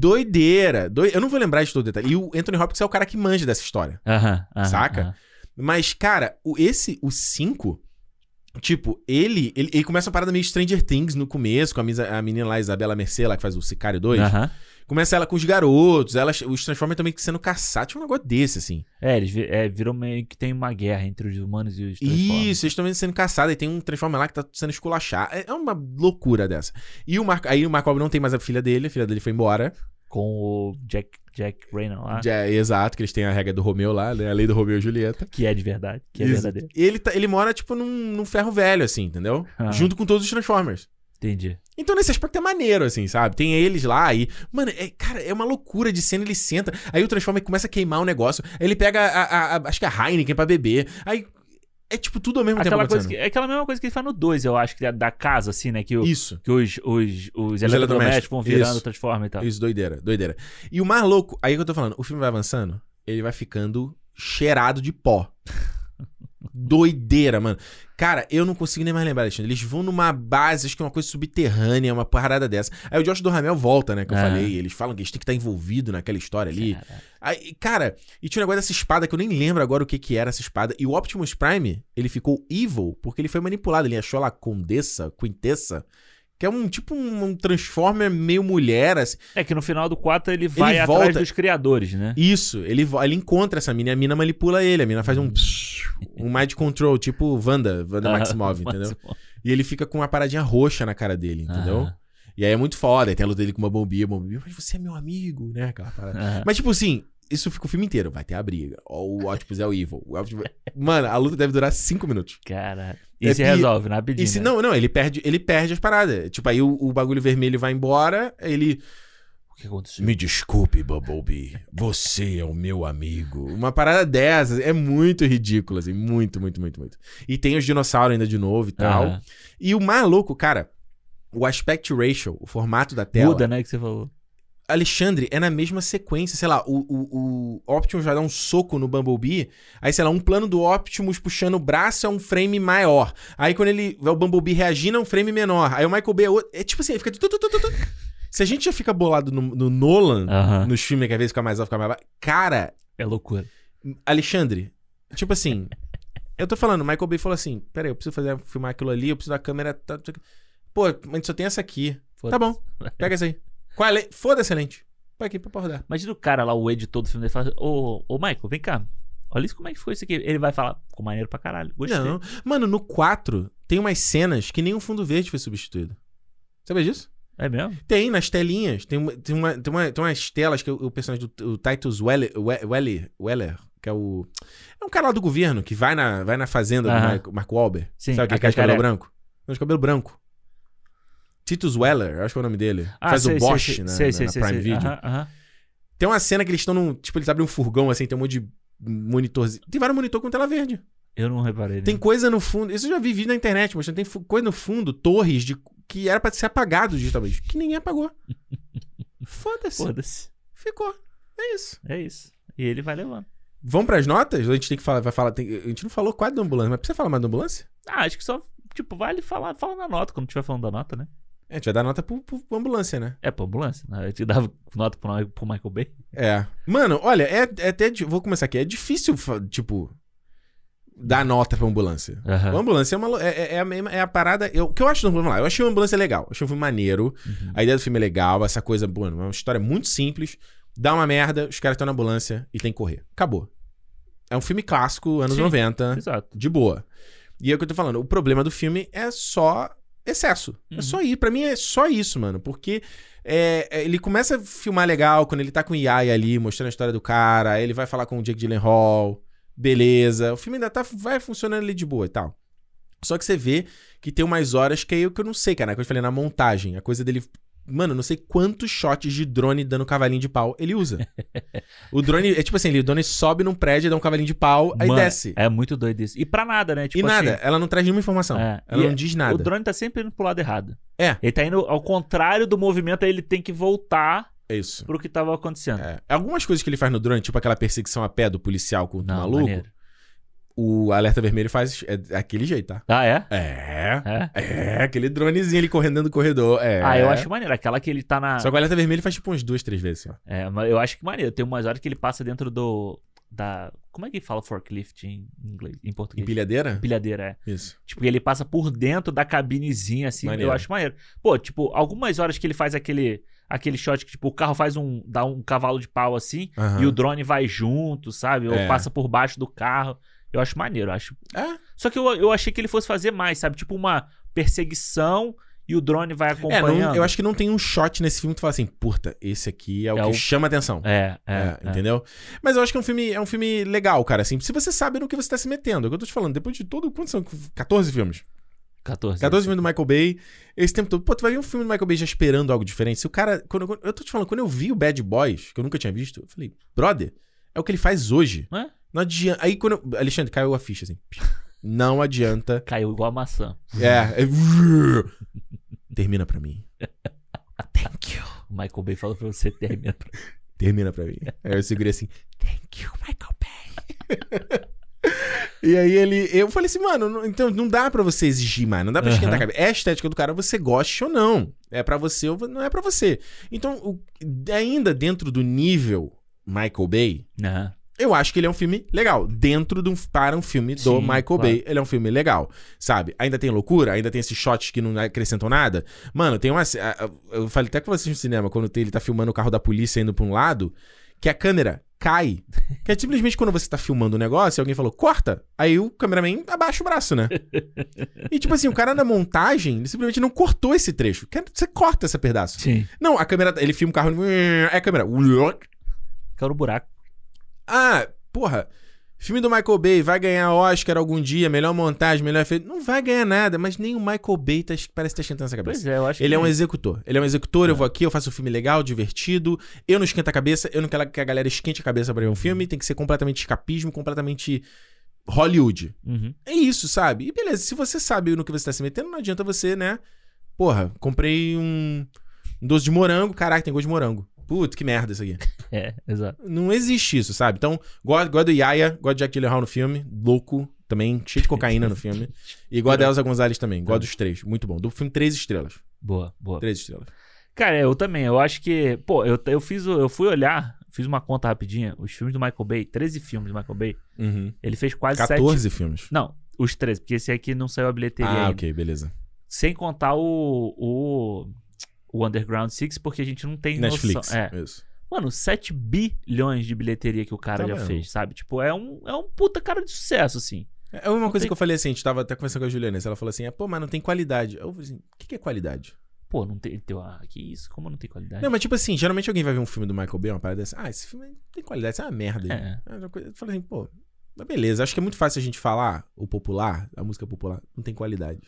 Speaker 1: Doideira. doi- Eu não vou lembrar de todo o detalhe. E o Anthony Hopkins é o cara que manja dessa história.
Speaker 2: Aham. aham,
Speaker 1: Saca?
Speaker 2: aham.
Speaker 1: Mas, cara, o, esse, o 5, tipo, ele, ele ele começa uma parada meio Stranger Things no começo, com a, misa- a menina lá, Isabela Mercê, lá que faz o Sicário 2.
Speaker 2: Aham.
Speaker 1: Começa ela com os garotos, ela, os Transformers também sendo caçados. Tinha um negócio desse, assim.
Speaker 2: É, eles vi- é, viram meio que tem uma guerra entre os humanos e os Transformers.
Speaker 1: Isso, eles também sendo caçados. E tem um Transformer lá que tá sendo esculachado. É é uma loucura dessa. E o Marco, aí o Marco Alves não tem mais a filha dele, a filha dele foi embora.
Speaker 2: Com o Jack, Jack Reynolds lá,
Speaker 1: Já- é, exato, que eles têm a regra do Romeu lá, né? A lei do Romeu e Julieta.
Speaker 2: que é de verdade, que é
Speaker 1: Isso.
Speaker 2: verdadeiro.
Speaker 1: ele, tá- ele mora, tipo, num, num ferro velho, assim, entendeu?
Speaker 2: Ah.
Speaker 1: Junto com todos os Transformers.
Speaker 2: Entendi.
Speaker 1: Então, nesse aspecto é maneiro, assim, sabe? Tem eles lá e. Mano, é- cara, é uma loucura de cena. Ele senta, aí o Transformer começa a queimar o negócio. Aí ele pega a, a- a- Acho que é a Heineken pra beber. Aí. É tipo tudo ao mesmo
Speaker 2: Aquela,
Speaker 1: tempo.
Speaker 2: coisa
Speaker 1: acontecendo.
Speaker 2: que- é aquela mesma coisa que ele faz no 2, eu acho, que é da casa, assim, né? Que, o,
Speaker 1: Isso.
Speaker 2: que os, os,
Speaker 1: eletrodomésticos,
Speaker 2: os eletrodomésticos vão virando
Speaker 1: isso.
Speaker 2: Transformer e tal.
Speaker 1: Isso, doideira, doideira. E o mais louco, aí é que eu tô falando, o filme vai avançando, ele vai ficando cheirado de pó. doideira, mano. Cara, eu não consigo nem mais lembrar, Alexandre. Eles vão numa base, acho que é uma coisa subterrânea, uma parada dessa. Aí o Josh do Ramel volta, né? Que eu
Speaker 2: Ah.
Speaker 1: falei. Eles falam que eles têm que estar envolvido naquela história ali.
Speaker 2: Caralho.
Speaker 1: Aí, cara, e tinha um negócio dessa espada que eu nem lembro agora o que que era essa espada. E o Optimus Prime, ele ficou evil porque ele foi manipulado. Ele achou lá a Condessa, Quintessa, que é um tipo um, um Transformer meio mulher, assim.
Speaker 2: É que no final do 4 ele vai atrás
Speaker 1: volta-
Speaker 2: dos criadores, né?
Speaker 1: Isso, ele, vo- ele encontra essa mina e a mina manipula ele. A mina faz um. Um mind control, tipo Wanda, Wanda
Speaker 2: Ah,
Speaker 1: Maximov, entendeu?
Speaker 2: Maximov.
Speaker 1: E ele fica com uma paradinha roxa na cara dele, entendeu?
Speaker 2: Aham,
Speaker 1: E aí é muito foda. Aí tem a luta dele com uma bombinha, bombinha. Mas você é meu amigo, né? Aquela parada.
Speaker 2: aham.
Speaker 1: Mas, tipo assim, isso fica o filme inteiro. Vai ter a briga. Ó, O Optimus é o Evil. O Optimus- Mano, a luta deve durar cinco minutos.
Speaker 2: Caralho. E
Speaker 1: É
Speaker 2: se
Speaker 1: pi-
Speaker 2: resolve, na rapidinho.
Speaker 1: E se
Speaker 2: né?
Speaker 1: não, não, ele perde, ele perde as paradas. Tipo, aí o, o bagulho vermelho vai embora, ele.
Speaker 2: O que aconteceu?
Speaker 1: Me desculpe, Bumblebee. Você é o meu amigo. Uma parada dessas é muito ridícula, assim. Muito, muito, muito, muito. E tem os dinossauros ainda de novo e tal.
Speaker 2: Aham.
Speaker 1: E o mais louco, cara, o aspect ratio, o formato da tela.
Speaker 2: Muda, né? Que você falou.
Speaker 1: Alexandre é na mesma sequência, sei lá, o, o, o Optimus vai dar um soco no Bumblebee, aí, sei lá, um plano do Optimus puxando o braço é um frame maior. Aí quando ele. O Bumblebee reagindo é um frame menor. Aí o Michael Bay é outro. É tipo assim, fica. tu, tu, tu, tu, tu. Se a gente já fica bolado no, no Nolan,
Speaker 2: Aham.
Speaker 1: nos filmes que às vezes fica mais alto, fica mais baixo. Cara,
Speaker 2: É loucura.
Speaker 1: Alexandre, tipo assim. Eu tô falando, o Michael Bay falou assim: peraí, eu preciso fazer, filmar aquilo ali, eu preciso da câmera. tá, tá, tá. Pô, a gente só tem essa aqui. Tá bom, pega essa aí. Qual é a lente? Foda-se a lente. Põe aqui pra rodar.
Speaker 2: Imagina o cara lá, o editor do filme, ele fala: Ô, ô Michael, vem cá. Olha isso como é que foi isso aqui. Ele vai falar, ficou maneiro pra caralho. Gostei.
Speaker 1: Não. Mano, no 4 tem umas cenas que nem o fundo verde foi substituído. Sabia disso?
Speaker 2: É mesmo?
Speaker 1: Tem, nas telinhas. Tem, uma, tem, uma, tem, uma- tem umas telas que o, o personagem do o Titus Weller, We- Weller, Weller, que é o. É um cara lá do governo que vai na, vai na fazenda do
Speaker 2: Aham.
Speaker 1: Marco, Marco Albert.
Speaker 2: Sim,
Speaker 1: Sabe é aquele
Speaker 2: aquele
Speaker 1: cara de cabelo
Speaker 2: careca.
Speaker 1: branco? Não, de cabelo branco. Titus Weller, eu acho que é o nome dele.
Speaker 2: Ah,
Speaker 1: Faz
Speaker 2: sei,
Speaker 1: o
Speaker 2: sei,
Speaker 1: Bosch
Speaker 2: sei,
Speaker 1: na,
Speaker 2: sei,
Speaker 1: na-
Speaker 2: sei,
Speaker 1: na
Speaker 2: sei,
Speaker 1: Prime
Speaker 2: sei.
Speaker 1: Video.
Speaker 2: Aham, aham.
Speaker 1: Tem uma cena que eles estão num. Tipo, eles abrem um furgão assim, tem um monte de monitorzinho. Tem vários monitor com tela verde.
Speaker 2: Eu não reparei.
Speaker 1: Tem
Speaker 2: né?
Speaker 1: coisa no fundo. Isso eu já vi vídeo na internet, mas tem fu- coisa no fundo, torres de que era pra ser apagado digitalmente, que ninguém apagou. Foda-se.
Speaker 2: Foda-se.
Speaker 1: Ficou. É isso.
Speaker 2: É isso. E ele vai levando.
Speaker 1: Vamos pras notas? Ou A gente tem que falar, vai falar, tem- a gente não falou quase da ambulância, mas precisa falar mais da ambulância?
Speaker 2: Ah, acho que só, tipo, vale falar, fala na nota quando estiver falando da nota, né?
Speaker 1: É, a gente vai dar nota pro, pro, pro ambulância, né?
Speaker 2: É, pra ambulância. né? Eu te dava nota pro, pro Michael Bay.
Speaker 1: É. Mano, olha, é, é até. di- Vou começar aqui. É difícil, fa- tipo, dar nota pra ambulância. A
Speaker 2: Aham.
Speaker 1: ambulância é, uma, lo- é, é- é a mesma- é a parada. Eu, o que eu acho do vamos lá, eu achei a ambulância legal. Achei o filme maneiro.
Speaker 2: Uhum.
Speaker 1: A ideia do filme é legal. Essa coisa, boa, é uma história muito simples. Dá uma merda, os caras estão na ambulância e tem que correr. Acabou. É um filme clássico, anos
Speaker 2: Sim.
Speaker 1: 90,
Speaker 2: Exato.
Speaker 1: de boa. E é o que eu tô falando. O problema do filme é só excesso. É
Speaker 2: Uhum.
Speaker 1: só ir. Pra mim é só isso, mano. Porque é, é, ele começa a filmar legal quando ele tá com o Yaya ali, mostrando a história do cara. Aí ele vai falar com o Jake Gyllenhaal. Beleza. O filme ainda tá, vai funcionando ali de boa e tal. Só que você vê que tem umas horas que aí eu que eu não sei, cara. né, Que eu falei na montagem. A coisa dele... Mano, não sei quantos shots de drone dando cavalinho de pau ele usa. o drone... É tipo assim, ele, o drone sobe num prédio, dá um cavalinho de pau, aí
Speaker 2: Mano,
Speaker 1: desce.
Speaker 2: É muito doido isso. E pra nada, né? Tipo
Speaker 1: e nada,
Speaker 2: assim,
Speaker 1: ela não traz nenhuma informação.
Speaker 2: É,
Speaker 1: Ela
Speaker 2: e
Speaker 1: não diz
Speaker 2: o
Speaker 1: nada.
Speaker 2: drone tá sempre indo pro lado errado.
Speaker 1: É.
Speaker 2: Ele tá indo ao contrário do movimento, aí ele tem que voltar
Speaker 1: É isso.
Speaker 2: pro que tava acontecendo.
Speaker 1: É. Algumas coisas que ele faz no drone, tipo aquela perseguição a pé do policial com o
Speaker 2: Não,
Speaker 1: maluco,
Speaker 2: maneiro.
Speaker 1: o alerta vermelho faz é, daquele jeito, tá?
Speaker 2: Ah, é?
Speaker 1: É.
Speaker 2: É?
Speaker 1: É, aquele dronezinho ali correndo dentro do corredor. É.
Speaker 2: Ah, eu acho maneiro. Aquela que ele tá na.
Speaker 1: Só que o alerta vermelho faz tipo umas duas, três vezes, assim, ó.
Speaker 2: É, mas eu acho que maneiro. Tem umas horas que ele passa dentro do. Da. Como é que fala forklift em inglês? Em português?
Speaker 1: Empilhadeira?
Speaker 2: Empilhadeira, é.
Speaker 1: Isso.
Speaker 2: Tipo, ele passa por dentro da cabinezinha, assim.
Speaker 1: Maneiro.
Speaker 2: Eu acho maneiro. Pô, tipo, algumas horas que ele faz aquele. Aquele shot que, tipo, o carro faz um. dá um cavalo de pau assim.
Speaker 1: Aham.
Speaker 2: E o drone vai junto, sabe? Ou
Speaker 1: É.
Speaker 2: passa por baixo do carro. Eu acho maneiro, eu acho.
Speaker 1: É.
Speaker 2: Só que eu, eu achei que ele fosse fazer mais, sabe? Tipo uma perseguição e o drone vai
Speaker 1: É, não-
Speaker 2: acompanhando.
Speaker 1: eu acho que não tem um shot nesse filme que tu fala assim, puta, esse aqui é o
Speaker 2: É
Speaker 1: que
Speaker 2: o-
Speaker 1: chama atenção.
Speaker 2: É, é.
Speaker 1: É,
Speaker 2: é.
Speaker 1: entendeu? Mas eu acho que é um filme, é um filme legal, cara, assim. Se você sabe no que você tá se metendo, é o que eu tô te falando, depois de todo, quantos são? 14 filmes?
Speaker 2: 14.
Speaker 1: 14 filmes do Michael Bay. Esse tempo todo. Pô, tu vai ver um filme do Michael Bay já esperando algo diferente. Se o cara. Quando, quando- eu tô te falando, quando eu vi o Bad Boys, que eu nunca tinha visto, eu falei, brother, é o que ele faz hoje.
Speaker 2: É.
Speaker 1: Não adianta. Aí quando. eu- Alexandre, caiu a ficha assim. Não adianta.
Speaker 2: Caiu igual a maçã.
Speaker 1: É. é- Termina pra mim. Thank you.
Speaker 2: O Michael Bay falou pra você terminar.
Speaker 1: Termina pra mim. Aí eu segurei assim. Thank you, Michael Bay. E aí ele. Eu falei assim, mano, não- então não dá pra você exigir mais, não dá pra
Speaker 2: Aham.
Speaker 1: esquentar a cabeça. É a estética do cara, você goste ou não. É pra você ou não é pra você. Então, o- ainda dentro do nível Michael Bay,
Speaker 2: Não.
Speaker 1: eu acho que ele é um filme legal. Dentro de um, para um filme do
Speaker 2: Sim,
Speaker 1: Michael
Speaker 2: claro.
Speaker 1: Bay, ele é um filme legal. Sabe? Ainda tem loucura, ainda tem esses shots que não acrescentam nada. Mano, tem uma. ce- a- a- Eu falei até com vocês no cinema, quando tem- ele tá filmando o carro da polícia indo pra um lado, que a câmera cai. Que é simplesmente quando você tá filmando um negócio e alguém falou, corta, aí o cameraman abaixa o braço, né? E tipo assim, o cara na montagem, ele simplesmente não cortou esse trecho. Quer- Você corta esse pedaço.
Speaker 2: Sim.
Speaker 1: Não, a câmera. Ele filma o carro. Aí a câmera.
Speaker 2: Caiu no buraco.
Speaker 1: Ah, porra. Filme do Michael Bay vai ganhar Oscar algum dia, melhor montagem, melhor efeito. Não vai ganhar nada, mas nem o Michael Bay tá, parece estar esquentando essa cabeça.
Speaker 2: Pois é, eu acho
Speaker 1: Ele
Speaker 2: que.
Speaker 1: é um executor. Ele é um executor, eu vou aqui, eu faço um filme legal, divertido. Eu não esquento a cabeça, eu não quero que a galera esquente a cabeça pra ver um filme. Tem que ser completamente escapismo, completamente Hollywood.
Speaker 2: Uhum.
Speaker 1: É isso, sabe? E beleza, se você sabe no que você tá se metendo, não adianta você, né? Porra, comprei um, um doce de morango, caraca, tem gosto de morango. Puta, que merda isso aqui.
Speaker 2: É, exato.
Speaker 1: Não existe isso, sabe? Então, gosto gosto do Yaya, gosto de Jack Gyllenhaal no filme, louco, também, cheio de cocaína no filme. E gosto da Elsa Gonzalez também, gosto dos três, muito bom. Do filme, três estrelas.
Speaker 2: Boa, boa.
Speaker 1: Três estrelas.
Speaker 2: Cara, eu também. Eu acho que. Pô, eu, eu fiz. o- Eu fui olhar, fiz uma conta rapidinha. Os filmes do Michael Bay, 13 filmes do Michael Bay.
Speaker 1: Uhum.
Speaker 2: Ele fez quase 7.
Speaker 1: 14 filmes.
Speaker 2: Não, os 13, porque esse aqui não saiu a bilheteria
Speaker 1: Ah,
Speaker 2: ainda.
Speaker 1: ok, beleza.
Speaker 2: Sem contar o, o. o Underground Six, porque a gente não tem
Speaker 1: Netflix.
Speaker 2: noção. É.
Speaker 1: Isso.
Speaker 2: Mano, 7 bilhões de bilheteria que o cara
Speaker 1: Tá
Speaker 2: já
Speaker 1: mesmo.
Speaker 2: fez, sabe? Tipo, é um, é um puta cara de sucesso, assim.
Speaker 1: É uma coisa
Speaker 2: tem-
Speaker 1: que eu falei assim, a gente tava até conversando com a Juliana, ela falou assim, ah, pô, mas não tem qualidade. Eu falei assim, o que, que é qualidade?
Speaker 2: Pô, não tem. tem- Ah, que isso? Como não tem qualidade?
Speaker 1: Não, mas tipo assim, geralmente alguém vai ver um filme do Michael Bay, uma parada assim, ah, esse filme não tem qualidade, isso é uma merda. gente.
Speaker 2: É.
Speaker 1: É uma coisa- Eu falei assim, pô, mas beleza, acho que é muito fácil a gente falar o popular, a música popular, não tem qualidade.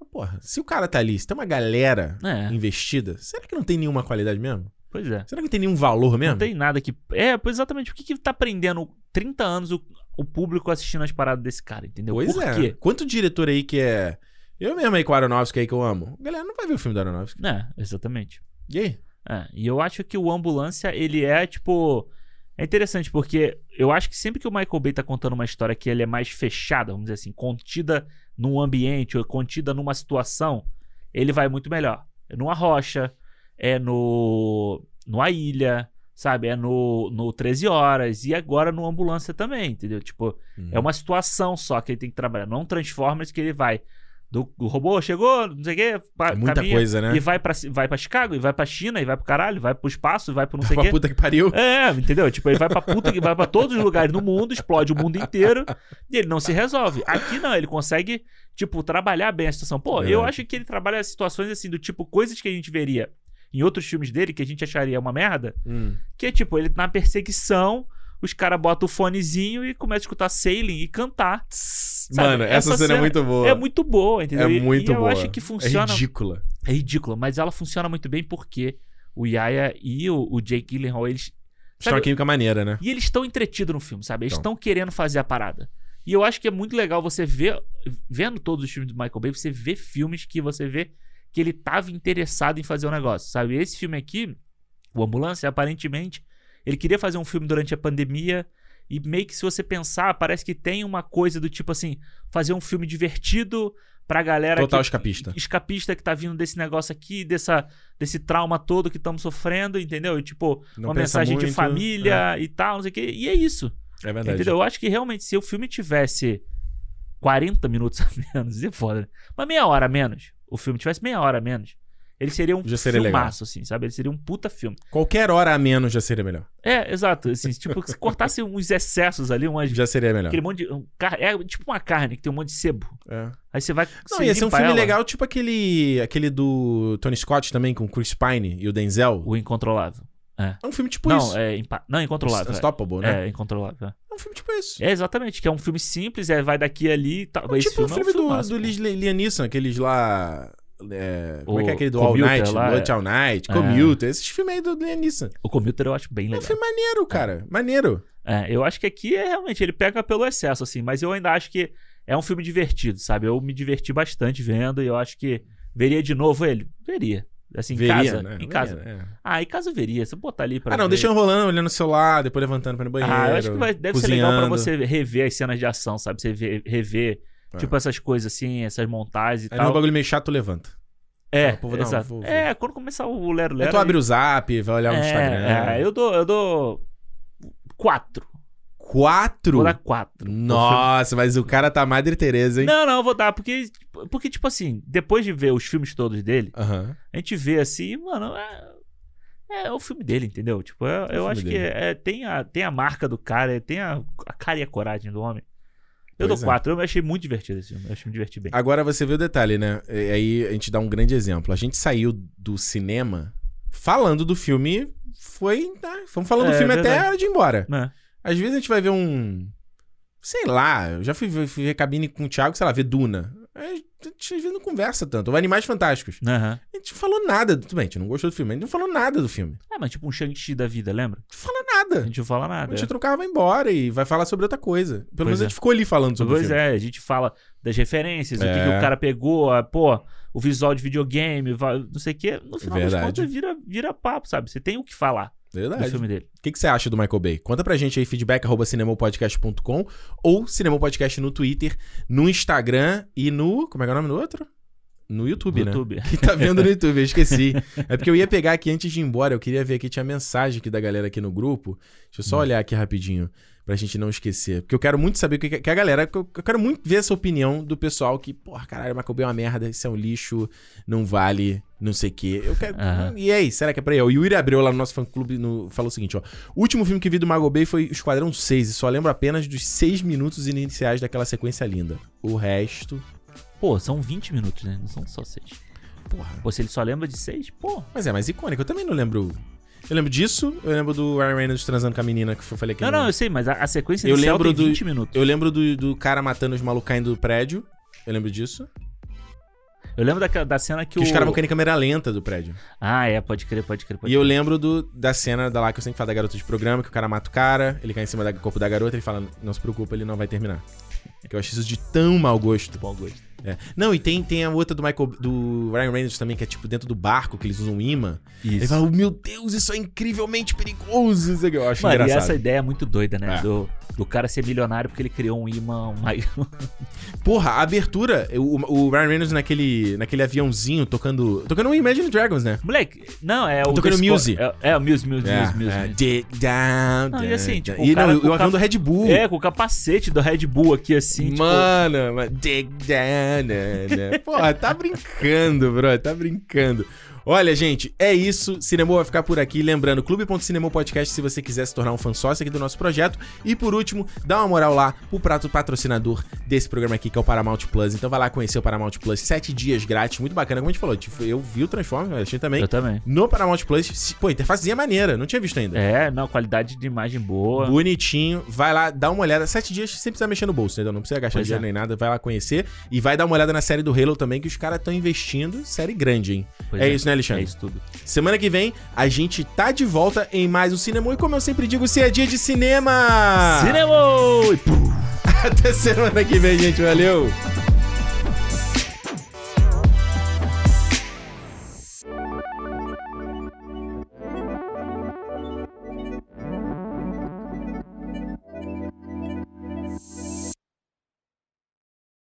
Speaker 1: Mas, porra, se o cara tá ali, se tem uma galera
Speaker 2: É,
Speaker 1: investida, será que não tem nenhuma qualidade mesmo?
Speaker 2: pois é.
Speaker 1: Será que não tem nenhum valor mesmo?
Speaker 2: Não tem nada que. É, pois exatamente. Por que, que tá prendendo 30 anos o, o público assistindo as paradas desse cara, entendeu?
Speaker 1: Pois
Speaker 2: Por
Speaker 1: é.
Speaker 2: quê?
Speaker 1: Quanto diretor aí que é. Eu mesmo aí com o Aronofsky aí que eu amo. A galera não vai ver o filme do Aronofsky.
Speaker 2: É, exatamente.
Speaker 1: E aí?
Speaker 2: É, e eu acho que o Ambulância, ele é, tipo. É interessante, porque eu acho que sempre que o Michael Bay tá contando uma história que ele é mais fechada, vamos dizer assim, contida num ambiente ou contida numa situação, ele vai muito melhor. É numa rocha, é no. numa ilha, sabe? É no, no 13 Horas, e agora no Ambulância também, entendeu? Tipo,
Speaker 1: Hum,
Speaker 2: é uma situação só que ele tem que trabalhar. Não é um Transformers que ele vai. Do, o robô chegou, não sei o quê, pa-
Speaker 1: É muita
Speaker 2: caminha,
Speaker 1: coisa, né?
Speaker 2: e vai pra, vai pra Chicago, e vai pra China, e vai pro caralho, vai pro espaço, e vai pro não sei o
Speaker 1: Pra
Speaker 2: quê.
Speaker 1: puta que pariu.
Speaker 2: É, entendeu? Tipo, ele vai pra puta que vai pra todos os lugares do mundo, explode o mundo inteiro e ele não se resolve. Aqui não, ele consegue, tipo, trabalhar bem a situação. Pô, eu
Speaker 1: Verdade.
Speaker 2: acho que ele trabalha situações assim, do tipo, coisas que a gente veria em outros filmes dele, que a gente acharia uma merda,
Speaker 1: Hum.
Speaker 2: que é tipo, ele na perseguição, os caras botam o fonezinho e começam a escutar sailing e cantar. Sabe,
Speaker 1: Mano, essa,
Speaker 2: essa
Speaker 1: cena é
Speaker 2: cena
Speaker 1: muito boa.
Speaker 2: É muito boa, entendeu?
Speaker 1: É
Speaker 2: E-
Speaker 1: muito
Speaker 2: e eu
Speaker 1: boa.
Speaker 2: acho que
Speaker 1: É
Speaker 2: funciona
Speaker 1: ridícula.
Speaker 2: é ridícula, mas ela funciona muito bem porque o Yaya e o, o Jake Gyllenhaal, eles.
Speaker 1: Isso é uma química maneira, né?
Speaker 2: E eles estão entretidos no filme, sabe? Eles
Speaker 1: Então.
Speaker 2: estão querendo fazer a parada. E eu acho que é muito legal você ver. Vendo todos os filmes do Michael Bay, você vê filmes que você vê que ele tava interessado em fazer o negócio, sabe? Esse filme aqui, o Ambulância, aparentemente, ele queria fazer um filme durante a pandemia. E meio que se você pensar, parece que tem uma coisa do tipo assim, fazer um filme divertido pra galera
Speaker 1: Total
Speaker 2: que
Speaker 1: escapista.
Speaker 2: escapista que tá vindo desse negócio aqui, dessa, desse trauma todo que estamos sofrendo, entendeu? E, tipo,
Speaker 1: Não
Speaker 2: uma
Speaker 1: pensa
Speaker 2: mensagem de
Speaker 1: muito.
Speaker 2: família e tal, não sei o quê. E é isso.
Speaker 1: É, é verdade.
Speaker 2: Entendeu? Eu acho que realmente, se o filme tivesse 40 minutos a menos, é foda, né? Mas meia hora a menos, o filme tivesse meia hora a menos, ele seria um
Speaker 1: Já seria
Speaker 2: filmaço, assim, sabe? Ele seria um puta filme.
Speaker 1: Qualquer hora a menos já seria melhor.
Speaker 2: É, exato. Assim, tipo, se cortasse uns excessos ali, umas.
Speaker 1: Já seria melhor.
Speaker 2: Aquele monte de. um car- é tipo uma carne que tem um monte de sebo.
Speaker 1: É.
Speaker 2: Aí você vai.
Speaker 1: Não,
Speaker 2: você
Speaker 1: ia ser um
Speaker 2: limpa
Speaker 1: filme
Speaker 2: ela.
Speaker 1: legal, tipo aquele aquele do Tony Scott também, com o Chris Pine e o Denzel.
Speaker 2: O incontrolável.
Speaker 1: É um filme tipo
Speaker 2: não,
Speaker 1: isso.
Speaker 2: é impa... não, incontrolável. é.
Speaker 1: Unstoppable, né?
Speaker 2: É, incontrolável.
Speaker 1: É um filme tipo isso.
Speaker 2: É, É, exatamente, que é um filme simples, é, vai daqui e ali. Tá,
Speaker 1: É
Speaker 2: esse
Speaker 1: tipo o
Speaker 2: filme,
Speaker 1: filme,
Speaker 2: é um filmaço,
Speaker 1: do, do
Speaker 2: pô.
Speaker 1: Liz- Liam Neeson, aqueles lá... é, como é que é
Speaker 2: O
Speaker 1: aquele do All
Speaker 2: Commuter
Speaker 1: Night,
Speaker 2: lá,
Speaker 1: Blood
Speaker 2: é.
Speaker 1: All Night,
Speaker 2: É.
Speaker 1: Commuter, esses filmes aí do Liam Neeson.
Speaker 2: O Commuter eu acho bem
Speaker 1: É um
Speaker 2: legal.
Speaker 1: filme maneiro, cara. Maneiro.
Speaker 2: É, eu acho que aqui é realmente, ele pega pelo excesso, assim, mas eu ainda acho que é um filme divertido, sabe? Eu me diverti bastante vendo e eu acho que veria de novo ele? Veria. Assim, em
Speaker 1: Veria,
Speaker 2: casa.
Speaker 1: né?
Speaker 2: Em
Speaker 1: Veria,
Speaker 2: casa.
Speaker 1: né?
Speaker 2: Ah, em casa eu veria. Se eu botar ali pra.
Speaker 1: Ah, não,
Speaker 2: ver.
Speaker 1: deixa enrolando, olhando o celular, depois levantando pra ir no banheiro.
Speaker 2: Ah, eu acho que vai- deve ser legal pra
Speaker 1: cozinhando.
Speaker 2: você rever as cenas de ação, sabe? Você vê- rever,
Speaker 1: É.
Speaker 2: tipo, essas coisas assim, essas montagens e
Speaker 1: Aí
Speaker 2: tal.
Speaker 1: no bagulho meio chato, levanta.
Speaker 2: É,
Speaker 1: Ah, pô, vou dar um-
Speaker 2: exato.
Speaker 1: vou- vou.
Speaker 2: É, quando começar o Lero Lero.
Speaker 1: Aí tu abre
Speaker 2: aí-
Speaker 1: o zap, vai olhar no Instagram. né?
Speaker 2: É, eu dou. Eu dou. Quatro.
Speaker 1: Quatro?
Speaker 2: Vou dar quatro.
Speaker 1: Nossa, mas o cara tá Madre Teresa, hein?
Speaker 2: Não, não, eu vou dar, porque. Porque, tipo assim, depois de ver os filmes todos dele,
Speaker 1: Aham.
Speaker 2: a gente vê assim, mano, é. É o filme dele, entendeu? Tipo, eu, eu
Speaker 1: filme
Speaker 2: acho que
Speaker 1: dele.
Speaker 2: é- é- tem, a, tem a marca do cara, é- tem a, a cara e a coragem do homem. Eu
Speaker 1: Pois
Speaker 2: dou
Speaker 1: é.
Speaker 2: quatro, eu achei muito divertido esse filme, eu achei me diverti bem.
Speaker 1: Agora você vê o detalhe, né? E aí a gente dá um grande exemplo. A gente saiu do cinema falando do filme, foi. Tá, fomos falando do
Speaker 2: É,
Speaker 1: filme até
Speaker 2: verdade.
Speaker 1: a hora de ir embora.
Speaker 2: Né?
Speaker 1: Às vezes a gente vai ver um. Sei lá, eu já fui, ver- fui ver cabine com o Thiago, sei lá, ver Duna. Aí A gente às vezes não conversa tanto. Ou Animais Fantásticos.
Speaker 2: É, Aham.
Speaker 1: A gente não falou nada. Tudo bem, a gente não gostou do filme. A gente não falou nada do filme.
Speaker 2: É, mas tipo um Shang-Chi da vida, lembra?
Speaker 1: Não falou
Speaker 2: A
Speaker 1: nada.
Speaker 2: gente não fala
Speaker 1: A
Speaker 2: nada.
Speaker 1: gente
Speaker 2: é.
Speaker 1: trocava vai embora e vai falar sobre outra coisa. Pelo menos
Speaker 2: é.
Speaker 1: a gente ficou ali falando sobre o
Speaker 2: Pois
Speaker 1: filme.
Speaker 2: é, a gente fala das referências, o que, que
Speaker 1: É.
Speaker 2: o cara pegou, a- pô, o visual de videogame, va- não sei o quê. No final das
Speaker 1: Verdade. É,
Speaker 2: contas vira, vira papo, sabe? Você tem o que falar do
Speaker 1: Verdade.
Speaker 2: filme dele.
Speaker 1: O que, que você acha do Michael Bay? Conta pra gente aí, feedback, arroba cinemopodcast.com ou cinemopodcast no Twitter, no Instagram e no... Como é que é o nome do outro? No YouTube,
Speaker 2: No
Speaker 1: né?
Speaker 2: YouTube.
Speaker 1: Que tá vendo no YouTube, eu esqueci. É porque eu ia pegar aqui antes de ir embora, eu queria ver aqui, tinha mensagem aqui da galera aqui no grupo. Deixa eu só olhar aqui rapidinho, pra gente não esquecer. Porque eu quero muito saber o que, que a galera... que Eu eu quero muito ver essa opinião do pessoal que, porra, caralho, Michael Bay é uma merda, isso é um lixo, não vale, não sei o quê. Eu quero...
Speaker 2: Aham.
Speaker 1: E aí, será que é pra aí? O Yuri Abreu lá no nosso fã-clube no... falou o seguinte, ó. O último filme que vi do Michael Bay foi Esquadrão 6, e só lembro apenas dos 6 minutos iniciais daquela sequência linda. O resto...
Speaker 2: Pô, são 20 minutos, né? Não são só seis.
Speaker 1: Porra...
Speaker 2: Pô, se ele só lembra de seis, pô.
Speaker 1: Mas é mais icônico. Eu também não lembro. Eu lembro disso. Eu lembro do Ryan Reynolds transando com a menina que eu falei que
Speaker 2: Não, não, eu sei, mas a, a sequência
Speaker 1: Eu
Speaker 2: inicial
Speaker 1: lembro
Speaker 2: tem
Speaker 1: do-
Speaker 2: 20 minutos.
Speaker 1: Eu lembro do, do cara matando os malucos caindo do prédio. Eu lembro disso.
Speaker 2: Eu, Eu lembro daquela, da cena que,
Speaker 1: Que
Speaker 2: o.
Speaker 1: os caras vão cair em câmera lenta do prédio.
Speaker 2: Ah, é, pode crer, pode crer, pode
Speaker 1: E eu lembro do- da cena da lá que eu sempre falo da garota de programa, que o cara mata o cara, ele cai em cima da- do corpo da garota, ele fala, não se preocupa, ele não vai terminar. Que eu acho isso de tão mau gosto.
Speaker 2: Bom gosto.
Speaker 1: É. Não, e tem, tem a outra do Michael do Ryan Reynolds também, que é tipo dentro do barco, que eles usam um imã. Ele
Speaker 2: Isso.
Speaker 1: fala, "Oh, meu Deus, isso é incrivelmente perigoso. Isso é que eu acho
Speaker 2: Mano, e
Speaker 1: engraçado.
Speaker 2: essa ideia é muito doida, né?
Speaker 1: É.
Speaker 2: Do, do cara ser milionário porque ele criou um imã. Uma...
Speaker 1: Porra, a abertura, o, o Ryan Reynolds naquele, naquele aviãozinho tocando. Tocando um Imagine Dragons, né?
Speaker 2: Moleque, não, é o.
Speaker 1: tocando
Speaker 2: desse-
Speaker 1: Muse.
Speaker 2: É, é o Muse, Muse, Muse, Muse.
Speaker 1: é,
Speaker 2: Muse.
Speaker 1: dig down,
Speaker 2: Não, e
Speaker 1: down,
Speaker 2: assim, tipo,
Speaker 1: down.
Speaker 2: o
Speaker 1: E
Speaker 2: cara
Speaker 1: não,
Speaker 2: com
Speaker 1: o avião
Speaker 2: cap-
Speaker 1: do Red Bull.
Speaker 2: É, com o capacete do Red Bull aqui, assim.
Speaker 1: Mano, mas- dig down. down, down. Porra, tá brincando, bro, tá brincando. Olha, gente, é isso. Cinema vai ficar por aqui. Lembrando, clube.cinema podcast se você quiser se tornar um fã sócio aqui do nosso projeto. E por último, dá uma moral lá pro prato patrocinador desse programa aqui, que é o Paramount Plus. Então vai lá conhecer o Paramount Plus, sete dias grátis, muito bacana. Como a gente falou, tipo, eu vi o Transformers, eu achei
Speaker 2: Pô,
Speaker 1: também.
Speaker 2: eu também.
Speaker 1: No Paramount Plus, se- pô, interfacezinha maneira, não tinha visto ainda.
Speaker 2: É, não, qualidade de imagem boa.
Speaker 1: Bonitinho, vai lá, dá uma olhada. Sete dias sem precisar mexer no bolso, entendeu? Não precisa gastar
Speaker 2: Pois
Speaker 1: dinheiro
Speaker 2: é.
Speaker 1: nem nada, vai lá conhecer. E vai dar uma olhada na série do Halo também, que os caras estão investindo. Série grande, hein?
Speaker 2: Pois
Speaker 1: é, isso, né,
Speaker 2: É
Speaker 1: Alexandre?
Speaker 2: isso tudo.
Speaker 1: Semana que vem, a gente tá de volta em mais um cinema. E como eu sempre digo, se é dia de cinema!
Speaker 2: Cinema! E pum.
Speaker 1: Até semana que vem, gente. Valeu!